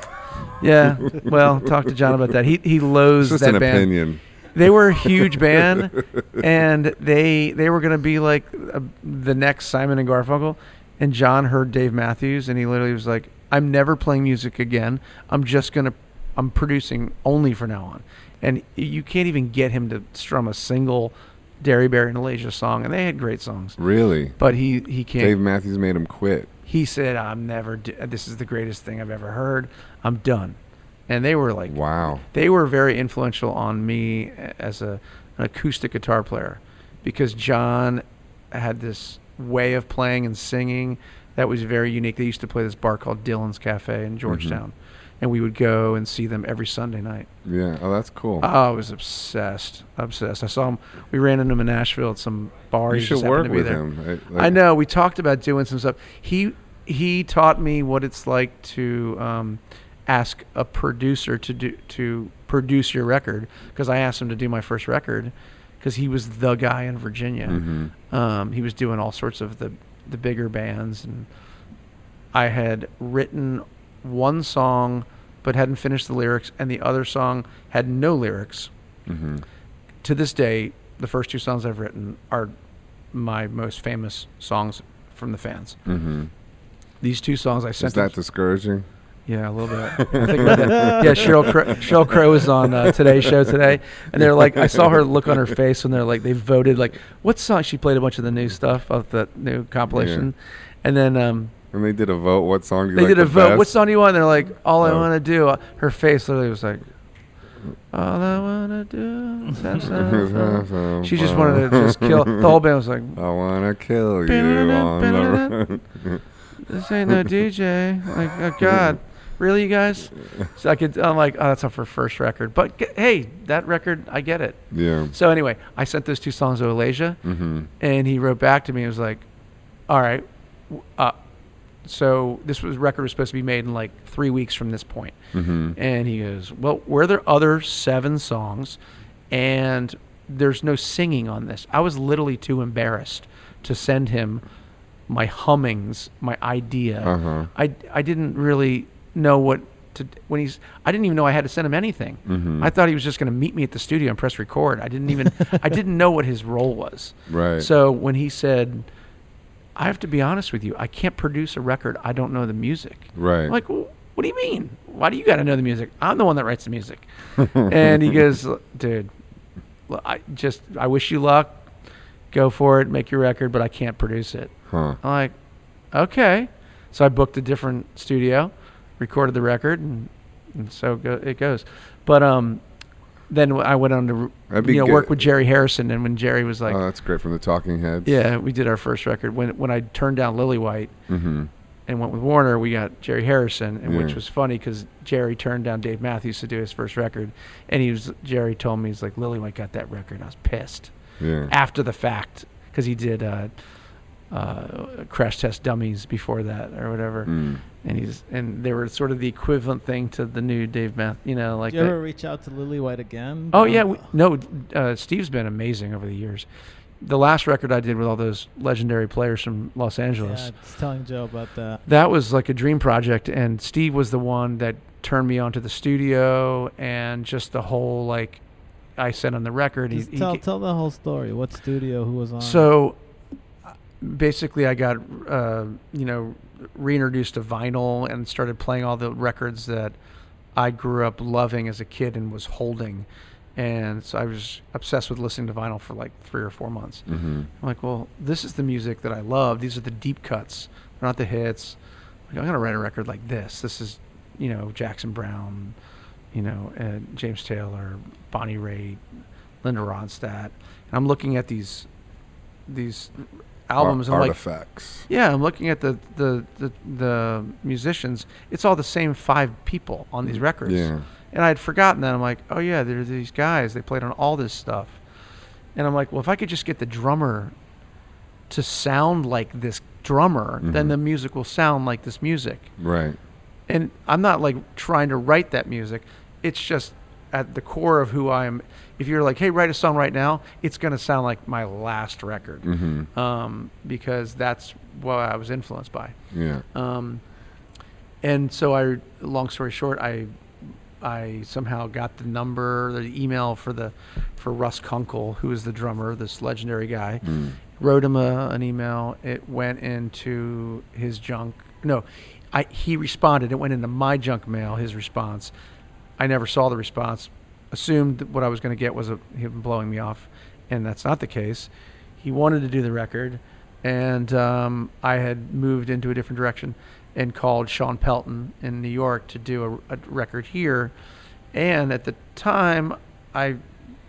Yeah. Well, talk to John about that. He he loathes
It's just
that
an
band.
opinion.
They were a huge band, and they they were gonna be like uh, the next Simon and Garfunkel. And John heard Dave Matthews, and he literally was like, "I'm never playing music again. I'm just gonna I'm producing only for now on." And you can't even get him to strum a single Dairy Bear and Alasia song, and they had great songs.
Really,
But he he can't
Dave Matthews made him quit.
he said, "I'm never. Do- this is the greatest thing I've ever heard. I'm done." And they were like,
Wow.
they were very influential on me a- as a an acoustic guitar player, because John had this way of playing and singing that was very unique. They used to play this bar called Dylan's Cafe
Mm-hmm.
in Georgetown, and we would go and see them every Sunday night.
Yeah. Oh, that's cool.
Oh, I was obsessed, obsessed. I saw him. We ran into him in Nashville at some bar.
you
He
should
just happened
work
to be
with
there.
him. I,
I
like,
know we talked about doing some stuff. He he taught me what it's like to um, ask a producer to do to produce your record because I asked him to do my first record because he was the guy in Virginia.
Mhm.
Um, he was doing all sorts of the the bigger bands, and I had written one song but hadn't finished the lyrics, and the other song had no lyrics
Mhm.
to this day, the first two songs I've written are my most famous songs from the fans.
Mhm.
These two songs I
Is
sent.
that
them-
discouraging?
yeah, a little bit. I think about that. Yeah, Cheryl Crow, Cheryl Crow was on uh, Today's Show today, and they're like, I saw her look on her face when they're like, they voted like, what song? She played a bunch of the new stuff of the new compilation, and then um,
And they did a vote. What song do you
they
like
did a
the
vote. What
best?
song do you want? They're like, all I
Oh.
want to do. uh, Her face literally was like, all I want to do. is have some- She just wanted to just kill. The whole band was like,
I wanna kill you
Ba-da-da,
on
ba-da-da.
the road.
"This ain't no DJ." Like, oh God, really, you guys? So I could. I'm like, oh, that's off her first record. But g- hey, that record, I get it.
Yeah.
So anyway, I sent those two songs to Alasia,
Mm-hmm.
and he wrote back to me. He was like, "All right, w- uh, so this was record was supposed to be made in like three weeks from this point."
Mm-hmm.
And he goes, Well, were there other seven songs? And there's no singing on this. I was literally too embarrassed to send him my hummings, my idea.
Uh-huh.
I, I didn't really know what to when he's I didn't even know I had to send him anything.
Mhm.
I thought he was just going to meet me at the studio and press record. I didn't even I didn't know what his role was.
Right.
So when he said I have to be honest with you, I can't produce a record. I don't know the music.
Right.
I'm like, "Wh- what do you mean? Why do you got to know the music? I'm the one that writes the music. and he goes, "L- dude, l- I just, I wish you luck. Go for it, make your record, but I can't produce it.
Huh.
I'm like, okay. So I booked a different studio, recorded the record, and, and so go, it goes. But um, then I went on to
That'd be
you know
good.
work with Jerry Harrison, and when Jerry was like,
oh, that's great from the Talking Heads.
yeah, we did our first record. When when I turned down Lily White,
Mm-hmm.
and went with Warner, we got Jerry Harrison, and
Yeah.
which was funny because Jerry turned down Dave Matthews to do his first record, and he was Jerry told me he's like Lily White got that record, and I was pissed
Yeah.
after the fact because he did uh, uh, Crash Test Dummies before that or whatever,
Mm.
and he's and they were sort of the equivalent thing to the new Dave Math, you know, like
Did you
that-
ever reach out to Lily White again?
Oh yeah, we, no. Uh, Steve's been amazing over the years. the last record I did with all those legendary players from Los Angeles.
Yeah, I was telling Joe about that.
that was like a dream project and steve was the one that turned me onto the studio and just the whole like i sent him the record
Just tell,
ga-
tell the whole story. What studio? Who was on? it.
so uh, basically i got uh, you know reintroduced to vinyl and started playing all the records that i grew up loving as a kid and was holding and so i was obsessed with listening to vinyl for like three or four months
Mm-hmm.
I'm like, well, this is the music that I love. These are the deep cuts. They're not the hits. Like, I'm gonna write a record like this. This is, you know, Jackson Brown, you know, and James Taylor, Bonnie Raitt, Linda Ronstadt. And I'm looking at these, these albums. and I'm like,
artifacts.
yeah, I'm looking at the the the, the musicians. It's all the same five people on these records.
Yeah.
And I had forgotten that. I'm like, oh yeah, there are these guys. They played on all this stuff. And I'm like, well, if I could just get the drummer to sound like this drummer, then
Mhm.
the music will sound like this music.
Right.
And I'm not like trying to write that music. It's just at the core of who I am. If you're like, hey, write a song right now, it's gonna sound like my last record,
Mm-hmm.
um, because that's what I was influenced by.
Yeah.
Um, and so I, long story short, I, I somehow got the number, the email for the, for Russ Kunkel, who is the drummer, this legendary guy.
Mm.
Wrote him a, an email. It went into his junk. No, I he responded. It went into my junk mail. His response. I never saw the response. Assumed that what I was going to get was a, him blowing me off, and that's not the case. He wanted to do the record, and um, I had moved into a different direction and called Sean Pelton in New York to do a, a record here. And at the time, I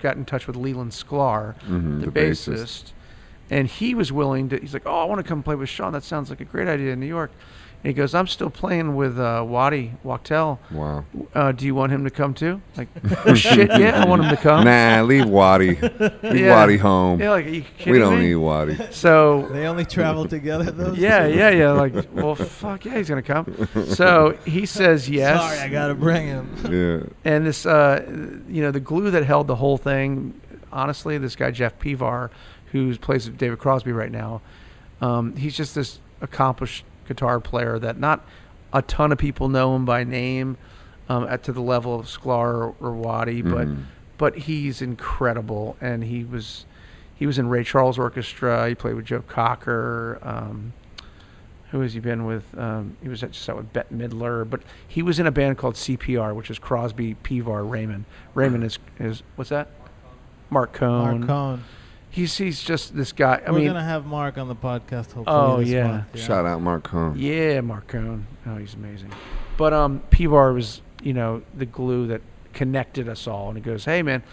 got in touch with Leland Sklar,
Mhm,
the,
the
bassist.
bassist.
and he was willing to. He's like, "Oh, I want to come play with Sean. That sounds like a great idea in New York." And he goes, "I'm still playing with uh, Waddy Wachtel.
Wow.
Uh, do you want him to come too?" Like, "Oh, shit, yeah, I want him to come.
Nah, leave Waddy. Leave
Yeah.
Waddy home.
Yeah, like, are you kidding
we don't
me?
need Waddy.
So
They only traveled together. Those
yeah,
two?
yeah, yeah. Like, well, fuck yeah, he's gonna come. So he says yes.
Sorry, I gotta bring him.
Yeah.
and this, uh, you know, the glue that held the whole thing. Honestly, this guy Jeff Pivar, who plays with David Crosby right now, um, he's just this accomplished guitar player that not a ton of people know him by name, um, at to the level of Sklar or, or Waddy, but
Mhm.
but he's incredible, and he was he was in Ray Charles Orchestra. He played with Joe Cocker. Um, who has he been with? Um, he was at- just out with Bette Midler, but he was in a band called CPR, which is Crosby, Pivar, Raymond. Raymond is is what's that? Mark Cohn.
Mark Cohn.
He's he's just this guy. I
We're
mean,
gonna have Mark on the podcast. Hopefully
Oh,
this
yeah.
month,
Shout out Mark Cohn.
yeah, Mark Cohn. Oh, he's amazing. But um, Pivar was you know the glue that connected us all, and he goes, hey man.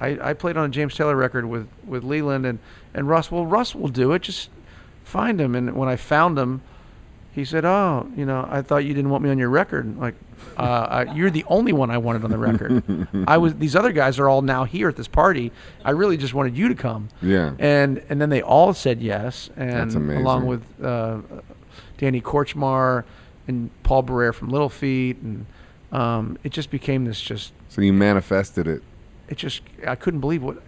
I, I played on a James Taylor record with, with Leland and, and Russ. Well, Russ will do it. Just find him. And when I found him, he said, "Oh, you know, I thought you didn't want me on your record. And, Like, uh, I, you're the only one I wanted on the record. I was. These other guys are all now here at this party. I really just wanted you to come."
Yeah.
And and then they all said yes, and
That's amazing.
along with uh, Danny Korchmar and Paul Barrere from Little Feet, and um, it just became this just
So you manifested it.
it just I couldn't believe what.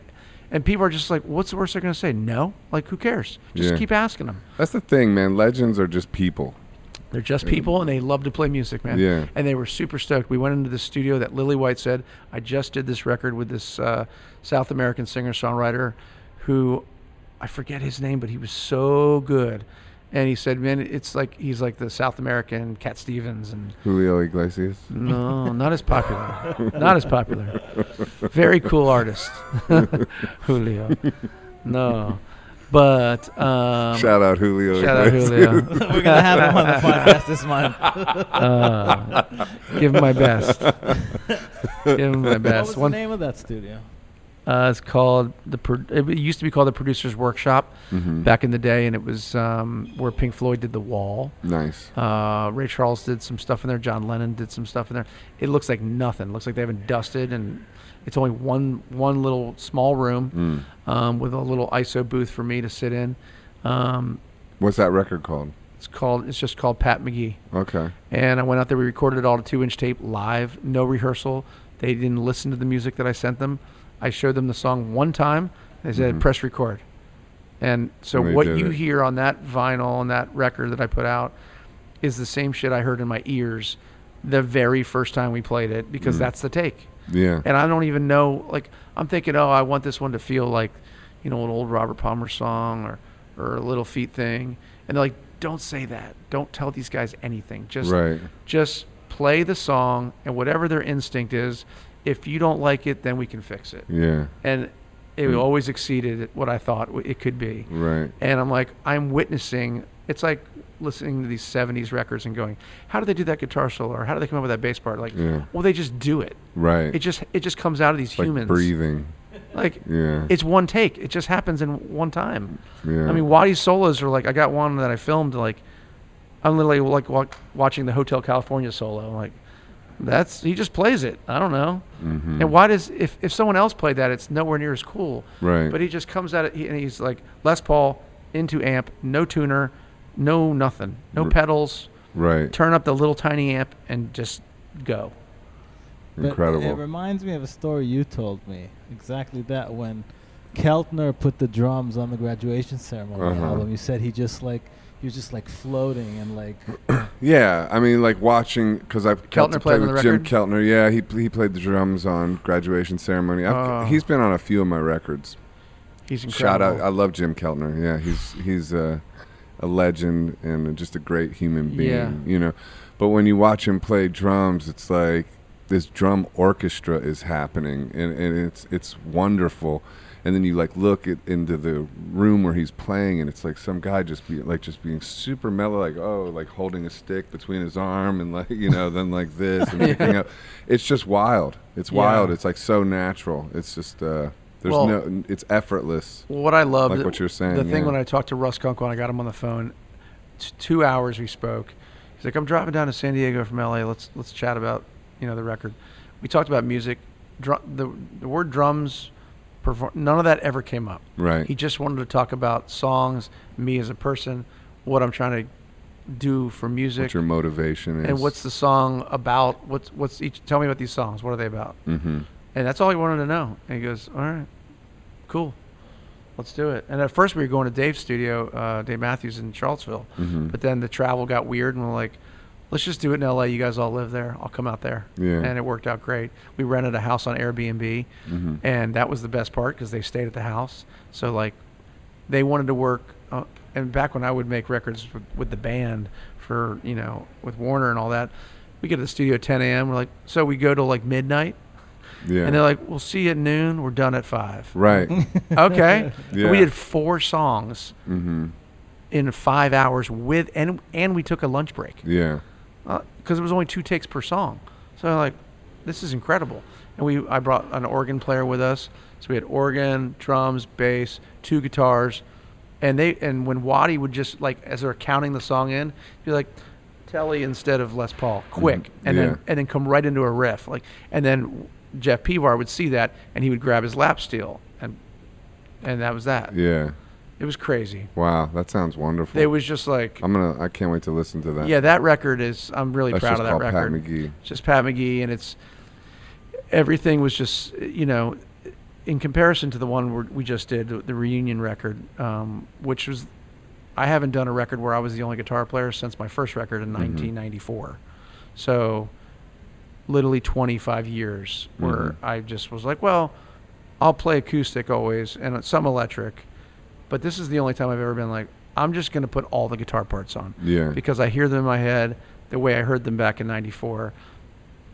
And people are just like, "What's the worst they're going to say? No, like who cares? Just
Yeah.
keep asking them."
That's the thing, man. Legends are just people.
They're just people, and they love to play music, man.
Yeah.
And they were super stoked. We went into the studio that Lily White said, "I just did this record with this uh, South American singer-songwriter, who I forget his name, but he was so good." And he said, "Man, it's like he's like the South American Cat Stevens, and
Julio Iglesias.
no, not as popular, not as popular. Very cool artist, Julio. No, but um,
Shout out Julio
shout out
Iglesias.
Julio.
We're gonna have him on the podcast this month.
Uh, give him my best. give him my
What
best.
was
One,
the name of that studio?
uh, it's called the. Pro- It used to be called the Producers Workshop
Mm-hmm.
Mhm.
back in the day, and it was um, where Pink Floyd did The Wall.
Nice.
Uh, Ray Charles did some stuff in there. John Lennon did some stuff in there. It looks like nothing. looks like they haven't dusted, and it's only one one little small room
Mm.
um, with a little ISO booth for me to sit in. Um,
What's that record called?
it's called. It's just called Pat McGee.
Okay.
And I went out there. We recorded it all to two inch tape live, no rehearsal. They didn't listen to the music that I sent them. I showed them the song one time. They said,
Mhm.
press record. And so
And they
what
did
you
it.
hear on that vinyl and that record that I put out is the same shit I heard in my ears the very first time we played it because
Mm.
that's the take.
Yeah.
And I don't even know like I'm thinking, oh, I want this one to feel like, you know, an old Robert Palmer song or or a Little Feet thing. And they're like, don't say that. Don't tell these guys anything. Just
right.
just play the song and whatever their instinct is. If you don't like it, then we can fix it.
Yeah.
And it
Mm.
always exceeded what I thought w- it could be.
Right.
And I'm like, I'm witnessing. It's like listening to these '70s records and going, "How do they do that guitar solo? Or how do they come up with that bass part?" Like,
Yeah.
well, they just do it.
Right.
It just it just comes out of these
like
humans.
breathing.
Like,
Yeah.
it's one take. It just happens in one time.
yeah.
I mean, Waddy's solos are like I got one that I filmed like I'm literally like wa- watching the Hotel California solo. I'm like, that's he just plays it. I don't know.
Mhm.
And why does if if someone else played that, it's nowhere near as cool.
Right.
But he just comes at it he, and he's like Les Paul into amp, no tuner, no nothing, no
R-
pedals.
right.
Turn up the little tiny amp and just go.
But
Incredible.
It reminds me of a story you told me. Exactly that when Keltner put the drums on the graduation ceremony
Uh-huh.
album. You said he just like he was just like floating and like
Yeah, I mean, like watching because I
Keltner played on
with
the
Jim
record?
Keltner. Yeah, he he played the drums on graduation ceremony. I've,
Oh.
He's been on a few of my records.
He's
Shout out!
incredible.
I love Jim Keltner. Yeah, he's he's a, a legend and just a great human being.
Yeah.
You know, but when you watch him play drums, it's like this drum orchestra is happening, and, and it's it's wonderful. And then you like look at, into the room where he's playing, and it's like some guy just be like just being super mellow, like oh, like holding a stick between his arm, and like you know, then like this, and picking up. It's just wild. It's
Yeah.
wild. It's like so natural. It's just uh, there's
Well-
no. It's effortless.
Well, what I love
Like what you're saying,
The thing
yeah.
when I talked to Russ Kunk when I got him on the phone, t- two hours we spoke. He's like, "I'm dropping down to San Diego from LA. Let's let's chat about you know the record." We talked about music. Drum, the the word drums, perform, none of that ever came up.
Right.
He just wanted to talk about songs, me as a person, what I'm trying to do for music,
what your motivation is.
and what's the song about. What's what's each? Tell me about these songs. What are they about?
hmm
And that's all he wanted to know. And he goes, All right, cool. Let's do it. And at first, we were going to Dave's studio, uh, Dave Matthews in Charlottesville.
Mhm.
But then the travel got weird, and we're like, Let's just do it in LA. You guys all live there. I'll come out there.
Yeah.
And it worked out great. We rented a house on Airbnb,
Mhm.
and that was the best part because they stayed at the house. So, like, they wanted to work. Uh, and back when I would make records w- with the band for, you know, with Warner and all that, we get to the studio at 10 a.m. We're like, so we go till like midnight.
Yeah.
And they're like, "We'll see you at noon. We're done at five.
right.
okay. And
Yeah.
We did four songs
mm-hmm.
in five hours with, and and we took a lunch break
Yeah.
because it was only two takes per song. So I'm like, this is incredible. And we, I brought an organ player with us, so we had organ, drums, bass, two guitars, and they, and when Waddy would just like as they're counting the song in, be like, Telly instead of Les Paul, quick, and
Mm, Yeah.
then and then come right into a riff, like, and then Jeff Pivar would see that and he would grab his lap steel and and that was that.
Yeah.
It was crazy.
Wow, that sounds wonderful.
It was just like,
I'm gonna. I can't wait to listen to that.
yeah, that record is. I'm really
That's
proud
just
of that
called
record.
Pat McGee.
It's just Pat McGee, and it's everything was just you know, in comparison to the one we're- we just did, the- the reunion record, um, which was, I haven't done a record where I was the only guitar player since my first record in
Mm-hmm.
1994, so literally 25 years where
Mhm.
I just was like, well, I'll play acoustic always and some electric, but this is the only time I've ever been like, I'm just going to put all the guitar parts on
Yeah.
because I hear them in my head the way I heard them back in '94,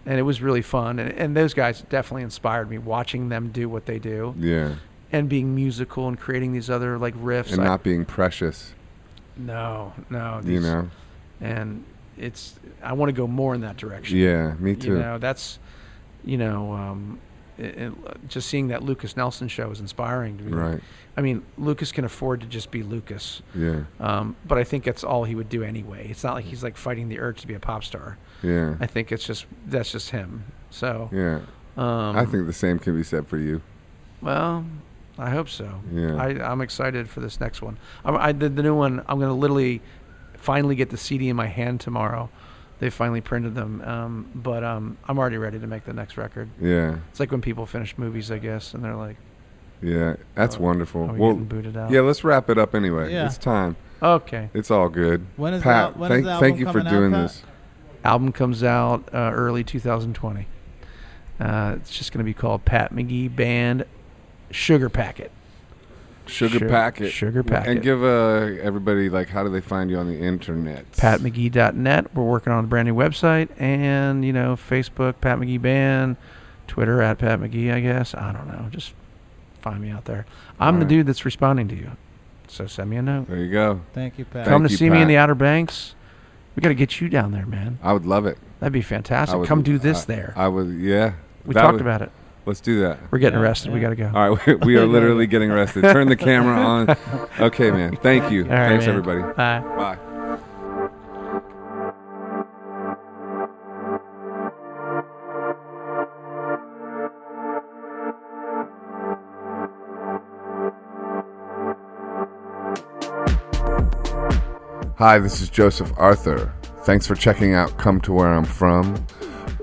and it was really fun. And, and those guys definitely inspired me watching them do what they do
yeah.
and being musical and creating these other like riffs.
And
I-
not being precious.
no, no,
you
Oh, these-
know.
And it's I want to go more in that direction.
Yeah. Me
you
too.
know that's you know um, it, it- just seeing that Lucas Nelson show is inspiring to me.
Right.
I mean, Lucas can afford to just be Lucas.
Yeah.
Um, but I think that's all he would do anyway. It's not like he's like fighting the urge to be a pop star.
Yeah.
I think it's just that's just him. So
yeah.
um,
I think the same can be said for you.
Well, I hope so.
Yeah.
I, I'm excited for this next one. I, I did the new one. I'm gonna literally finally get the CD in my hand tomorrow. They finally printed them, um, but um, I'm already ready to make the next record.
Yeah.
It's like when people finish movies, I guess, and they're like,
Yeah, that's
Oh,
wonderful.
Are we
Well,
getting booted out?
yeah, let's wrap it up anyway.
Yeah.
It's time.
Okay.
It's all good.
When is
Pat,
the, al- when is
thank,
the album
thank you for
coming
doing
out, Pat?
this.
Album comes out uh, early 2020. Uh, it's just going to be called Pat McGee Band Sugar Packet.
Sugar
Sure.
packet.
Sugar packet.
And give uh, everybody like how do they find you on the internet?
PatMcGee.net. We're working on a brand new website and, you know, Facebook, Pat McGee Band, Twitter at Pat McGee, I guess. I don't know. Just find me out there. I'm the
Alright.
dude that's responding to you. So send me a note.
There you go.
Thank you, Pat.
Come to
you,
see me in
Pat.
the Outer Banks. We got to get you down there, man.
I would love it.
That'd be
I
fantastic.
would-
Come do this
I-
there.
I would. Yeah.
we
that
talked
would-
about it.
Let's do that.
We're getting
Yeah,
arrested. We
yeah.
got to go.
All right, we, we are literally getting arrested. Turn the camera on. Okay, man. Thank you.
All right,
Thanks,
man.
everybody.
Bye.
Bye. Hi, this is Joseph Arthur. Thanks for checking out Come to Where I'm From.